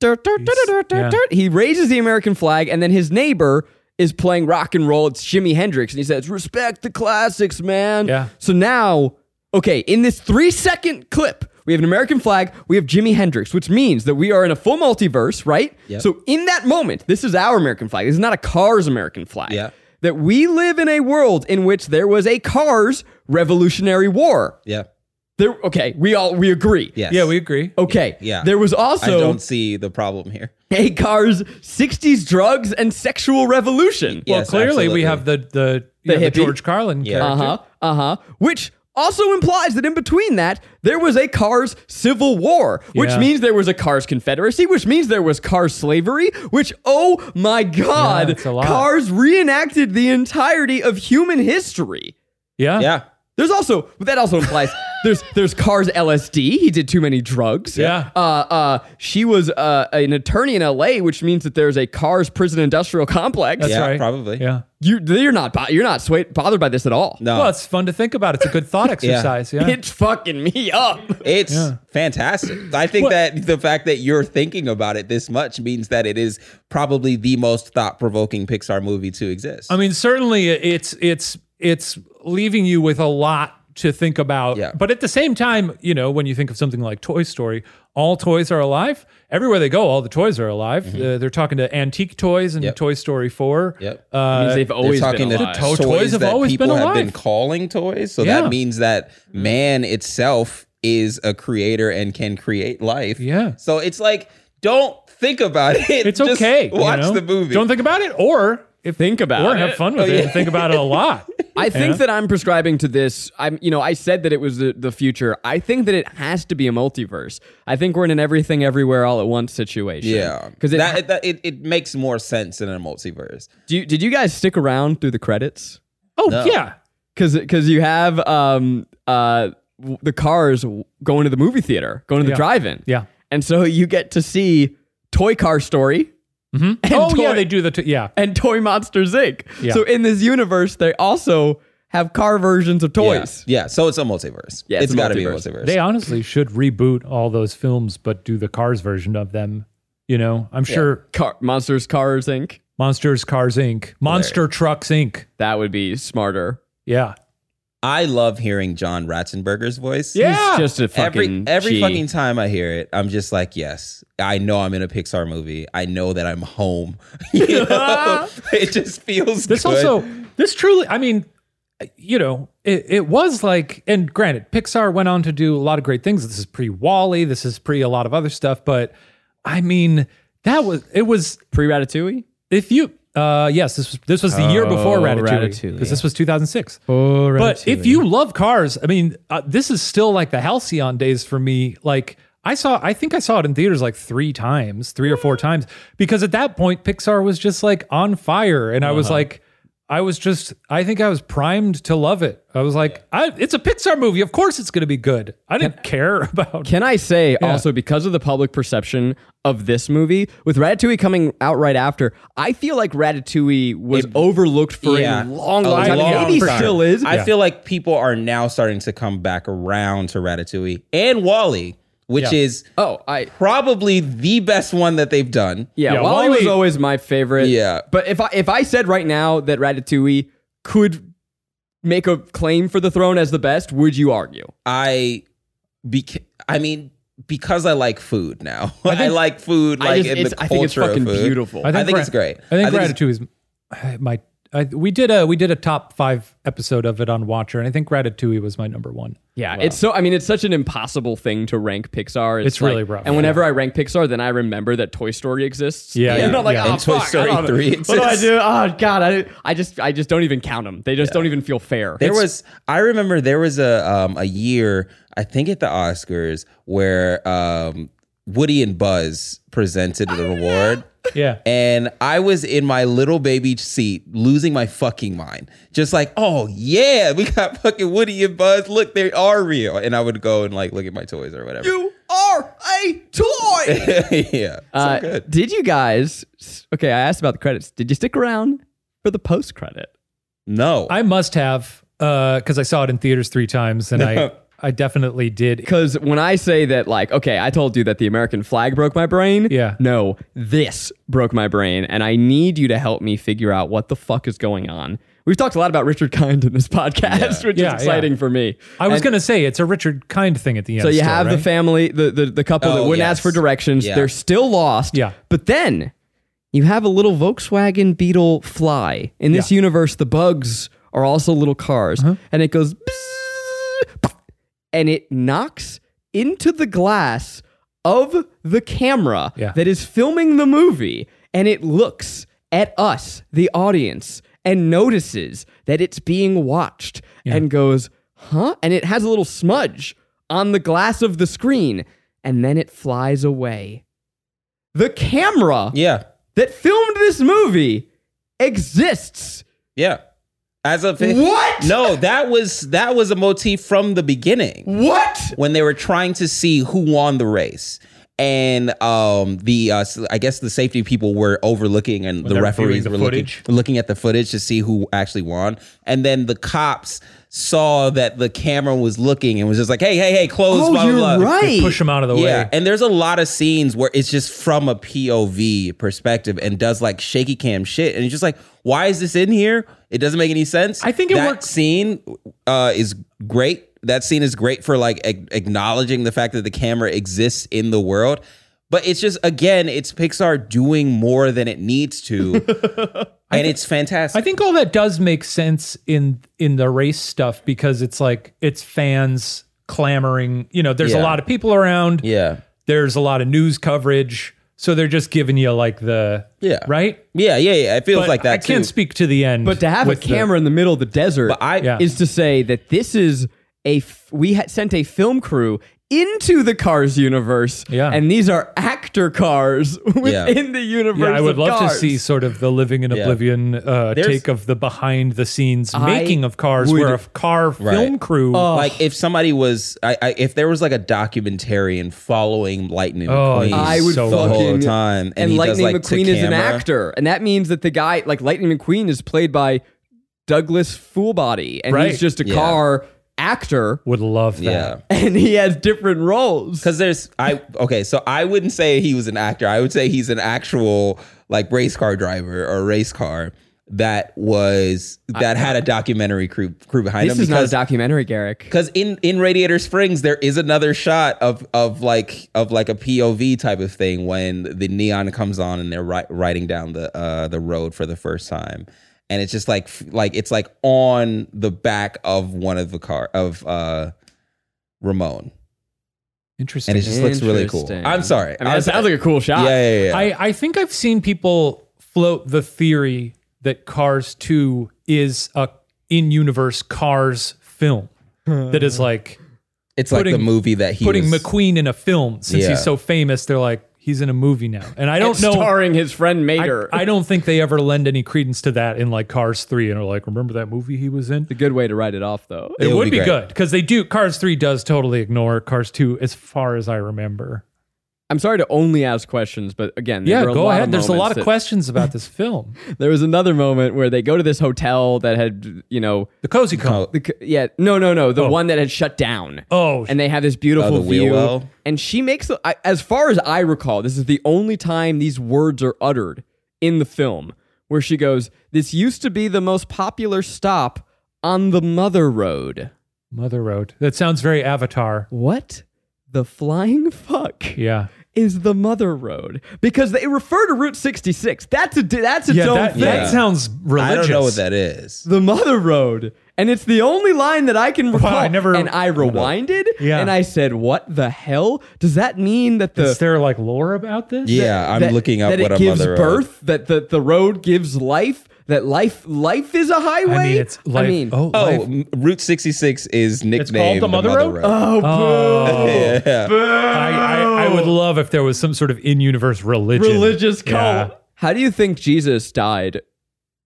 [SPEAKER 1] dirt, dirt, dirt, dirt, dirt,
[SPEAKER 3] yeah.
[SPEAKER 1] dirt, he raises the American flag and then his neighbor is playing rock and roll. It's Jimi Hendrix and he says, "Respect the classics, man."
[SPEAKER 3] Yeah.
[SPEAKER 1] So now, okay, in this three second clip, we have an American flag, we have Jimi Hendrix, which means that we are in a full multiverse, right?
[SPEAKER 2] Yep.
[SPEAKER 1] So in that moment, this is our American flag. This is not a car's American flag.
[SPEAKER 2] Yeah.
[SPEAKER 1] That we live in a world in which there was a cars Revolutionary War.
[SPEAKER 2] Yeah.
[SPEAKER 1] There, okay, we all we agree.
[SPEAKER 2] Yes.
[SPEAKER 3] Yeah, we agree.
[SPEAKER 1] Okay.
[SPEAKER 2] Yeah.
[SPEAKER 1] There was
[SPEAKER 2] I
[SPEAKER 1] also
[SPEAKER 2] don't see the problem here.
[SPEAKER 1] a car's '60s drugs and sexual revolution.
[SPEAKER 3] well,
[SPEAKER 2] Yes,
[SPEAKER 3] clearly
[SPEAKER 2] absolutely.
[SPEAKER 3] we have the the,
[SPEAKER 1] The
[SPEAKER 3] yeah, the
[SPEAKER 1] hippie.
[SPEAKER 3] George Carlin
[SPEAKER 2] Yeah.
[SPEAKER 1] Uh
[SPEAKER 3] character.
[SPEAKER 1] huh. Uh huh. Which also implies that in between that there was a car's civil war, which
[SPEAKER 3] Yeah.
[SPEAKER 1] means there was a car's confederacy, which means there was car's slavery. Which oh my god,
[SPEAKER 3] Yeah, it's a lot.
[SPEAKER 1] cars reenacted the entirety of human history.
[SPEAKER 3] Yeah.
[SPEAKER 2] Yeah.
[SPEAKER 1] There's also that also
[SPEAKER 2] [laughs]
[SPEAKER 1] implies there's there's Carr's LSD. He did too many drugs.
[SPEAKER 3] Yeah.
[SPEAKER 1] Uh, uh, she was uh, an attorney in L.A., which means that there's a Carr's prison industrial complex.
[SPEAKER 3] That's
[SPEAKER 2] Yeah,
[SPEAKER 3] right.
[SPEAKER 2] probably.
[SPEAKER 3] Yeah.
[SPEAKER 1] You you're not bo- you're not sway- bothered by this at all.
[SPEAKER 2] No.
[SPEAKER 3] Well, it's fun to think about. It's a good
[SPEAKER 2] [laughs]
[SPEAKER 3] thought exercise. yeah.
[SPEAKER 1] It's fucking me up.
[SPEAKER 2] It's fantastic. I think that the fact that you're thinking about it this much means that it is probably the most thought provoking Pixar movie to exist.
[SPEAKER 3] I mean, certainly it's it's it's leaving you with a lot to think about.
[SPEAKER 2] Yeah.
[SPEAKER 3] But at the same time, you know, when you think of something like Toy Story, all toys are alive. Everywhere they go, all the toys are alive. Uh, they're talking to antique toys in
[SPEAKER 2] Mm-hmm. Yep.
[SPEAKER 3] Toy Story 4.
[SPEAKER 2] Yep.
[SPEAKER 3] Uh,
[SPEAKER 1] means they've always
[SPEAKER 2] They're
[SPEAKER 1] been
[SPEAKER 2] talking
[SPEAKER 1] alive.
[SPEAKER 2] to toys,
[SPEAKER 3] Toys have
[SPEAKER 2] that
[SPEAKER 3] always
[SPEAKER 2] people
[SPEAKER 3] been
[SPEAKER 2] have been
[SPEAKER 3] alive.
[SPEAKER 2] calling toys. So
[SPEAKER 3] Yeah.
[SPEAKER 2] that means that man itself is a creator and can create life.
[SPEAKER 3] Yeah.
[SPEAKER 2] So it's like, don't think about [laughs] it.
[SPEAKER 3] it's
[SPEAKER 2] Just
[SPEAKER 3] okay. you
[SPEAKER 2] Watch
[SPEAKER 3] know?
[SPEAKER 2] the movie.
[SPEAKER 3] Don't think about it or if
[SPEAKER 1] Think about
[SPEAKER 3] or
[SPEAKER 1] it.
[SPEAKER 3] have fun with
[SPEAKER 2] Oh,
[SPEAKER 3] it
[SPEAKER 2] yeah.
[SPEAKER 3] and think about it
[SPEAKER 2] [laughs]
[SPEAKER 3] a lot.
[SPEAKER 1] I think that I'm prescribing to this. I'm, you know, I said that it was the, the future. I think that it has to be a multiverse. I think we're in an everything, everywhere, all at once situation.
[SPEAKER 2] Yeah.
[SPEAKER 1] because it,
[SPEAKER 2] that, that- it, it makes more sense in a multiverse.
[SPEAKER 1] do you, did you guys stick around through the credits?
[SPEAKER 3] Oh, yeah.
[SPEAKER 1] Because because you have um uh w- the cars w- going to the movie theater, going to the
[SPEAKER 3] Yeah.
[SPEAKER 1] drive-in.
[SPEAKER 3] Yeah.
[SPEAKER 1] and so you get to see Toy Car Story [laughs] and
[SPEAKER 3] oh,
[SPEAKER 1] Toy,
[SPEAKER 3] yeah. They do the, t- yeah.
[SPEAKER 1] and Toy Monsters Inc.
[SPEAKER 3] Yeah.
[SPEAKER 1] So in this universe, they also have car versions of toys.
[SPEAKER 2] Yeah. yeah. So it's a multiverse.
[SPEAKER 1] Yeah, it's
[SPEAKER 2] it's
[SPEAKER 1] a
[SPEAKER 2] got to be a
[SPEAKER 1] multiverse.
[SPEAKER 2] multiverse.
[SPEAKER 3] They honestly should reboot all those films, but do the Cars version of them. You know, I'm sure
[SPEAKER 1] Car, Monsters Cars Inc.
[SPEAKER 3] Monsters, Cars Inc., Monster Trucks Inc.
[SPEAKER 1] That would be smarter.
[SPEAKER 3] Yeah.
[SPEAKER 2] I love hearing John Ratzenberger's voice.
[SPEAKER 3] Yeah.
[SPEAKER 1] He's just a
[SPEAKER 2] Every
[SPEAKER 1] fucking
[SPEAKER 2] every
[SPEAKER 1] G.
[SPEAKER 2] fucking time I hear it, I'm just like, yes, I know I'm in a Pixar movie. I know that I'm home. [laughs] You know? it just feels
[SPEAKER 3] This
[SPEAKER 2] good.
[SPEAKER 3] also, this truly, I mean, you know, it, it was like, and granted, Pixar went on to do a lot of great things. This is pre Wally, this is pre a lot of other stuff, but I mean, that was, it was,
[SPEAKER 1] pre-Ratatouille.
[SPEAKER 3] if you, uh, yes, this was this was the year before
[SPEAKER 1] Oh,
[SPEAKER 3] Ratatouille
[SPEAKER 1] Ratatouille.
[SPEAKER 3] because this was 2006.
[SPEAKER 1] Oh,
[SPEAKER 3] But if you love cars, I mean, uh, this is still like the halcyon days for me. Like I saw, I think I saw it in theaters like three times, three or four times, because at that point Pixar was just like on fire, and I was
[SPEAKER 1] Uh-huh.
[SPEAKER 3] like, I was just, I think I was primed to love it. I was like, I, it's a Pixar movie, of course it's going to be good. I didn't care [laughs] about.
[SPEAKER 1] Can I say also because of the public perception of this movie, with Ratatouille coming out right after, I feel like Ratatouille was overlooked for a long,
[SPEAKER 2] A
[SPEAKER 1] long time.
[SPEAKER 3] long
[SPEAKER 1] Maybe
[SPEAKER 3] time.
[SPEAKER 1] still is.
[SPEAKER 2] I feel like people are now starting to come back around to Ratatouille and Wally, which
[SPEAKER 3] Yeah.
[SPEAKER 2] is
[SPEAKER 1] oh, I
[SPEAKER 2] probably the best one that they've done.
[SPEAKER 1] yeah.
[SPEAKER 3] Yeah,
[SPEAKER 1] Wally
[SPEAKER 3] Wall-E-
[SPEAKER 1] was always my favorite.
[SPEAKER 2] Yeah.
[SPEAKER 1] But if I if I said right now that Ratatouille could make a claim for the throne as the best, would you argue?
[SPEAKER 2] I beca- I mean because I like food now. [laughs] I, like food
[SPEAKER 1] I
[SPEAKER 2] like
[SPEAKER 1] just-
[SPEAKER 2] in
[SPEAKER 1] it's-
[SPEAKER 2] the
[SPEAKER 1] I
[SPEAKER 2] culture
[SPEAKER 1] think it's fucking
[SPEAKER 2] of food.
[SPEAKER 1] beautiful. I
[SPEAKER 2] I think it's great.
[SPEAKER 3] I think
[SPEAKER 2] I think it's-
[SPEAKER 3] Ratatouille is [sighs] my. I, we did a we did a top five episode of it on Watcher, and I think Ratatouille was my number one.
[SPEAKER 1] Yeah, it's so. I mean, it's such an impossible thing to rank Pixar.
[SPEAKER 3] It's really
[SPEAKER 1] like-
[SPEAKER 3] rough,
[SPEAKER 1] And whenever I rank Pixar, then I remember that Toy Story exists. [laughs]
[SPEAKER 3] Yeah,
[SPEAKER 1] and
[SPEAKER 3] yeah,
[SPEAKER 1] I'm like,
[SPEAKER 3] yeah.
[SPEAKER 1] oh,
[SPEAKER 2] And Toy
[SPEAKER 1] fuck,
[SPEAKER 2] Story
[SPEAKER 1] I don't-
[SPEAKER 2] 3
[SPEAKER 1] What do I
[SPEAKER 2] exists.
[SPEAKER 1] do? Oh god, I, I just I just don't even count them. They just don't even feel fair.
[SPEAKER 2] There was I remember there was a um a year I think at the Oscars where um Woody and Buzz presented the reward.
[SPEAKER 3] Yeah.
[SPEAKER 2] And I was in my little baby seat, losing my fucking mind. Just like, oh yeah, we got fucking Woody and Buzz. Look, they are real. And I would go and like look at my toys or whatever.
[SPEAKER 1] you are a toy.
[SPEAKER 2] [laughs] yeah,
[SPEAKER 1] Uh,
[SPEAKER 2] so good.
[SPEAKER 1] Did you guys? Okay, I asked about the credits. Did you stick around for the post credit?
[SPEAKER 2] No,
[SPEAKER 3] I must have because I saw it in theaters three times,
[SPEAKER 2] [laughs]
[SPEAKER 3] and I I definitely did.
[SPEAKER 1] Because when I say that, like, okay, I told you that the American flag broke my brain.
[SPEAKER 3] Yeah.
[SPEAKER 1] No, this broke my brain, and I need you to help me figure out what the fuck is going on. We've talked a lot about Richard Kind in this [laughs] podcast, which
[SPEAKER 3] Yeah,
[SPEAKER 1] is exciting
[SPEAKER 3] yeah.
[SPEAKER 1] for me.
[SPEAKER 3] I was
[SPEAKER 1] And
[SPEAKER 3] gonna say it's a Richard Kind thing at the end.
[SPEAKER 1] So you
[SPEAKER 3] still,
[SPEAKER 1] have the
[SPEAKER 3] right?
[SPEAKER 1] family, the the, the couple that
[SPEAKER 2] Oh,
[SPEAKER 1] wouldn't
[SPEAKER 2] yes.
[SPEAKER 1] ask for directions.
[SPEAKER 2] Yeah.
[SPEAKER 1] They're still lost.
[SPEAKER 3] Yeah.
[SPEAKER 1] But then you have a little Volkswagen Beetle fly. In this
[SPEAKER 3] Yeah. Uh-huh.
[SPEAKER 1] universe, the bugs are also little cars, and it goes, bzzz, and it knocks into the glass of the camera
[SPEAKER 3] Yeah.
[SPEAKER 1] that is filming the movie, and it looks at us, the audience, and notices that it's being watched, and goes, "Huh?" And it has a little smudge on the glass of the screen, and then it flies away. The camera
[SPEAKER 2] yeah,
[SPEAKER 1] that filmed this movie exists.
[SPEAKER 2] yeah. As a
[SPEAKER 1] What?
[SPEAKER 2] No, that was that was a motif from the beginning.
[SPEAKER 1] What?
[SPEAKER 2] when they were trying to see who won the race. And um, the uh, s- I guess the safety people were overlooking, and
[SPEAKER 3] they
[SPEAKER 2] the
[SPEAKER 3] were viewing
[SPEAKER 2] referees
[SPEAKER 3] the
[SPEAKER 2] were looking,
[SPEAKER 3] footage.
[SPEAKER 2] looking at the footage to see who actually won. And then the cops saw that the camera was looking and was just like, hey, hey, hey, close.
[SPEAKER 5] Oh,
[SPEAKER 2] blah,
[SPEAKER 5] you're
[SPEAKER 2] blah, blah.
[SPEAKER 5] right.
[SPEAKER 3] Push him out of the
[SPEAKER 2] Yeah,
[SPEAKER 3] way.
[SPEAKER 2] and there's a lot of scenes where it's just from a POV perspective and does like shaky cam shit, and it's just like, why is this in here? It doesn't make any sense.
[SPEAKER 3] I think it
[SPEAKER 2] that
[SPEAKER 3] works-
[SPEAKER 2] Scene uh, is great. That scene is great for like ac- acknowledging the fact that the camera exists in the world, but it's just again, it's Pixar doing more than it needs to, and it's fantastic.
[SPEAKER 3] [laughs] I think all that does make sense in in the race stuff because it's like it's fans clamoring. You know, there's
[SPEAKER 2] Yeah.
[SPEAKER 3] a lot of people around.
[SPEAKER 2] yeah,
[SPEAKER 3] There's a lot of news coverage, so they're just giving you like the
[SPEAKER 2] Yeah.
[SPEAKER 3] right.
[SPEAKER 2] yeah, yeah, yeah. It feels
[SPEAKER 3] But
[SPEAKER 2] like that.
[SPEAKER 3] I can't
[SPEAKER 2] too.
[SPEAKER 3] speak to the end,
[SPEAKER 1] But to have a
[SPEAKER 3] with the-
[SPEAKER 1] camera in the middle of the desert
[SPEAKER 2] But I- Yeah.
[SPEAKER 1] is to say that this is a f- we had sent a film crew into the Cars universe,
[SPEAKER 3] Yeah.
[SPEAKER 1] and these are actor cars [laughs] within the universe.
[SPEAKER 3] yeah, I would
[SPEAKER 1] of
[SPEAKER 3] love to
[SPEAKER 1] Cars.
[SPEAKER 3] see sort of the living in oblivion uh,
[SPEAKER 2] There's-
[SPEAKER 3] take of the behind the scenes
[SPEAKER 1] I
[SPEAKER 3] making of cars,
[SPEAKER 1] would-
[SPEAKER 3] where a car film
[SPEAKER 2] Right.
[SPEAKER 3] crew.
[SPEAKER 1] Oh.
[SPEAKER 2] Like if somebody was, I, I if there was like a documentarian following Lightning
[SPEAKER 3] Oh,
[SPEAKER 2] McQueen,
[SPEAKER 1] I would
[SPEAKER 3] So
[SPEAKER 2] the
[SPEAKER 3] good.
[SPEAKER 1] fucking
[SPEAKER 2] whole time, and,
[SPEAKER 1] And,
[SPEAKER 2] he does,
[SPEAKER 1] Lightning
[SPEAKER 2] like, to
[SPEAKER 1] McQueen is an
[SPEAKER 2] camera.
[SPEAKER 1] actor, and that means that the guy like Lightning McQueen is played by Douglas Foolbody, and
[SPEAKER 3] Right.
[SPEAKER 1] he's just a
[SPEAKER 2] Yeah.
[SPEAKER 1] car actor, [laughs]
[SPEAKER 3] would love that.
[SPEAKER 2] Yeah,
[SPEAKER 1] and he has different roles.
[SPEAKER 2] because there's I okay, so I wouldn't say he was an actor. I would say he's an actual like race car driver or race car that was that had a documentary crew crew behind
[SPEAKER 1] This
[SPEAKER 2] him.
[SPEAKER 1] is not a
[SPEAKER 2] because
[SPEAKER 1] documentary, Garrick.
[SPEAKER 2] because in in Radiator Springs there is another shot of of like of like a POV type of thing when the neon comes on and they're ri- riding down the uh the road for the first time and it's just like f- like it's like on the back of one of the car of uh Ramon
[SPEAKER 3] Interesting.
[SPEAKER 2] and it just looks really cool.
[SPEAKER 1] Interesting.
[SPEAKER 2] I'm sorry.
[SPEAKER 1] I mean,
[SPEAKER 2] I'm
[SPEAKER 1] that sounds
[SPEAKER 2] sorry.
[SPEAKER 1] like a cool shot.
[SPEAKER 2] yeah, yeah, yeah, yeah.
[SPEAKER 3] I, I think I've seen people float the theory that Cars 2 is a in universe Cars
[SPEAKER 1] [laughs]
[SPEAKER 3] film that is like
[SPEAKER 2] it's like the
[SPEAKER 3] putting-
[SPEAKER 2] movie that he
[SPEAKER 3] putting
[SPEAKER 2] was-
[SPEAKER 3] McQueen in a film since
[SPEAKER 2] Yeah.
[SPEAKER 3] he's so famous. They're like, he's in a movie now. And I don't know.
[SPEAKER 1] starring his friend
[SPEAKER 3] I,
[SPEAKER 1] Mater.
[SPEAKER 3] I don't think they ever lend any credence to that in like Cars 3 and are like, remember that movie he was in?
[SPEAKER 1] a good way to write it off, though.
[SPEAKER 3] It,
[SPEAKER 2] would
[SPEAKER 3] would
[SPEAKER 2] be
[SPEAKER 3] be,
[SPEAKER 2] great.
[SPEAKER 3] good because they do. Cars 3 does totally ignore Cars 2 as far as I remember.
[SPEAKER 1] I'm sorry to only ask questions, but again, there
[SPEAKER 3] Yeah,
[SPEAKER 1] were a
[SPEAKER 3] go
[SPEAKER 1] lot
[SPEAKER 3] ahead.
[SPEAKER 1] Of
[SPEAKER 3] There's a lot of
[SPEAKER 1] moments
[SPEAKER 3] questions about this film.
[SPEAKER 1] that- There was another moment where they go to this hotel that had, you know,
[SPEAKER 2] [laughs]
[SPEAKER 3] The Cozy Cone.
[SPEAKER 1] the, c- yeah, no, no, no, the one that had shut down.
[SPEAKER 3] Oh,
[SPEAKER 1] and they have this beautiful
[SPEAKER 2] Oh, the wheel
[SPEAKER 1] view.
[SPEAKER 2] well?
[SPEAKER 1] And she makes, the- I, as far as I recall, this is the only time these words are uttered in the film, where she goes, "This used to be the most popular stop on the Mother Road."
[SPEAKER 3] Mother Road. That sounds very Avatar.
[SPEAKER 1] What the flying fuck?
[SPEAKER 3] Yeah.
[SPEAKER 1] is the mother road because they refer to Route 66. That's a that's its
[SPEAKER 3] yeah,
[SPEAKER 1] own
[SPEAKER 3] that,
[SPEAKER 1] thing.
[SPEAKER 3] that sounds religious.
[SPEAKER 2] I don't know what that is.
[SPEAKER 1] the mother road, and it's the only line that I can recall.
[SPEAKER 3] I never-
[SPEAKER 1] and I rewinded,
[SPEAKER 3] Yeah.
[SPEAKER 1] and I said, "What the hell does that mean that the
[SPEAKER 3] Is there like lore about this?
[SPEAKER 2] Yeah, I'm
[SPEAKER 1] that-
[SPEAKER 2] looking up
[SPEAKER 1] that
[SPEAKER 2] what
[SPEAKER 1] it
[SPEAKER 2] a
[SPEAKER 1] gives
[SPEAKER 2] mother
[SPEAKER 1] birth, that the the road gives life, that life life is a highway."
[SPEAKER 3] I mean, it's like
[SPEAKER 1] I mean,
[SPEAKER 3] oh,
[SPEAKER 2] Oh,
[SPEAKER 3] life-
[SPEAKER 2] m- Route 66 is nicknamed
[SPEAKER 3] called the Mother Road?
[SPEAKER 1] oh, boo.
[SPEAKER 3] Oh.
[SPEAKER 2] Yeah.
[SPEAKER 3] I, I, I would love if there was some sort of in-universe religion.
[SPEAKER 1] religious cult.
[SPEAKER 3] Yeah.
[SPEAKER 1] How do you think Jesus died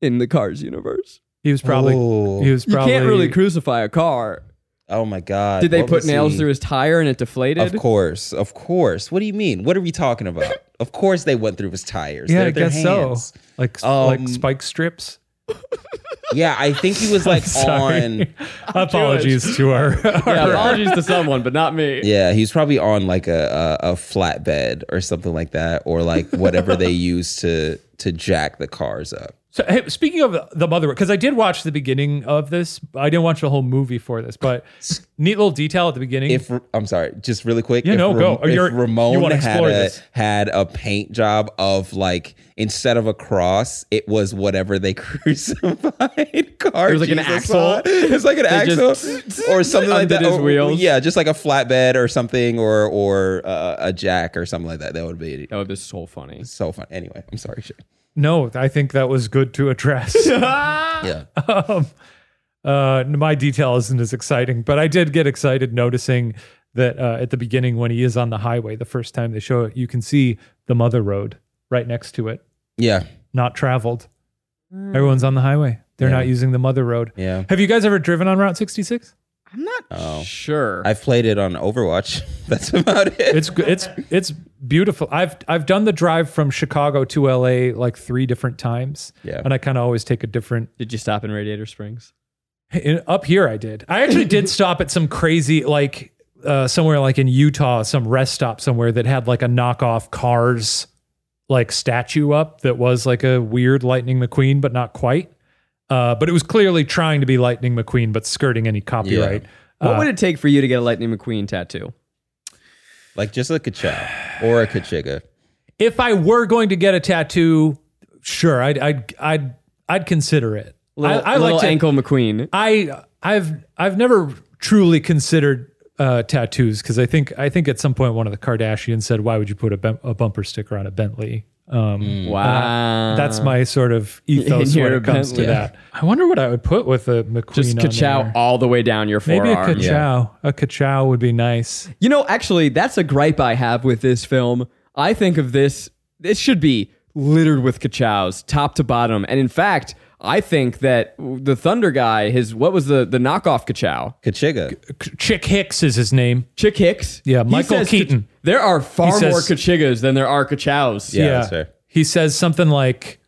[SPEAKER 1] in the Cars universe?
[SPEAKER 3] He was probably.
[SPEAKER 2] Ooh.
[SPEAKER 3] He was
[SPEAKER 1] You
[SPEAKER 3] probably.
[SPEAKER 1] can't really crucify a car.
[SPEAKER 2] Oh my God.
[SPEAKER 1] Did they
[SPEAKER 2] What
[SPEAKER 1] put
[SPEAKER 2] was
[SPEAKER 1] nails
[SPEAKER 2] he-
[SPEAKER 1] through his tire and it deflated?
[SPEAKER 2] Of course, of course. What do you mean? What are we talking about? of course, they went through his tires.
[SPEAKER 3] yeah,
[SPEAKER 2] They're
[SPEAKER 3] I
[SPEAKER 2] their
[SPEAKER 3] guess
[SPEAKER 2] hands.
[SPEAKER 3] so. Like
[SPEAKER 2] Um,
[SPEAKER 3] like spike [laughs] strips.
[SPEAKER 2] Yeah, I think he
[SPEAKER 1] [laughs]
[SPEAKER 2] was like on.
[SPEAKER 3] Sorry. Apologies to our. [laughs]
[SPEAKER 1] Yeah, apologies [laughs] to someone, but not me.
[SPEAKER 2] Yeah, he's probably on like a, a a flatbed or something like that, or like
[SPEAKER 1] [laughs]
[SPEAKER 2] whatever they use to to jack the cars up.
[SPEAKER 3] So, hey, speaking of the mother, because I did watch the beginning of this, I didn't watch the whole movie for this, but neat little detail at the beginning.
[SPEAKER 2] If I'm sorry, just really quick.
[SPEAKER 3] Yeah,
[SPEAKER 2] if
[SPEAKER 3] no, go.
[SPEAKER 2] If
[SPEAKER 3] You're- you
[SPEAKER 2] Ramon
[SPEAKER 3] wanna
[SPEAKER 2] had
[SPEAKER 3] explore
[SPEAKER 2] a,
[SPEAKER 3] this.
[SPEAKER 2] had a paint job of like instead of a cross, it was whatever they [laughs] crucified. Car
[SPEAKER 1] It was like an
[SPEAKER 2] Jesus
[SPEAKER 1] axle.
[SPEAKER 2] on. It was like an
[SPEAKER 1] They just [laughs]
[SPEAKER 2] axle or something like
[SPEAKER 1] undid
[SPEAKER 2] that.
[SPEAKER 1] his
[SPEAKER 2] or-
[SPEAKER 1] wheels.
[SPEAKER 2] Yeah, just like a flatbed or something, or or uh, a jack or something like that. That would be
[SPEAKER 1] Oh, this is so funny.
[SPEAKER 2] so fun. Anyway, I'm sorry. Shay.
[SPEAKER 3] no, I think that was good to [laughs] address.
[SPEAKER 2] Yeah.
[SPEAKER 3] um, uh, my detail isn't as exciting, but I did get excited noticing that uh, at the beginning when he is on the highway, the first time they show it, you can see the mother road right next to it,
[SPEAKER 2] Yeah.
[SPEAKER 3] not traveled. Everyone's on the highway. They're not using the mother road.
[SPEAKER 2] Yeah.
[SPEAKER 3] Have you guys ever driven on Route 66?
[SPEAKER 1] I'm not
[SPEAKER 2] Oh.
[SPEAKER 1] sure.
[SPEAKER 2] I've played it on Overwatch. [laughs] That's about it.
[SPEAKER 3] It's good. It's it's beautiful. I've I've done the drive from Chicago to LA like three different times.
[SPEAKER 2] Yeah.
[SPEAKER 3] And I kind of always take a different
[SPEAKER 1] Did you stop in Radiator Springs?
[SPEAKER 3] In- up here, I did. I actually
[SPEAKER 1] [laughs]
[SPEAKER 3] did stop at some crazy, like uh, somewhere like in Utah, some rest stop somewhere that had like a knockoff Cars like statue up that was like a weird Lightning McQueen, but not quite. Uh, but it was clearly trying to be Lightning McQueen, but skirting any copyright.
[SPEAKER 1] What would it take for you to get a Lightning McQueen tattoo?
[SPEAKER 2] Like just a kacha or a kachiga.
[SPEAKER 3] If I were going to get a tattoo, sure, I'd I'd I'd, I'd consider it.
[SPEAKER 1] Little,
[SPEAKER 3] I, I
[SPEAKER 1] little
[SPEAKER 3] like to,
[SPEAKER 1] ankle McQueen.
[SPEAKER 3] I I've I've never truly considered uh, tattoos because I think I think at some point one of the Kardashians said, "Why would you put a, bem- a bumper sticker on a Bentley?" Um,
[SPEAKER 1] Wow.
[SPEAKER 3] Uh, That's my sort of ethos
[SPEAKER 1] Mm. Uh, You're
[SPEAKER 3] when
[SPEAKER 1] a
[SPEAKER 3] it comes
[SPEAKER 1] Bentley.
[SPEAKER 3] to that. I wonder what I would put with a McQueen.
[SPEAKER 1] just
[SPEAKER 3] on
[SPEAKER 1] ka
[SPEAKER 3] there.
[SPEAKER 1] all the way down your
[SPEAKER 3] Maybe a
[SPEAKER 1] forearm.
[SPEAKER 3] ka A ka would be nice.
[SPEAKER 1] You know, actually, that's a gripe I have with this film. I think of this, this should be littered with kachows, top to bottom. And in fact, I think that the Thunder guy, his, what was the, the knockoff kachow?
[SPEAKER 2] Kachiga.
[SPEAKER 3] K- Chick Hicks is his name.
[SPEAKER 1] Chick Hicks?
[SPEAKER 3] Yeah,
[SPEAKER 1] He
[SPEAKER 3] Michael
[SPEAKER 1] says
[SPEAKER 3] Keaton.
[SPEAKER 1] kach- there are far
[SPEAKER 3] He says-
[SPEAKER 1] more kachigas than there are kachows.
[SPEAKER 2] Yeah, that's fair.
[SPEAKER 3] He says something like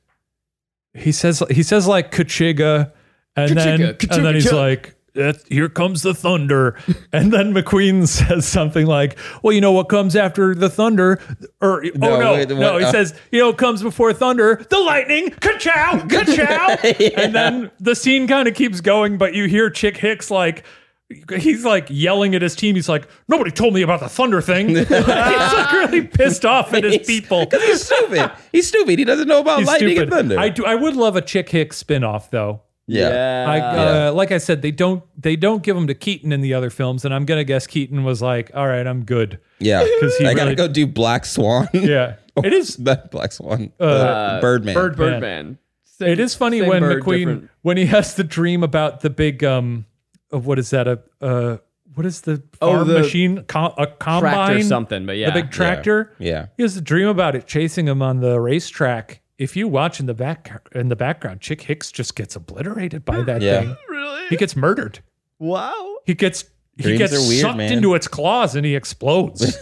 [SPEAKER 3] he says he says like Kachiga and then
[SPEAKER 1] Kachiga,
[SPEAKER 3] and then he's
[SPEAKER 1] Kachiga.
[SPEAKER 3] like "That- here comes the thunder. [laughs] And then McQueen [laughs] says something like, Well, you know what comes after the thunder? Or
[SPEAKER 2] No,
[SPEAKER 3] oh no,
[SPEAKER 2] wait,
[SPEAKER 3] no,
[SPEAKER 2] what-
[SPEAKER 3] he
[SPEAKER 2] uh.
[SPEAKER 3] says, you know what comes before thunder? The lightning,
[SPEAKER 2] [laughs]
[SPEAKER 3] ka-chow, ka-chow. And then the scene kind of keeps going, but you hear Chick Hicks like He's like yelling at his team. He's like, "Nobody told me about the thunder thing." [laughs] he's like really pissed off at his
[SPEAKER 2] [laughs]
[SPEAKER 3] people.
[SPEAKER 2] He's stupid. He's stupid. He doesn't know about
[SPEAKER 3] He's
[SPEAKER 2] lightning
[SPEAKER 3] stupid.
[SPEAKER 2] and thunder.
[SPEAKER 3] I do. I would love a Chick Hicks spinoff, though.
[SPEAKER 2] yeah.
[SPEAKER 3] I, uh, like I said, they don't they don't give them to Keaton in the other films, and I'm gonna guess Keaton was like, "All right, I'm good."
[SPEAKER 2] Yeah.
[SPEAKER 3] 'Cause he
[SPEAKER 2] I gotta
[SPEAKER 3] really-
[SPEAKER 2] go do Black Swan.
[SPEAKER 3] Yeah, [laughs] it
[SPEAKER 2] [laughs]
[SPEAKER 3] is.
[SPEAKER 2] That Black Swan. Uh, Birdman.
[SPEAKER 1] Bird, Birdman. Same-
[SPEAKER 3] It is funny
[SPEAKER 1] same
[SPEAKER 3] when
[SPEAKER 1] bird,
[SPEAKER 3] McQueen
[SPEAKER 1] different-
[SPEAKER 3] when he has the dream about the big um, uh, what is that a uh, what is the
[SPEAKER 1] Oh,
[SPEAKER 3] farm
[SPEAKER 1] the
[SPEAKER 3] machine Com- a combine
[SPEAKER 1] something, but yeah.
[SPEAKER 3] the big tractor.
[SPEAKER 2] Yeah.
[SPEAKER 3] he has a dream about it chasing him on the racetrack. If you watch in the back in the background, Chick Hicks just gets obliterated by that
[SPEAKER 2] Yeah.
[SPEAKER 3] thing.
[SPEAKER 1] Really?
[SPEAKER 3] He gets murdered.
[SPEAKER 1] Wow.
[SPEAKER 3] He gets he
[SPEAKER 2] Dreams
[SPEAKER 3] gets
[SPEAKER 2] are weird,
[SPEAKER 3] sucked
[SPEAKER 2] man.
[SPEAKER 3] into its claws and he
[SPEAKER 2] [laughs]
[SPEAKER 3] explodes.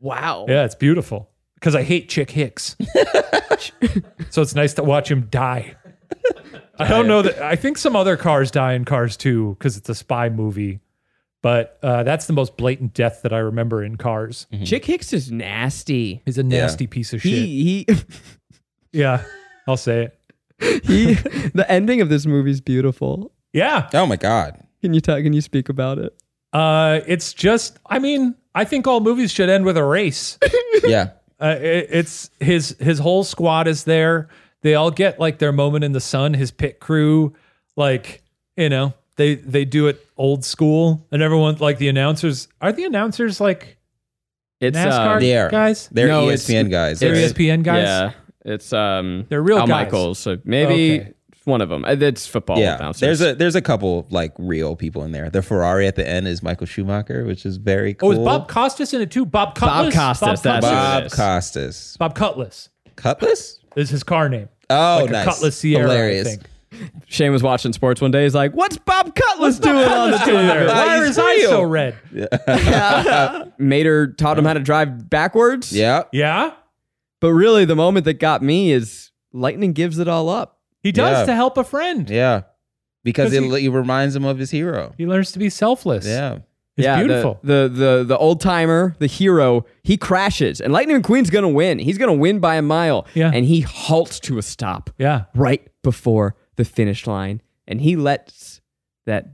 [SPEAKER 1] Wow.
[SPEAKER 3] yeah, it's beautiful. Because I hate
[SPEAKER 2] [laughs]
[SPEAKER 3] Chick Hicks, so it's nice to watch him die. I don't know that. I think some other cars die in Cars too because it's a spy movie, but uh, that's the most blatant death that I remember in Cars.
[SPEAKER 2] Mm-hmm.
[SPEAKER 1] Mm-hmm. Chick Hicks is nasty.
[SPEAKER 3] He's a nasty piece of shit.
[SPEAKER 1] He [laughs] he
[SPEAKER 3] yeah, I'll say it.
[SPEAKER 1] he the ending of this movie is beautiful.
[SPEAKER 3] Yeah,
[SPEAKER 2] Oh my God.
[SPEAKER 1] Can you talk can you speak about it?
[SPEAKER 3] Uh, it's just, I mean, I think all movies should end with a race.
[SPEAKER 2] Yeah.
[SPEAKER 3] Uh, it, it's his his whole squad is there. They all get like their moment in the sun. His pit crew, like you know, they they do it old school, and everyone like the announcers are the announcers like
[SPEAKER 1] It's uh,
[SPEAKER 3] NASCAR E
[SPEAKER 2] they are.
[SPEAKER 3] guys.
[SPEAKER 2] They're E
[SPEAKER 1] No, it's- E
[SPEAKER 2] ESPN guys.
[SPEAKER 3] They're
[SPEAKER 2] right?
[SPEAKER 1] it's-
[SPEAKER 3] ESPN guys.
[SPEAKER 1] Yeah. It's um
[SPEAKER 3] They're real
[SPEAKER 1] Al
[SPEAKER 3] guys.
[SPEAKER 1] Michaels. So maybe
[SPEAKER 3] Okay.
[SPEAKER 1] one of them. It's football
[SPEAKER 2] yeah.
[SPEAKER 1] announcers.
[SPEAKER 2] There's a there's a couple like real people in there. The Ferrari at the end is Michael Schumacher, which is very
[SPEAKER 3] Oh,
[SPEAKER 2] cool.
[SPEAKER 3] is Bob Costas in it too? Bob Cutlass.
[SPEAKER 1] Costas, that's who it
[SPEAKER 3] Cutlass.
[SPEAKER 2] Bob
[SPEAKER 1] Yes.
[SPEAKER 2] Costas.
[SPEAKER 3] Bob Cutlass
[SPEAKER 2] Cutlass?
[SPEAKER 3] is his car name.
[SPEAKER 2] Oh,
[SPEAKER 3] Like a
[SPEAKER 2] nice.
[SPEAKER 3] Cutlass Sierra.
[SPEAKER 2] Hilarious.
[SPEAKER 3] I think.
[SPEAKER 1] Shane was watching sports one day. He's like, "What's Bob Cutlass doing on the
[SPEAKER 3] There.
[SPEAKER 1] Twitter?"
[SPEAKER 3] Why
[SPEAKER 2] he's
[SPEAKER 3] are his eyes
[SPEAKER 2] real.
[SPEAKER 3] so red?
[SPEAKER 1] [laughs] Mater taught him how to drive backwards.
[SPEAKER 2] Yeah.
[SPEAKER 3] Yeah,
[SPEAKER 1] But really, the moment that got me is Lightning gives it all up.
[SPEAKER 3] he does
[SPEAKER 2] Yeah.
[SPEAKER 3] to help a friend.
[SPEAKER 2] Yeah. Because
[SPEAKER 3] 'Cause
[SPEAKER 2] it,
[SPEAKER 3] he-
[SPEAKER 2] it reminds him of his hero.
[SPEAKER 3] He learns to be selfless.
[SPEAKER 2] Yeah.
[SPEAKER 3] It's
[SPEAKER 1] yeah, the-
[SPEAKER 3] beautiful.
[SPEAKER 1] The the the, old timer, the hero, he crashes, and Lightning McQueen's gonna win. He's gonna win by a mile.
[SPEAKER 3] Yeah.
[SPEAKER 1] and he halts to a stop
[SPEAKER 3] yeah.
[SPEAKER 1] right before the finish line, and he lets that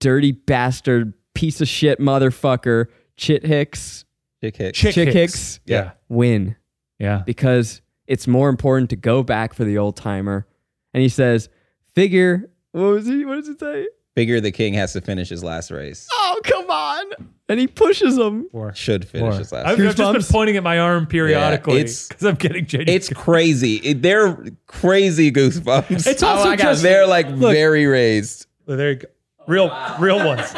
[SPEAKER 1] dirty bastard piece of shit motherfucker Chit Hicks
[SPEAKER 2] Dick Hicks.
[SPEAKER 3] Chick,
[SPEAKER 1] Chick
[SPEAKER 3] Hicks.
[SPEAKER 1] Hicks.
[SPEAKER 3] Yeah.
[SPEAKER 1] win
[SPEAKER 3] Yeah.
[SPEAKER 1] because it's more important to go back for the old timer. And he says, "Figure." What was he? What does it say?
[SPEAKER 2] Figure the king has to finish his last race.
[SPEAKER 1] Oh come on! And he pushes him.
[SPEAKER 3] Or,
[SPEAKER 2] Should finish his last.
[SPEAKER 3] I've, I've just been
[SPEAKER 1] Goosebumps?
[SPEAKER 3] pointing at my arm periodically
[SPEAKER 2] it's-
[SPEAKER 3] because I'm getting jaded. [laughs]
[SPEAKER 2] It's crazy. It- they're crazy goosebumps.
[SPEAKER 3] It's also Oh, I got just- it.
[SPEAKER 2] they're like
[SPEAKER 3] Look.
[SPEAKER 2] very raised.
[SPEAKER 3] Oh, there you go. Real, real ones.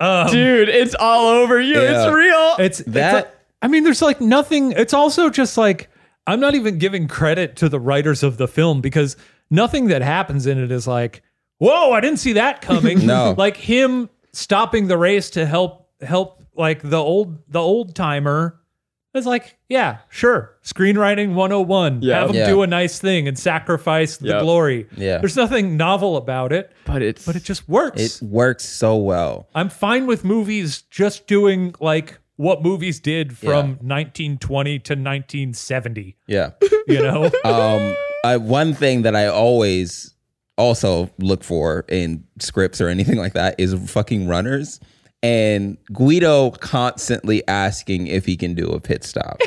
[SPEAKER 3] Um,
[SPEAKER 1] Dude, it's all over you.
[SPEAKER 2] Yeah.
[SPEAKER 1] It's real.
[SPEAKER 3] it's
[SPEAKER 2] That-
[SPEAKER 3] that. I mean, there's like nothing. It's also just like I'm not even giving credit to the writers of the film because nothing that happens in it is like, whoa, I didn't see that
[SPEAKER 2] [laughs]
[SPEAKER 3] coming. [laughs]
[SPEAKER 2] No.
[SPEAKER 3] like him stopping the race to help help like the old the old timer It's like, yeah, sure. Screenwriting 101.
[SPEAKER 1] Yeah.
[SPEAKER 3] Have them
[SPEAKER 2] Yeah.
[SPEAKER 3] do a nice thing and sacrifice the
[SPEAKER 1] Yeah.
[SPEAKER 3] glory.
[SPEAKER 2] Yeah.
[SPEAKER 3] There's nothing novel about it,
[SPEAKER 1] But it's
[SPEAKER 3] but it just works.
[SPEAKER 2] It works so well.
[SPEAKER 3] I'm fine with movies just doing like what movies did from
[SPEAKER 2] Yeah.
[SPEAKER 3] 1920 to 1970,
[SPEAKER 2] Yeah. [laughs]
[SPEAKER 3] you know?
[SPEAKER 2] um, I, one thing that I always also look for in scripts or anything like that is fucking runners. And Guido constantly asking if he can do a pit
[SPEAKER 3] [laughs]
[SPEAKER 2] stop.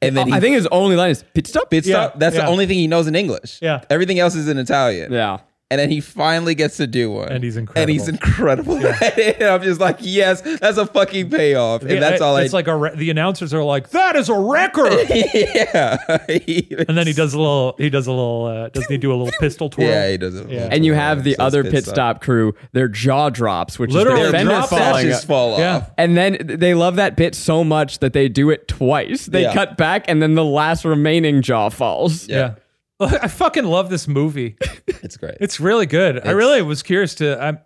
[SPEAKER 2] And then he
[SPEAKER 1] I think his only line is pit stop.
[SPEAKER 2] pit stop.
[SPEAKER 3] Yeah,
[SPEAKER 2] that's
[SPEAKER 3] yeah.
[SPEAKER 2] the only thing he knows in English.
[SPEAKER 3] Yeah.
[SPEAKER 2] Everything else is in Italian.
[SPEAKER 1] Yeah.
[SPEAKER 2] And then he finally gets to do one.
[SPEAKER 3] And he's
[SPEAKER 2] And he's incredible. and I'm just like, yes, that's a fucking payoff. And
[SPEAKER 3] Yeah,
[SPEAKER 2] that's all
[SPEAKER 3] It's
[SPEAKER 2] I
[SPEAKER 3] like a re- the announcers are like, that is a record.
[SPEAKER 2] [laughs] yeah.
[SPEAKER 3] and then he does a little, he does a little, uh, doesn't he do a little pistol twirl?
[SPEAKER 2] Yeah, he doesn't.
[SPEAKER 3] Yeah.
[SPEAKER 1] And you have the
[SPEAKER 2] So it's
[SPEAKER 1] other
[SPEAKER 2] pit
[SPEAKER 1] pit
[SPEAKER 2] stop.
[SPEAKER 1] stop crew, their jaw drops, which
[SPEAKER 3] Literally
[SPEAKER 1] is the fender
[SPEAKER 3] drop
[SPEAKER 1] falling.
[SPEAKER 2] Sashes
[SPEAKER 1] up.
[SPEAKER 2] fall off.
[SPEAKER 3] Yeah.
[SPEAKER 1] And then they love that bit so much that they do it twice. They
[SPEAKER 2] Yeah.
[SPEAKER 1] cut back, and then the last remaining jaw falls.
[SPEAKER 3] Yeah. I fucking love this movie.
[SPEAKER 2] It's great.
[SPEAKER 3] It's really good. I really was curious to. I'm,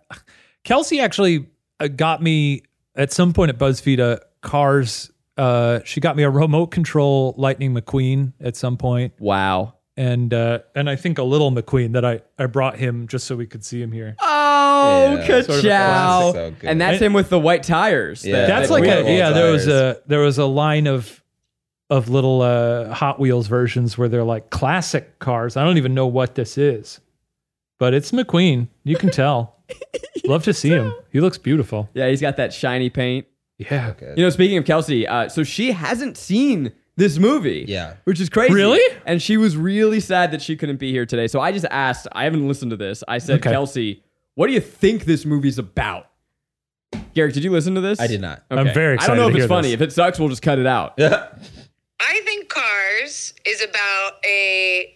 [SPEAKER 3] Kelsey actually uh, got me at some point at BuzzFeed a Cars. Uh, she got me a remote control Lightning McQueen at some point,
[SPEAKER 1] Wow.
[SPEAKER 3] and uh, and I think a little McQueen that I I brought him just so we could see him here.
[SPEAKER 1] Oh, ka
[SPEAKER 2] Yeah. Sort
[SPEAKER 3] of a
[SPEAKER 2] classic. So good.
[SPEAKER 1] and that's him with the white tires.
[SPEAKER 2] Yeah.
[SPEAKER 1] that-
[SPEAKER 3] That's
[SPEAKER 1] that
[SPEAKER 3] like
[SPEAKER 1] we-
[SPEAKER 3] a
[SPEAKER 2] Wheel
[SPEAKER 3] yeah. There was
[SPEAKER 2] tires.
[SPEAKER 3] a there was a line of of little uh, Hot Wheels versions where they're like classic cars. I don't even know what this is, but it's McQueen. You can tell.
[SPEAKER 2] [laughs]
[SPEAKER 3] Love to see him. He looks beautiful.
[SPEAKER 1] yeah, he's got that shiny paint.
[SPEAKER 3] Yeah.
[SPEAKER 1] You know, speaking of Kelsey, uh, so she hasn't seen this movie.
[SPEAKER 2] Yeah.
[SPEAKER 1] Which is crazy.
[SPEAKER 3] Really?
[SPEAKER 1] And she was really sad that she couldn't be here today. So I just asked, I haven't listened to this. I said,
[SPEAKER 3] Okay.
[SPEAKER 1] Kelsey, what do you think this movie's about? Garrick, did you listen to this?
[SPEAKER 2] I did not.
[SPEAKER 3] I'm very
[SPEAKER 1] I don't know if
[SPEAKER 3] excited to
[SPEAKER 1] it's
[SPEAKER 3] hear
[SPEAKER 1] funny.
[SPEAKER 3] this.
[SPEAKER 1] If it sucks, we'll just cut it out.
[SPEAKER 5] I think Cars is about a.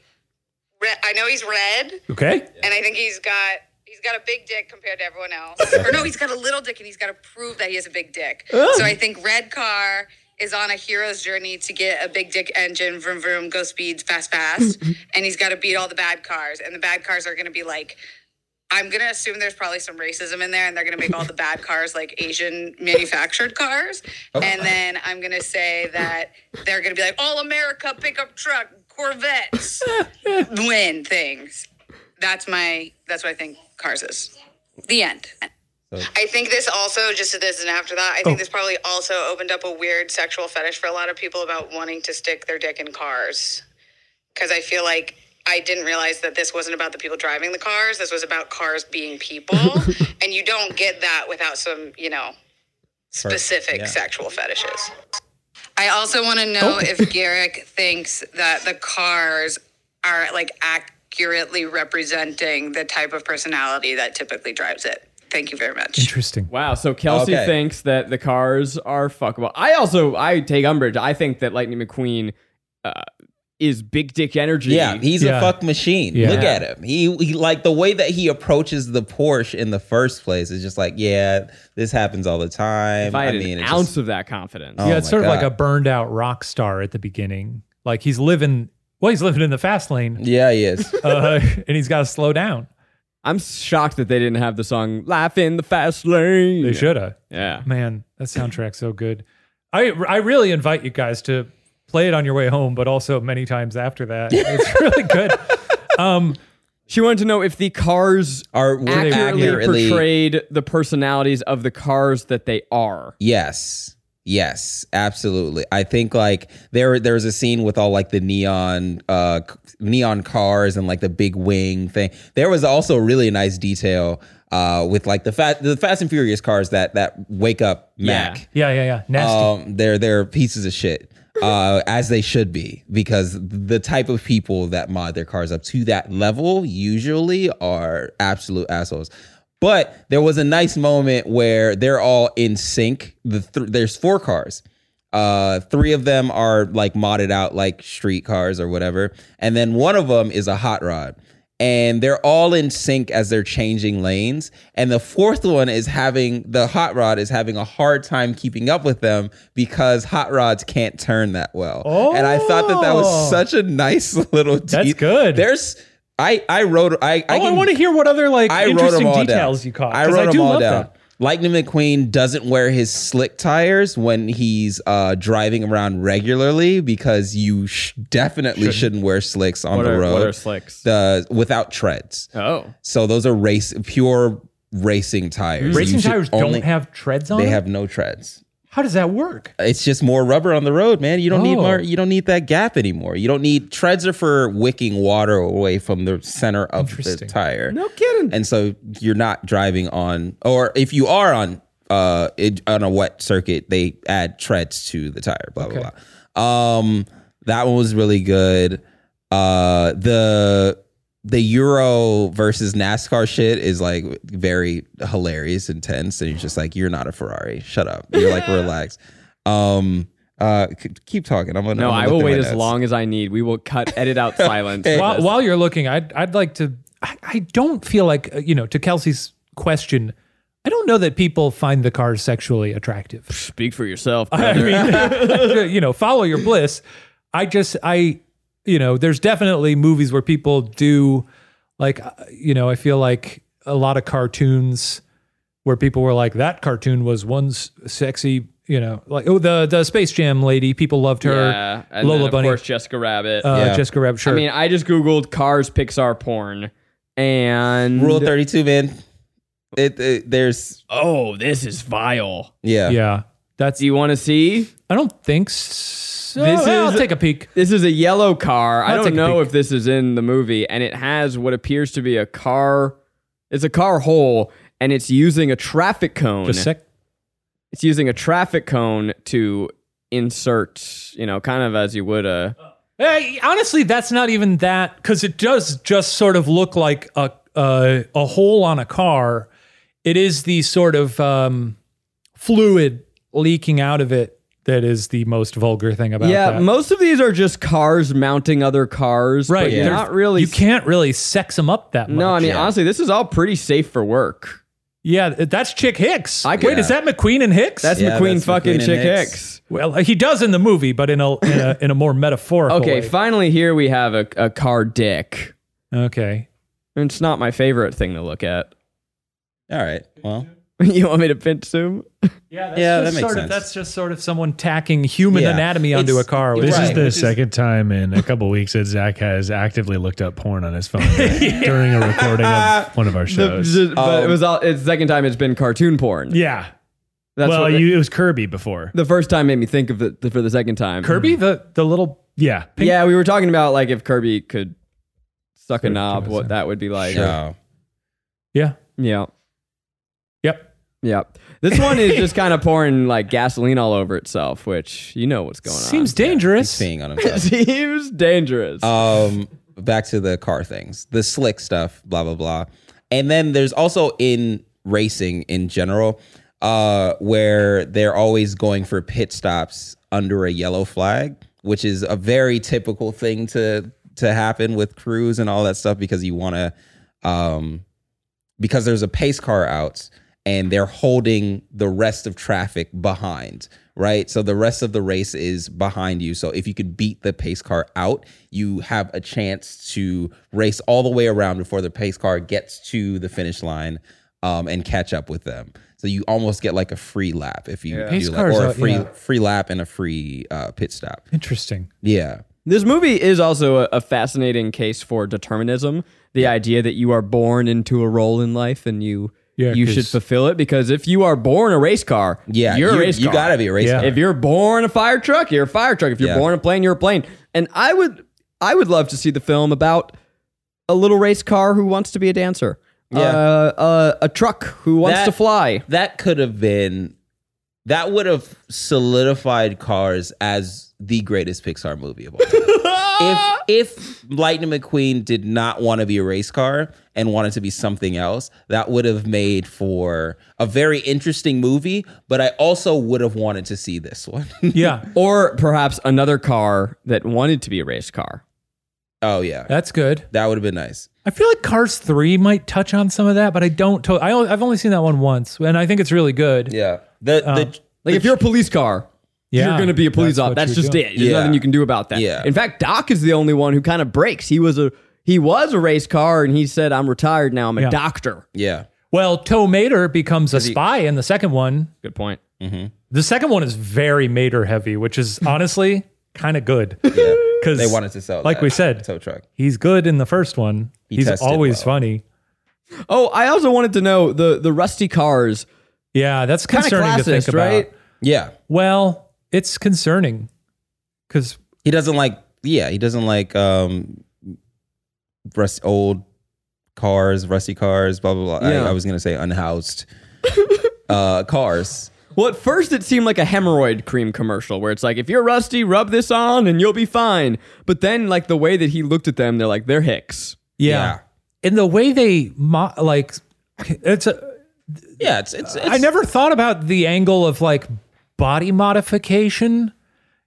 [SPEAKER 5] Re- I know he's red,
[SPEAKER 3] Okay.
[SPEAKER 5] and I think he's got he's got a big dick compared to everyone else. or no, he's got a little dick, and he's got to prove that he has a big dick. so I think Red Car is on a hero's journey to get a big dick engine, vroom vroom, go speeds, fast fast, and he's got to beat all the bad cars, and the bad cars are going to be like. I'm gonna assume there's probably some racism in there, and they're gonna make all the bad cars like Asian manufactured cars. And then I'm gonna say that they're gonna be like all America pickup truck Corvettes win things that's my that's what I think cars is. The end. I think this also just this and after that, I think this probably also opened up a weird sexual fetish for a lot of people about wanting to stick their dick in cars. Cause I feel like I didn't realize that this wasn't about the people driving the cars. This was about cars being people. and you don't get that without some, you know, specific
[SPEAKER 2] yeah.
[SPEAKER 5] sexual fetishes. I also want to know if Garrick thinks that the cars are like accurately representing the type of personality that typically drives it. Thank you very much.
[SPEAKER 3] Interesting.
[SPEAKER 1] Wow. So Kelsey
[SPEAKER 2] Okay.
[SPEAKER 1] thinks that the cars are fuckable. I also I take umbrage. I think that Lightning McQueen uh, is big dick energy.
[SPEAKER 2] Yeah, he's
[SPEAKER 3] Yeah.
[SPEAKER 2] a fuck machine.
[SPEAKER 3] Yeah.
[SPEAKER 2] Look at him. He, he like the way that he approaches the Porsche in the first place is just like, yeah, this happens all the time.
[SPEAKER 1] if I had an
[SPEAKER 2] it's
[SPEAKER 1] ounce
[SPEAKER 2] just-
[SPEAKER 1] of that confidence.
[SPEAKER 2] Oh
[SPEAKER 3] yeah, it's
[SPEAKER 2] my
[SPEAKER 3] sort of like
[SPEAKER 2] God.
[SPEAKER 3] a burned out rock star at the beginning. Like he's living, well, he's living in the fast lane
[SPEAKER 2] yeah, he is.
[SPEAKER 3] uh, [laughs] and he's got to slow down.
[SPEAKER 1] I'm shocked that they didn't have the song "Laugh in the Fast Lane."
[SPEAKER 3] They should have.
[SPEAKER 1] Yeah.
[SPEAKER 3] Man, that soundtrack's so good. I, I really invite you guys to play it on your way home, but also many times after
[SPEAKER 2] [laughs]
[SPEAKER 3] that. It's really good. Um,
[SPEAKER 1] She wanted to know if the cars
[SPEAKER 2] Are were
[SPEAKER 1] accurately,
[SPEAKER 2] accurately
[SPEAKER 1] portrayed the personalities of the cars that they are.
[SPEAKER 2] Yes. Yes, absolutely. I think like there there's a scene with all like the neon uh c- neon cars and like the big wing thing. There was also a really nice detail uh with like the fast the Fast and Furious cars that that wake up Mac.
[SPEAKER 3] yeah, yeah, yeah. Nasty.
[SPEAKER 2] Um, they're they're pieces of shit, uh, [laughs] as they should be, because the type of people that mod their cars up to that level usually are absolute assholes. But there was a nice moment where they're all in sync. The th- there's four cars. Uh, three of them are like modded out like street cars or whatever, and then one of them is a hot rod. And they're all in sync as they're changing lanes. And the fourth one is having the hot rod is having a hard time keeping up with them because hot rods can't turn that well. And I thought that that
[SPEAKER 3] Oh.
[SPEAKER 2] was such a nice [laughs] little. de-
[SPEAKER 3] good.
[SPEAKER 2] There's, I I wrote I
[SPEAKER 3] oh, I
[SPEAKER 2] can-
[SPEAKER 3] want to Oh, hear what other like
[SPEAKER 2] I wrote
[SPEAKER 3] interesting
[SPEAKER 2] them all
[SPEAKER 3] details
[SPEAKER 2] down.
[SPEAKER 3] you caught.
[SPEAKER 2] I
[SPEAKER 3] 'cause
[SPEAKER 2] wrote
[SPEAKER 3] do
[SPEAKER 2] them all
[SPEAKER 3] love
[SPEAKER 2] down.
[SPEAKER 3] that.
[SPEAKER 2] Lightning McQueen doesn't wear his slick tires when he's uh, driving around regularly because you sh- definitely shouldn't. wear slicks on
[SPEAKER 1] What
[SPEAKER 2] the
[SPEAKER 1] are-
[SPEAKER 2] road.
[SPEAKER 1] what are slicks?
[SPEAKER 2] The without treads.
[SPEAKER 1] Oh.
[SPEAKER 2] So those are race pure racing tires.
[SPEAKER 3] Mm-hmm. Racing
[SPEAKER 2] You should
[SPEAKER 3] tires
[SPEAKER 2] only-
[SPEAKER 3] don't have treads on
[SPEAKER 2] They
[SPEAKER 3] them?
[SPEAKER 2] have no treads.
[SPEAKER 3] How does that work?
[SPEAKER 2] It's just more rubber on the road, man. You don't need
[SPEAKER 3] Oh.
[SPEAKER 2] more. You don't need that gap anymore. You don't need treads are for wicking water away from the center of the
[SPEAKER 3] Interesting.
[SPEAKER 2] tire.
[SPEAKER 1] No kidding.
[SPEAKER 2] And so you're not driving on, or if you are on uh it, on a wet circuit, they add treads to the tire. Blah blah blah. Um, that one was really good. Uh, the the Euro versus NASCAR shit is like very hilarious, intense, and you're just like, you're not a Ferrari. Shut up.
[SPEAKER 1] [laughs]
[SPEAKER 2] You're like, relax. Um, uh, c- keep talking. I'm gonna.
[SPEAKER 1] No,
[SPEAKER 2] I'm gonna
[SPEAKER 1] I
[SPEAKER 2] look
[SPEAKER 1] will
[SPEAKER 2] through my
[SPEAKER 1] wait as
[SPEAKER 2] notes.
[SPEAKER 1] long as I need. We will cut, edit
[SPEAKER 2] [laughs]
[SPEAKER 1] out silence.
[SPEAKER 3] While, while you're looking, I'd, I'd like to. I, I don't feel like, uh, you know, to Kelsey's question, I don't know that people find the cars sexually attractive.
[SPEAKER 1] Speak for yourself.
[SPEAKER 3] I
[SPEAKER 1] brother.
[SPEAKER 3] mean, [laughs] you know, follow your bliss. I just, I, you know, there's definitely movies where people do, like, uh, you know, I feel like a lot of cartoons where people were like, that cartoon was one s- sexy, you know, like oh the the Space Jam lady, people loved her.
[SPEAKER 1] yeah. And
[SPEAKER 3] Lola
[SPEAKER 1] then, of
[SPEAKER 3] Bunny,
[SPEAKER 1] course, Jessica Rabbit.
[SPEAKER 3] uh,
[SPEAKER 2] Yeah.
[SPEAKER 3] Jessica Rabbit. Sure.
[SPEAKER 1] I mean, I just Googled cars Pixar porn. And
[SPEAKER 2] Rule 32, man. It, it there's
[SPEAKER 1] oh, this is vile.
[SPEAKER 2] yeah.
[SPEAKER 3] yeah, that's.
[SPEAKER 1] Do you want to see?
[SPEAKER 3] I don't think so.
[SPEAKER 1] This
[SPEAKER 3] Well,
[SPEAKER 1] is-
[SPEAKER 3] I'll take a peek.
[SPEAKER 1] This is a yellow car. I
[SPEAKER 3] I'll
[SPEAKER 1] don't
[SPEAKER 3] take a
[SPEAKER 1] know
[SPEAKER 3] peek.
[SPEAKER 1] if this is in the movie, and it has what appears to be a car. It's a car hole, and it's using a traffic cone.
[SPEAKER 3] Just a sec.
[SPEAKER 1] It's using a traffic cone to insert, you know, kind of as you would a.
[SPEAKER 3] Hey, honestly, that's not even that because it does just sort of look like a uh, a hole on a car. It is the sort of um, fluid leaking out of it that is the most vulgar thing about
[SPEAKER 1] Yeah,
[SPEAKER 3] that.
[SPEAKER 1] most of these are just cars mounting other cars.
[SPEAKER 3] right.
[SPEAKER 1] But
[SPEAKER 3] There's-
[SPEAKER 1] Not really.
[SPEAKER 3] You can't really sex them up that much.
[SPEAKER 1] no, I mean, honestly, this is all pretty safe for work.
[SPEAKER 3] yeah, that's Chick Hicks.
[SPEAKER 1] I
[SPEAKER 3] I
[SPEAKER 1] could-
[SPEAKER 3] Wait, is that McQueen and Hicks?
[SPEAKER 1] That's
[SPEAKER 2] Yeah,
[SPEAKER 1] McQueen
[SPEAKER 2] that's
[SPEAKER 1] fucking
[SPEAKER 2] McQueen and
[SPEAKER 1] Chick
[SPEAKER 2] Hicks.
[SPEAKER 1] Hicks.
[SPEAKER 3] well, he does in the movie, but in a in a, in a more metaphorical.
[SPEAKER 1] Okay,
[SPEAKER 3] way.
[SPEAKER 1] finally, here we have a, a car dick.
[SPEAKER 3] okay.
[SPEAKER 1] And It's not my favorite thing to look at.
[SPEAKER 2] All right. Well,
[SPEAKER 1] [laughs] you want me to pinch zoom?
[SPEAKER 3] Yeah, that's
[SPEAKER 2] Yeah,
[SPEAKER 3] just
[SPEAKER 2] that makes
[SPEAKER 3] sort
[SPEAKER 2] sense.
[SPEAKER 3] of that's just sort of someone tacking human
[SPEAKER 2] Yeah.
[SPEAKER 3] anatomy onto
[SPEAKER 2] It's-
[SPEAKER 3] a car.
[SPEAKER 2] you're
[SPEAKER 3] which
[SPEAKER 6] This
[SPEAKER 2] Right.
[SPEAKER 6] is the
[SPEAKER 2] Which is-
[SPEAKER 6] second time in a couple weeks that Zach has actively looked up porn on his phone [laughs] during a recording of one of [laughs] our shows.
[SPEAKER 1] but it was all, it's the second time it's been cartoon porn.
[SPEAKER 6] yeah.
[SPEAKER 1] That's
[SPEAKER 6] well,
[SPEAKER 1] what-
[SPEAKER 6] you, it was Kirby before.
[SPEAKER 1] the first time made me think of it for the second time. Mm-hmm.
[SPEAKER 3] Kirby, the the little
[SPEAKER 6] Yeah.
[SPEAKER 1] Yeah, we were talking about like if Kirby could suck a knob, what that would be like.
[SPEAKER 2] no.
[SPEAKER 3] yeah
[SPEAKER 1] Yeah.
[SPEAKER 3] yep
[SPEAKER 1] Yeah. This one is just kind of pouring like gasoline all over itself, which you know what's
[SPEAKER 6] [laughs]
[SPEAKER 1] going
[SPEAKER 3] seems
[SPEAKER 1] on.
[SPEAKER 3] dangerous.
[SPEAKER 2] Seeing on himself.
[SPEAKER 1] [laughs] Seems dangerous.
[SPEAKER 2] um back to the car things the slick stuff blah blah blah and then there's also in racing in general uh where they're always going for pit stops under a yellow flag which is a very typical thing to to happen with crews and all that stuff because you want to um because there's a pace car out and they're holding the rest of traffic behind, right? So the rest of the race is behind you. So if you could beat the pace car out, you have a chance to race all the way around before the pace car gets to the finish line um, and catch up with them. So you almost get like a free lap if you
[SPEAKER 3] Pace
[SPEAKER 2] do like,
[SPEAKER 3] cars
[SPEAKER 2] or a
[SPEAKER 3] are-
[SPEAKER 2] free
[SPEAKER 3] yeah.
[SPEAKER 2] free lap and a free uh, pit stop.
[SPEAKER 3] Interesting.
[SPEAKER 2] Yeah.
[SPEAKER 1] This movie is also a, a fascinating case for determinism. The idea that you are born into a role in life and you
[SPEAKER 3] Yeah,
[SPEAKER 1] you should
[SPEAKER 3] 'cause-
[SPEAKER 1] fulfill it because if you are born a race car,
[SPEAKER 2] Yeah.
[SPEAKER 1] you're a race
[SPEAKER 2] you
[SPEAKER 1] car.
[SPEAKER 2] gotta be a race
[SPEAKER 3] Yeah.
[SPEAKER 2] car.
[SPEAKER 1] If you're born a fire truck, you're a fire truck. If you're
[SPEAKER 2] Yeah.
[SPEAKER 1] born a plane, you're a plane. And I would I would love to see the film about a little race car who wants to be a dancer.
[SPEAKER 2] Yeah.
[SPEAKER 1] Uh, uh, a truck who wants
[SPEAKER 2] That-
[SPEAKER 1] to fly.
[SPEAKER 2] that could have been that would have solidified cars as the greatest pixar movie of all [laughs] time if if lightning mcqueen did not want to be a race car and wanted to be something else that would have made for a very interesting movie but i also would have wanted to see this one. [laughs]
[SPEAKER 3] Yeah,
[SPEAKER 1] Or perhaps another car that wanted to be a race car.
[SPEAKER 2] oh yeah
[SPEAKER 3] that's good.
[SPEAKER 2] that would have been nice
[SPEAKER 3] I feel like Cars Three might touch on some of that, but I don't. To- I only, I've only seen that one once, and I think it's really good.
[SPEAKER 2] yeah Um, the the
[SPEAKER 1] Like if you're a police car, you're
[SPEAKER 3] Yeah,
[SPEAKER 1] going to be a police
[SPEAKER 3] that's
[SPEAKER 1] officer.
[SPEAKER 3] what
[SPEAKER 1] That's
[SPEAKER 3] you're
[SPEAKER 1] just
[SPEAKER 3] doing.
[SPEAKER 1] it. There's
[SPEAKER 2] Yeah.
[SPEAKER 1] nothing you can do about that.
[SPEAKER 2] Yeah.
[SPEAKER 1] In fact, Doc is the only one who kind of breaks. He was a he was a race car, and he said, "I'm retired now. I'm a
[SPEAKER 3] Yeah.
[SPEAKER 1] doctor."
[SPEAKER 2] yeah
[SPEAKER 3] Well, Toe Mater becomes a spy in the second one.
[SPEAKER 1] Good point.
[SPEAKER 3] The second one is very Mater heavy, which [laughs] is honestly kind of good. [laughs]
[SPEAKER 2] Yeah.
[SPEAKER 3] Because
[SPEAKER 2] They wanted to sell
[SPEAKER 3] like
[SPEAKER 2] that
[SPEAKER 3] we said,
[SPEAKER 2] tow truck.
[SPEAKER 3] he's good in the first one. he's
[SPEAKER 2] tested
[SPEAKER 3] always
[SPEAKER 2] well.
[SPEAKER 3] funny.
[SPEAKER 1] Oh, I also wanted to know the the rusty cars.
[SPEAKER 3] Yeah, that's
[SPEAKER 1] Kind of
[SPEAKER 3] concerning to think
[SPEAKER 1] classist,
[SPEAKER 3] about.
[SPEAKER 1] right?
[SPEAKER 2] Yeah.
[SPEAKER 3] Well, it's concerning because
[SPEAKER 2] He doesn't like yeah, he doesn't like um rust old cars, rusty cars, blah blah blah.
[SPEAKER 1] Yeah.
[SPEAKER 2] I, I was gonna say unhoused [laughs] uh cars.
[SPEAKER 1] Well, at first it seemed like a hemorrhoid cream commercial where it's like, if you're rusty, rub this on and you'll be fine. But then, like the way that he looked at them, they're like, they're hicks.
[SPEAKER 3] yeah, in the way they mo- like it's a
[SPEAKER 2] Yeah, it's it's, it's
[SPEAKER 3] I never thought about the angle of like body modification.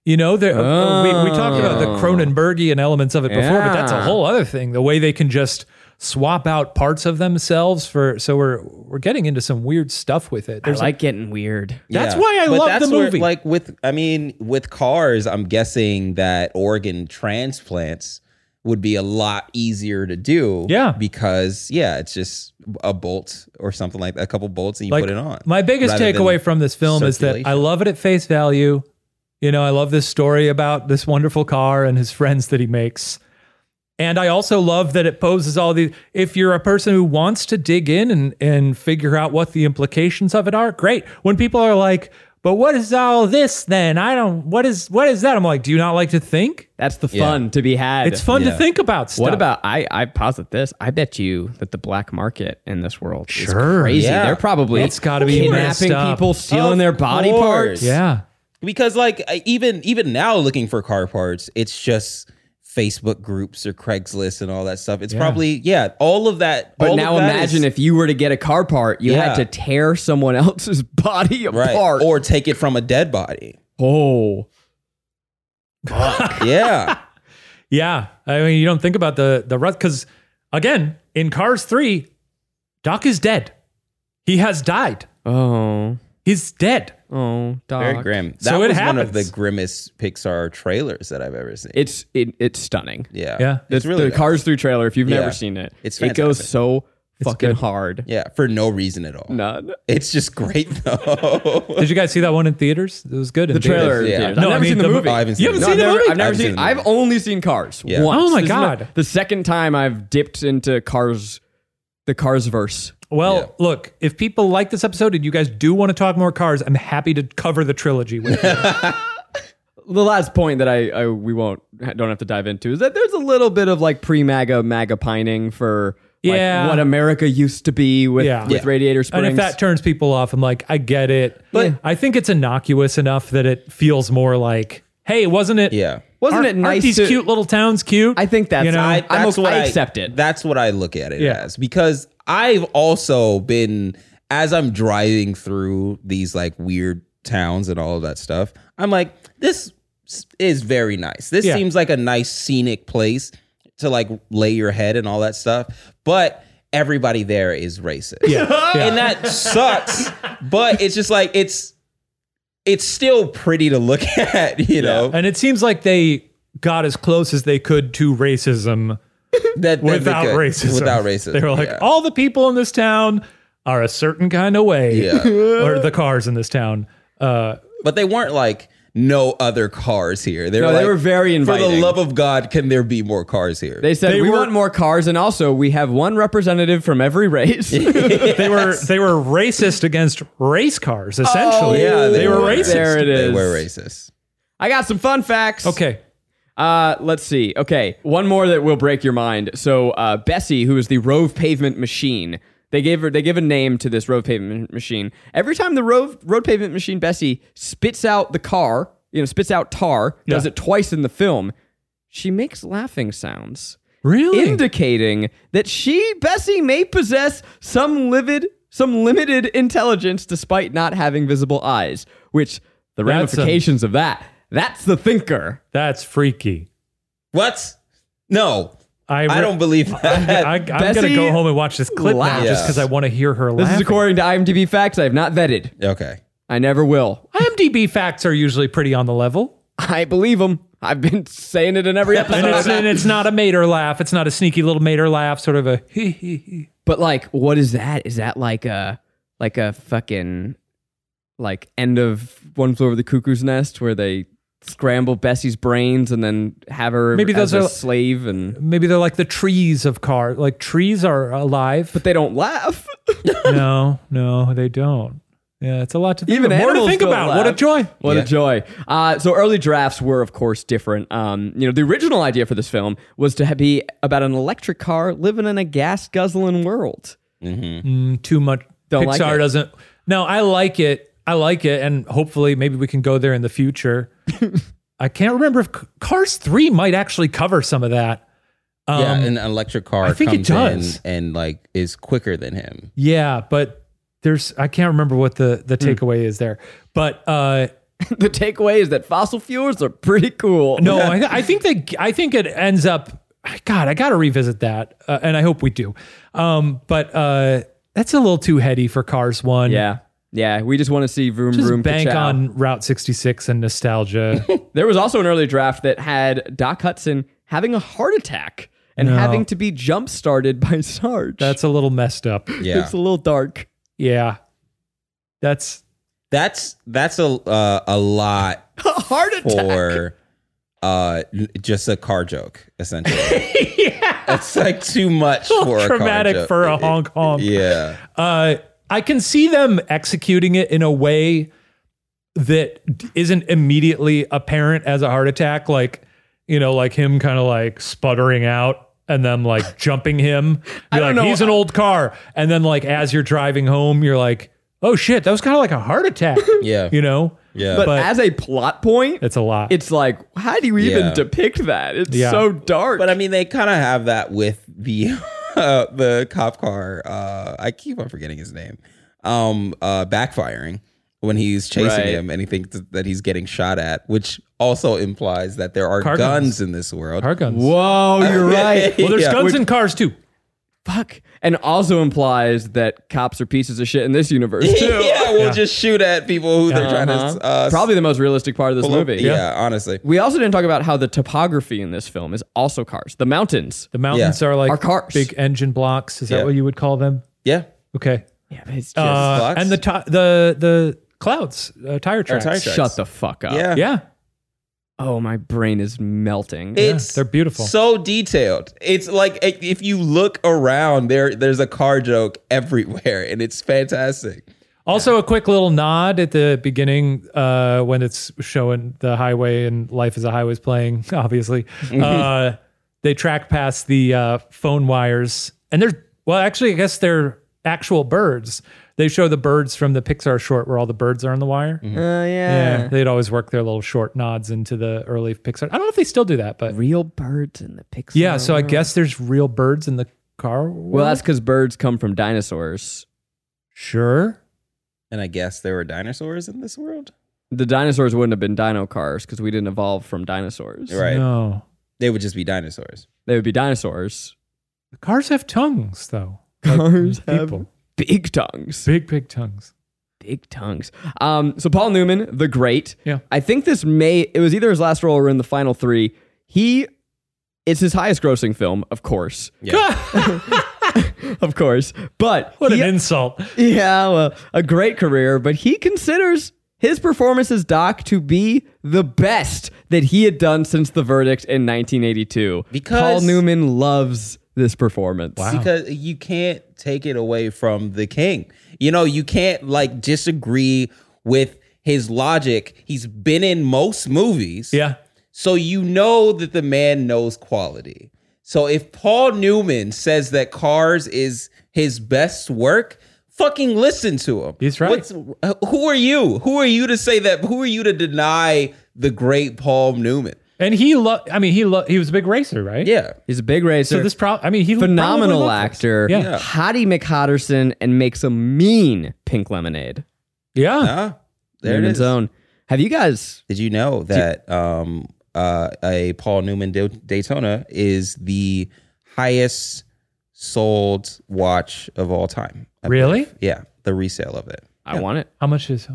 [SPEAKER 3] You know, there, uh, we, we talked about the Cronenbergian elements of it before, but that's a
[SPEAKER 1] Yeah.
[SPEAKER 3] whole other thing. The way they can just swap out parts of themselves for so we're we're getting into some weird stuff with it. There's
[SPEAKER 1] like getting weird.
[SPEAKER 3] That's why I
[SPEAKER 2] but
[SPEAKER 3] love
[SPEAKER 2] that's
[SPEAKER 3] the
[SPEAKER 2] where,
[SPEAKER 3] movie.
[SPEAKER 2] like with, I mean, with cars, I'm guessing that organ transplants would be a lot easier to do.
[SPEAKER 3] Yeah.
[SPEAKER 2] because yeah, it's just a bolt or something like that, a couple bolts, and you
[SPEAKER 3] like,
[SPEAKER 2] put it on.
[SPEAKER 3] My biggest
[SPEAKER 2] rather than
[SPEAKER 3] takeaway from this film is that I
[SPEAKER 2] circulation.
[SPEAKER 3] love it at face value. You know, I love this story about this wonderful car and his friends that he makes. And I also love that it poses all these. If you're a person who wants to dig in and, and figure out what the implications of it are, great. When people are like, but what is all this then? I don't, what is, what is that? I'm like, do you not like to think?
[SPEAKER 1] That's the fun to be had.
[SPEAKER 3] It's fun to
[SPEAKER 2] Yeah.
[SPEAKER 3] think about stuff.
[SPEAKER 1] What about I? I posit this. I bet you that the black market in this world
[SPEAKER 3] Sure.
[SPEAKER 1] is crazy.
[SPEAKER 2] Yeah.
[SPEAKER 1] They're probably
[SPEAKER 3] It's gotta be messed
[SPEAKER 1] kidnapping
[SPEAKER 3] up.
[SPEAKER 1] people, stealing
[SPEAKER 2] Of
[SPEAKER 1] their body
[SPEAKER 2] course.
[SPEAKER 1] parts.
[SPEAKER 3] Yeah.
[SPEAKER 2] because like I- even even now looking for car parts it's just facebook groups or craigslist and all that stuff it's probably yeah all of that
[SPEAKER 1] But
[SPEAKER 2] all
[SPEAKER 1] now
[SPEAKER 2] of that
[SPEAKER 1] imagine
[SPEAKER 2] is-
[SPEAKER 1] if you were to get a car part, you had
[SPEAKER 2] Yeah.
[SPEAKER 1] to tear someone [laughs] else's body
[SPEAKER 2] right
[SPEAKER 1] apart.
[SPEAKER 2] or take it from a dead body
[SPEAKER 1] oh, [laughs]
[SPEAKER 2] yeah
[SPEAKER 3] Yeah, I mean, you don't think about the the rut because again, in Cars Three, Doc is dead. He has died.
[SPEAKER 1] oh,
[SPEAKER 3] He's dead.
[SPEAKER 1] oh, dog.
[SPEAKER 2] very grim that
[SPEAKER 3] So it
[SPEAKER 2] was one of the
[SPEAKER 3] happens.
[SPEAKER 2] grimmest pixar trailers that i've ever seen
[SPEAKER 1] It's it, it's stunning.
[SPEAKER 2] yeah
[SPEAKER 3] Yeah.
[SPEAKER 2] it's
[SPEAKER 1] The-
[SPEAKER 2] really
[SPEAKER 1] the
[SPEAKER 2] good.
[SPEAKER 1] Cars Three trailer. If you've
[SPEAKER 2] Yeah.
[SPEAKER 1] never seen it,
[SPEAKER 2] It's
[SPEAKER 1] it goes
[SPEAKER 2] fantastic.
[SPEAKER 1] so fucking
[SPEAKER 3] good.
[SPEAKER 1] hard.
[SPEAKER 2] yeah for no reason at all
[SPEAKER 1] None.
[SPEAKER 2] it's just great [laughs] though
[SPEAKER 3] Did you guys see that one in theaters? It was good. in
[SPEAKER 1] The trailer.
[SPEAKER 3] theaters.
[SPEAKER 2] Yeah.
[SPEAKER 1] theaters.
[SPEAKER 3] No,
[SPEAKER 1] I've
[SPEAKER 3] I
[SPEAKER 1] never
[SPEAKER 3] mean,
[SPEAKER 1] seen the,
[SPEAKER 3] the-
[SPEAKER 1] movie.
[SPEAKER 2] I haven't seen
[SPEAKER 3] You haven't
[SPEAKER 2] it.
[SPEAKER 3] seen
[SPEAKER 1] I've
[SPEAKER 3] the
[SPEAKER 1] never,
[SPEAKER 3] movie?
[SPEAKER 1] I've never
[SPEAKER 2] I've
[SPEAKER 1] seen.
[SPEAKER 2] seen the
[SPEAKER 1] I've
[SPEAKER 2] movie.
[SPEAKER 1] only seen Cars
[SPEAKER 2] Yeah.
[SPEAKER 1] once.
[SPEAKER 3] Oh my
[SPEAKER 1] This is
[SPEAKER 3] God.
[SPEAKER 1] the second time I've dipped into Cars, the Cars verse.
[SPEAKER 3] Well, look, if people like this episode and you guys do want to talk more cars, I'm happy to cover the trilogy with you.
[SPEAKER 1] The last point that I, I we won't don't have to dive into is that there's a little bit of like pre MAGA MAGA pining for like,
[SPEAKER 3] Yeah.
[SPEAKER 1] what America used to be with
[SPEAKER 3] Yeah.
[SPEAKER 1] with
[SPEAKER 3] Yeah.
[SPEAKER 1] Radiator
[SPEAKER 3] and
[SPEAKER 1] Springs.
[SPEAKER 3] if that turns people off, I'm like, I get it. But I think it's innocuous enough that it feels more like, hey, wasn't it?
[SPEAKER 2] yeah
[SPEAKER 1] Wasn't
[SPEAKER 3] aren't-
[SPEAKER 1] it nice
[SPEAKER 3] Aren't these
[SPEAKER 1] to-
[SPEAKER 3] cute little towns cute?
[SPEAKER 1] I think that's
[SPEAKER 3] You know,
[SPEAKER 1] I,
[SPEAKER 2] I-
[SPEAKER 1] am
[SPEAKER 2] that's
[SPEAKER 1] okay,
[SPEAKER 2] what
[SPEAKER 1] I accept it.
[SPEAKER 2] That's what I look at it
[SPEAKER 3] Yeah.
[SPEAKER 2] as because I've also been as I'm driving through these like weird towns and all of that stuff. I'm like, this s- is very nice. This
[SPEAKER 3] Yeah.
[SPEAKER 2] seems like a nice scenic place to like lay your head and all that stuff. But everybody there is racist. [laughs] And that sucks. But it's just like it's it's still pretty to look [laughs] at, you know.
[SPEAKER 3] And it seems like they got as close as they could to racism
[SPEAKER 2] That, that they
[SPEAKER 3] without
[SPEAKER 2] could-
[SPEAKER 3] racism.
[SPEAKER 2] Without racism.
[SPEAKER 3] They were like,
[SPEAKER 2] yeah.
[SPEAKER 3] all the people in this town are a certain kind of way,
[SPEAKER 2] Yeah.
[SPEAKER 3] [laughs] or the cars in this town. Uh,
[SPEAKER 2] But they weren't like no other cars here. They
[SPEAKER 1] No,
[SPEAKER 2] were
[SPEAKER 1] they
[SPEAKER 2] like,
[SPEAKER 1] were very
[SPEAKER 2] For the
[SPEAKER 1] inviting.
[SPEAKER 2] love of God, can there be more cars here?
[SPEAKER 1] They said
[SPEAKER 3] They
[SPEAKER 1] we
[SPEAKER 3] were-
[SPEAKER 1] want more cars, and also we have one representative from every
[SPEAKER 3] [laughs]
[SPEAKER 1] race. [laughs]
[SPEAKER 3] Uh, They were they were racist against race cars, essentially.
[SPEAKER 2] Oh, yeah,
[SPEAKER 3] they,
[SPEAKER 2] they
[SPEAKER 3] were
[SPEAKER 2] were.
[SPEAKER 3] racist.
[SPEAKER 1] There it
[SPEAKER 2] They
[SPEAKER 1] is.
[SPEAKER 2] were racist.
[SPEAKER 1] I got some fun facts.
[SPEAKER 3] Okay,
[SPEAKER 1] Uh, let's see. Okay, one more that will break your mind. So uh, Bessie, who is the Rove pavement machine, they gave her they give a name to this Rove pavement machine. Every time the Rove road pavement machine Bessie spits out the car, you know, spits out tar, does
[SPEAKER 3] Yeah.
[SPEAKER 1] it twice in the film. She makes laughing sounds,
[SPEAKER 3] really?
[SPEAKER 1] indicating that she Bessie may possess some livid, some limited intelligence, despite not having visible eyes. Which the
[SPEAKER 3] That's a-
[SPEAKER 1] ramifications of that. That's the thinker.
[SPEAKER 3] That's freaky.
[SPEAKER 2] What? No,
[SPEAKER 3] I,
[SPEAKER 2] I
[SPEAKER 3] re-
[SPEAKER 2] don't believe that.
[SPEAKER 3] I, I'm gonna
[SPEAKER 1] Bessie
[SPEAKER 3] go home and watch this clip now
[SPEAKER 1] laughs.
[SPEAKER 3] just because I want to hear her
[SPEAKER 1] This
[SPEAKER 3] laugh.
[SPEAKER 1] is according to IMDb facts I have not vetted.
[SPEAKER 2] okay.
[SPEAKER 1] I never will.
[SPEAKER 3] IMDb facts are usually pretty on the level,
[SPEAKER 1] I believe them. I've been [laughs] saying it in every
[SPEAKER 3] and it's,
[SPEAKER 1] [laughs] episode.
[SPEAKER 3] and it's not a mater laugh. It's not a sneaky little mater laugh. Sort of a hee hee hee.
[SPEAKER 1] But like, what is that? Is that like a like a fucking like end of One Flew Over the Cuckoo's Nest where they scramble Bessie's brains and then have her
[SPEAKER 3] Maybe
[SPEAKER 1] as
[SPEAKER 3] those
[SPEAKER 1] a
[SPEAKER 3] are-
[SPEAKER 1] slave and
[SPEAKER 3] Maybe they're like the trees of car. Like trees are alive.
[SPEAKER 1] but they don't laugh. [laughs]
[SPEAKER 3] no, no, they don't. Yeah, it's a lot to think
[SPEAKER 1] Even
[SPEAKER 3] about. More to
[SPEAKER 1] animals
[SPEAKER 3] think
[SPEAKER 1] don't
[SPEAKER 3] about. What a
[SPEAKER 1] laugh.
[SPEAKER 3] joy.
[SPEAKER 1] What
[SPEAKER 2] Yeah.
[SPEAKER 1] a joy! Uh, so early drafts were, of course, different. Um, you know, the original idea for this film was to ha- be about an electric car living in a gas guzzling world.
[SPEAKER 3] Mm, too much.
[SPEAKER 1] Don't
[SPEAKER 3] Pixar
[SPEAKER 1] like it.
[SPEAKER 3] doesn't. No, I like it. I like it, and hopefully, maybe we can go there in
[SPEAKER 1] [laughs]
[SPEAKER 3] the future. I can't remember if C- Cars Three might actually cover some of that. Um,
[SPEAKER 2] yeah,
[SPEAKER 3] yeah,
[SPEAKER 2] an electric car
[SPEAKER 3] I think
[SPEAKER 2] comes
[SPEAKER 3] it does.
[SPEAKER 2] in and like is quicker than him.
[SPEAKER 3] but there's I can't remember what the
[SPEAKER 1] Hmm.
[SPEAKER 3] the takeaway is there, but uh,
[SPEAKER 1] the takeaway is that fossil fuels are pretty cool.
[SPEAKER 2] [laughs]
[SPEAKER 3] no, I, I think they. I think it ends up. God, I got to revisit that, uh, and I hope we do. Um, but uh, that's a little too heady for Cars One.
[SPEAKER 1] Yeah. Yeah, we just want to see vroom
[SPEAKER 3] just
[SPEAKER 1] vroom.
[SPEAKER 3] bank
[SPEAKER 1] ka-chow.
[SPEAKER 3] on Route 66
[SPEAKER 2] [laughs]
[SPEAKER 3] and nostalgia.
[SPEAKER 1] There was also an early draft that had Doc Hudson having a heart attack and
[SPEAKER 3] No.
[SPEAKER 1] having to be jump started by Sarge.
[SPEAKER 3] That's a little messed up.
[SPEAKER 2] Yeah,
[SPEAKER 1] it's a little dark.
[SPEAKER 3] Yeah. That's
[SPEAKER 2] that's that's a uh, a lot
[SPEAKER 1] a heart attack.
[SPEAKER 2] for uh n- just a car joke essentially. yeah, that's like too much for a
[SPEAKER 3] traumatic
[SPEAKER 2] car joke.
[SPEAKER 3] for a Hong Kong.
[SPEAKER 2] Yeah,
[SPEAKER 3] Uh, I can see them executing it in a way that isn't immediately apparent as a heart attack, like you know, like him kind of like sputtering out and
[SPEAKER 2] [laughs]
[SPEAKER 3] them like jumping him. Be like,
[SPEAKER 1] don't know.
[SPEAKER 3] he's an old car. And then like as you're driving home, you're like, oh shit, that was kind of like a heart attack.
[SPEAKER 2] [laughs] yeah,
[SPEAKER 3] you know?
[SPEAKER 2] yeah.
[SPEAKER 1] But,
[SPEAKER 3] But-
[SPEAKER 1] as a plot point,
[SPEAKER 3] It's a lot.
[SPEAKER 1] it's like, how do you even
[SPEAKER 2] Yeah.
[SPEAKER 1] depict that? It's
[SPEAKER 3] Yeah.
[SPEAKER 1] so dark.
[SPEAKER 2] But I mean, they kind of have that with the [laughs] uh, the cop car. Uh, I keep on forgetting his name. Um, uh, backfiring when he's chasing
[SPEAKER 1] Right.
[SPEAKER 2] him, and he thinks that he's getting shot at, which also implies that there are
[SPEAKER 3] Car
[SPEAKER 2] guns.
[SPEAKER 3] guns.
[SPEAKER 2] in this world. [laughs]
[SPEAKER 3] car guns.
[SPEAKER 1] Whoa,
[SPEAKER 3] oh,
[SPEAKER 1] you're right.
[SPEAKER 3] Well, there's
[SPEAKER 2] Yeah.
[SPEAKER 3] guns in cars too.
[SPEAKER 1] Fuck. And also implies that cops are pieces of shit in this
[SPEAKER 2] [laughs]
[SPEAKER 1] universe, too.
[SPEAKER 2] yeah, we'll
[SPEAKER 3] Yeah.
[SPEAKER 2] just shoot at people who they're trying
[SPEAKER 1] Uh-huh.
[SPEAKER 2] to uh,
[SPEAKER 1] Probably the most realistic part of this
[SPEAKER 2] pull up-
[SPEAKER 1] movie.
[SPEAKER 2] Yeah, honestly.
[SPEAKER 1] We also didn't talk about how the topography in this film is also cars. The mountains.
[SPEAKER 3] The mountains are like
[SPEAKER 1] Are cars.
[SPEAKER 3] big engine blocks. Is
[SPEAKER 2] Yeah.
[SPEAKER 3] that what you would call them?
[SPEAKER 2] Yeah,
[SPEAKER 3] Okay.
[SPEAKER 1] Yeah, but it's just
[SPEAKER 3] Uh,
[SPEAKER 2] blocks?
[SPEAKER 3] and the ti the the clouds, uh, tire
[SPEAKER 2] Or
[SPEAKER 3] tracks.
[SPEAKER 2] tire tracks.
[SPEAKER 1] shut the fuck up.
[SPEAKER 2] yeah.
[SPEAKER 3] Yeah,
[SPEAKER 1] Oh, my brain is melting.
[SPEAKER 2] It's
[SPEAKER 3] they're beautiful.
[SPEAKER 2] So detailed. It's like i- if you look around, there there's a car joke everywhere, and it's fantastic.
[SPEAKER 3] Also, a quick little nod at the beginning uh, when it's showing the highway and Life as a Highway's playing. [laughs] Obviously, uh, they track past the uh, phone wires, and they're well, actually, I guess they're actual birds. They show the birds from the Pixar short where all the birds are on the wire.
[SPEAKER 1] Oh yeah.
[SPEAKER 3] Yeah, they'd always work their little short nods into the early Pixar. I don't know if they still do that, but
[SPEAKER 1] Real birds in the Pixar.
[SPEAKER 3] yeah. So I guess there's real birds in the car.
[SPEAKER 1] Well, that's because birds come from dinosaurs.
[SPEAKER 3] Sure.
[SPEAKER 2] And I guess there were dinosaurs in this world,
[SPEAKER 1] The dinosaurs wouldn't have been dino cars because we didn't evolve from dinosaurs.
[SPEAKER 2] right?
[SPEAKER 3] No.
[SPEAKER 2] They would just be dinosaurs.
[SPEAKER 1] They would be dinosaurs.
[SPEAKER 3] Cars have tongues, though.
[SPEAKER 1] Cars
[SPEAKER 3] Like
[SPEAKER 1] have big tongues.
[SPEAKER 3] big, big tongues.
[SPEAKER 1] Big tongues. Um, so Paul Newman, the great.
[SPEAKER 3] Yeah.
[SPEAKER 1] I think this may it was either his last role or in the final three. He it's his highest grossing film, of course. [laughs] of course. But
[SPEAKER 3] What
[SPEAKER 1] he-
[SPEAKER 3] an insult.
[SPEAKER 1] [laughs] Yeah, well, a great career, but he considers his performance as Doc to be the best that he had done since the verdict in 1982.
[SPEAKER 2] Because-
[SPEAKER 1] Paul Newman loves this performance.
[SPEAKER 2] Because you can't take it away from the king. You know, you can't like disagree with his logic. He's been in most movies.
[SPEAKER 3] Yeah.
[SPEAKER 2] So you know that the man knows quality. So if Paul Newman says that Cars is his best work, fucking listen to him.
[SPEAKER 3] He's right.
[SPEAKER 2] who are you? Who are you to say that? Who are you to deny the great Paul Newman?
[SPEAKER 3] And he loved, I mean, he loved, he was a big racer, right?
[SPEAKER 2] Yeah.
[SPEAKER 1] He's a big racer.
[SPEAKER 3] So this pro I mean, he probably
[SPEAKER 1] phenomenal
[SPEAKER 3] loved this.
[SPEAKER 1] actor,
[SPEAKER 3] Yeah.
[SPEAKER 2] Yeah.
[SPEAKER 1] Hottie McHotterson, and makes a mean pink lemonade.
[SPEAKER 3] Yeah.
[SPEAKER 2] Huh? There it
[SPEAKER 1] Newman's
[SPEAKER 2] is.
[SPEAKER 1] own. Have you guys?
[SPEAKER 2] Did you know that um, uh, a Paul Newman Da- Daytona is the highest sold watch of all time? I believe.
[SPEAKER 3] Really?
[SPEAKER 2] Yeah, the resale of it.
[SPEAKER 1] I want it.
[SPEAKER 3] How much is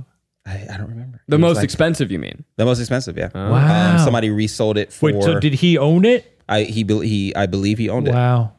[SPEAKER 2] I, I don't remember.
[SPEAKER 1] The
[SPEAKER 2] It was
[SPEAKER 1] most Oh.
[SPEAKER 2] like-
[SPEAKER 1] expensive, you mean?
[SPEAKER 2] the most expensive. Yeah.
[SPEAKER 1] Uh,
[SPEAKER 3] Wow.
[SPEAKER 2] Um, somebody resold it for.
[SPEAKER 3] Wait, so did he own it?
[SPEAKER 2] I he, be- he I believe he owned it.
[SPEAKER 3] Wow.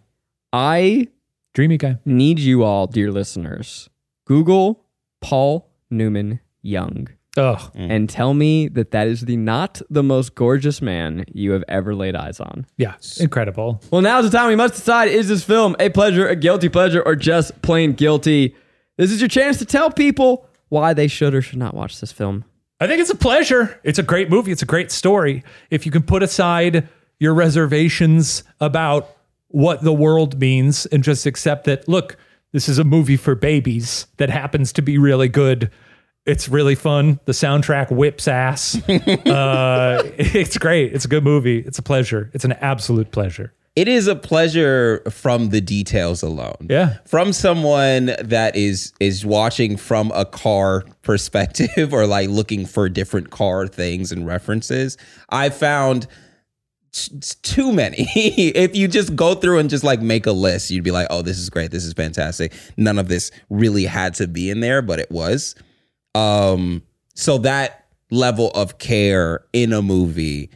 [SPEAKER 1] I
[SPEAKER 3] Dreamy guy.
[SPEAKER 1] Need you all, dear listeners, Google Paul Newman Young
[SPEAKER 3] Oh,
[SPEAKER 2] Mm.
[SPEAKER 1] and tell me that that is the not the most gorgeous man you have ever laid eyes on.
[SPEAKER 3] yeah. Incredible.
[SPEAKER 1] Well, now's the time we must decide is this film a pleasure, a guilty pleasure, or just plain guilty? This is your chance to tell people why they should or should not watch this film.
[SPEAKER 3] I think it's a pleasure. It's a great movie. It's a great story. If you can put aside your reservations about what the world means and just accept that, look, this is a movie for babies that happens to be really good. It's really fun. The soundtrack whips ass. uh, it's great. It's a good movie. It's a pleasure. It's an absolute pleasure.
[SPEAKER 2] it is a pleasure from the details alone.
[SPEAKER 3] Yeah.
[SPEAKER 2] From someone that is is watching from a car perspective [laughs] or like looking for different car things and references. I found t- t- too many. [laughs] if you just go through and just like make a list, you'd be like, "Oh, this is great. This is fantastic." None of this really had to be in there, but it was. Um so that level of care in a movie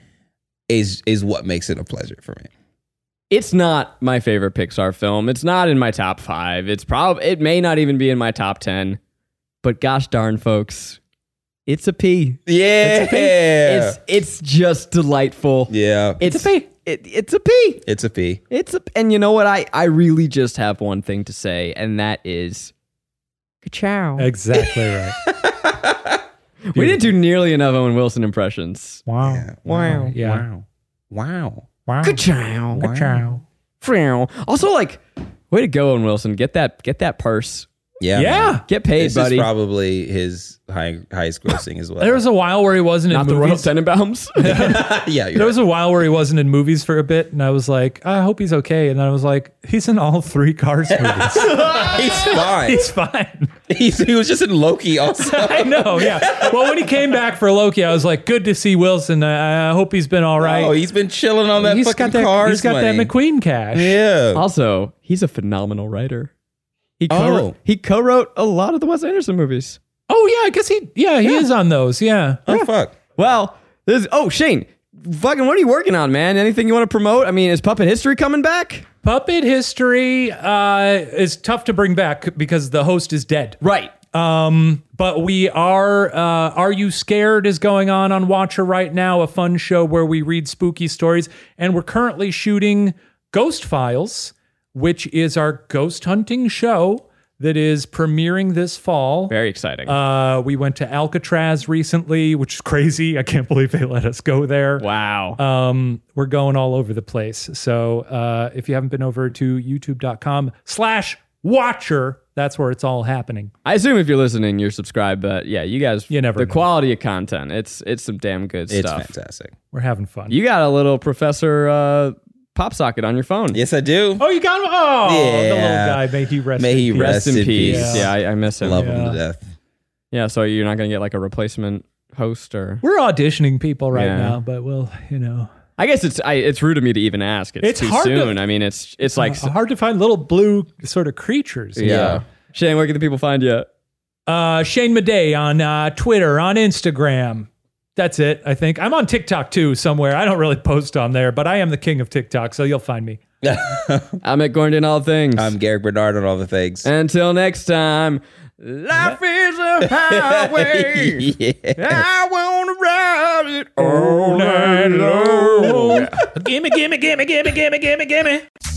[SPEAKER 2] is is what makes it a pleasure for me.
[SPEAKER 1] It's not my favorite Pixar film. It's not in my top five. It's probably it may not even be in my top ten. But gosh darn, folks, it's a P.
[SPEAKER 2] Yeah.
[SPEAKER 1] It's a P. It's it's just delightful.
[SPEAKER 2] yeah.
[SPEAKER 1] It's, a P. It, it's a P.
[SPEAKER 2] It's a P.
[SPEAKER 1] It's a, and you know what? I I really just have one thing to say, and that is, ciao.
[SPEAKER 3] Exactly right.
[SPEAKER 1] We didn't do nearly enough Owen Wilson impressions.
[SPEAKER 3] Wow.
[SPEAKER 1] Wow.
[SPEAKER 3] Yeah.
[SPEAKER 2] Wow.
[SPEAKER 3] Wow.
[SPEAKER 1] Good chow.
[SPEAKER 3] Wow.
[SPEAKER 1] Frow. Also, like, way to go, Owen Wilson. Get that. Get that purse.
[SPEAKER 2] Yeah. man.
[SPEAKER 3] Yeah.
[SPEAKER 1] Get paid,
[SPEAKER 2] This
[SPEAKER 1] buddy.
[SPEAKER 2] is probably his high, highest grossing as well.
[SPEAKER 3] There was a while where he wasn't
[SPEAKER 1] Not
[SPEAKER 3] in
[SPEAKER 1] the Royal
[SPEAKER 3] movies.
[SPEAKER 1] Tenenbaums. [laughs]
[SPEAKER 2] yeah. You're
[SPEAKER 3] There
[SPEAKER 2] right.
[SPEAKER 3] was a while where he wasn't in movies for a bit, and I was like, I hope he's okay. And then I was like, he's in all
[SPEAKER 2] [laughs]
[SPEAKER 3] three Cars movies.
[SPEAKER 2] he's
[SPEAKER 3] [laughs]
[SPEAKER 2] fine.
[SPEAKER 3] he's fine.
[SPEAKER 2] he's, he was just in Loki also.
[SPEAKER 3] I know, yeah. Well, when he came back for Loki, I was like, good to see Wilson. I, I hope he's been all right.
[SPEAKER 2] [laughs] Oh, he's been chilling on that
[SPEAKER 3] He's
[SPEAKER 2] fucking
[SPEAKER 3] got that,
[SPEAKER 2] cars
[SPEAKER 3] he's got
[SPEAKER 2] money.
[SPEAKER 3] that McQueen cash.
[SPEAKER 2] Yeah.
[SPEAKER 1] also, he's a phenomenal writer. He co-
[SPEAKER 2] Oh.
[SPEAKER 1] he co-wrote a lot of the Wes Anderson movies.
[SPEAKER 3] Oh, yeah, I guess he, yeah, he is on those. Yeah.
[SPEAKER 2] Oh, fuck.
[SPEAKER 1] Well, this. Oh, Shane. Fucking, what are you working on, man? Anything you want to promote? I mean, is Puppet History coming back?
[SPEAKER 3] Puppet history uh, is tough to bring back because the host is dead.
[SPEAKER 1] Right.
[SPEAKER 3] Um, but we are. Uh, are you scared? Is going on on Watcher right now. A fun show where we read spooky stories, and we're currently shooting Ghost Files, which is our ghost hunting show that is premiering this fall.
[SPEAKER 1] Very exciting.
[SPEAKER 3] Uh, we went to Alcatraz recently, which is crazy. I can't believe they let us go there.
[SPEAKER 1] wow.
[SPEAKER 3] Um, we're going all over the place. So uh, if you haven't been over to youtube.com slash watcher, that's where it's all happening.
[SPEAKER 1] I assume if you're listening, you're subscribed, but yeah, you guys,
[SPEAKER 3] You never
[SPEAKER 1] the
[SPEAKER 3] know.
[SPEAKER 1] quality of content, it's it's some damn good
[SPEAKER 2] It's
[SPEAKER 1] stuff.
[SPEAKER 2] fantastic.
[SPEAKER 3] We're having fun.
[SPEAKER 1] You got a little Professor uh, Pop Socket on your phone.
[SPEAKER 2] Yes, I do.
[SPEAKER 3] Oh, you got him! Oh, the little
[SPEAKER 2] Yeah.
[SPEAKER 3] guy. May he rest.
[SPEAKER 2] May
[SPEAKER 3] in
[SPEAKER 2] he
[SPEAKER 3] peace.
[SPEAKER 1] Rest in peace.
[SPEAKER 2] peace.
[SPEAKER 1] Yeah, I, I miss him.
[SPEAKER 2] Love
[SPEAKER 1] yeah.
[SPEAKER 2] him to death.
[SPEAKER 1] so you're not gonna get like a replacement host, or
[SPEAKER 3] We're auditioning people right
[SPEAKER 1] Yeah.
[SPEAKER 3] now, but well, you know,
[SPEAKER 1] I guess it's I, it's rude of me to even ask. It's,
[SPEAKER 3] It's
[SPEAKER 1] too
[SPEAKER 3] hard to- Uh,
[SPEAKER 1] soon. I mean, it's it's like
[SPEAKER 3] h- hard to find little blue sort of creatures.
[SPEAKER 1] yeah. Shane, where can the people find you?
[SPEAKER 3] Uh, Shane Madej on uh, Twitter, on Instagram. That's it. I think I'm on TikTok too somewhere. I don't really post on there, but I am the king of TikTok, so you'll find me.
[SPEAKER 1] I'm at Gordon All Things.
[SPEAKER 2] I'm Garrick Bernard on all the things. [laughs]
[SPEAKER 1] Until next time, life is a highway.
[SPEAKER 2] [laughs] yeah.
[SPEAKER 1] I wanna ride it all night long.
[SPEAKER 3] gimme, gimme, gimme, gimme, gimme, gimme, gimme.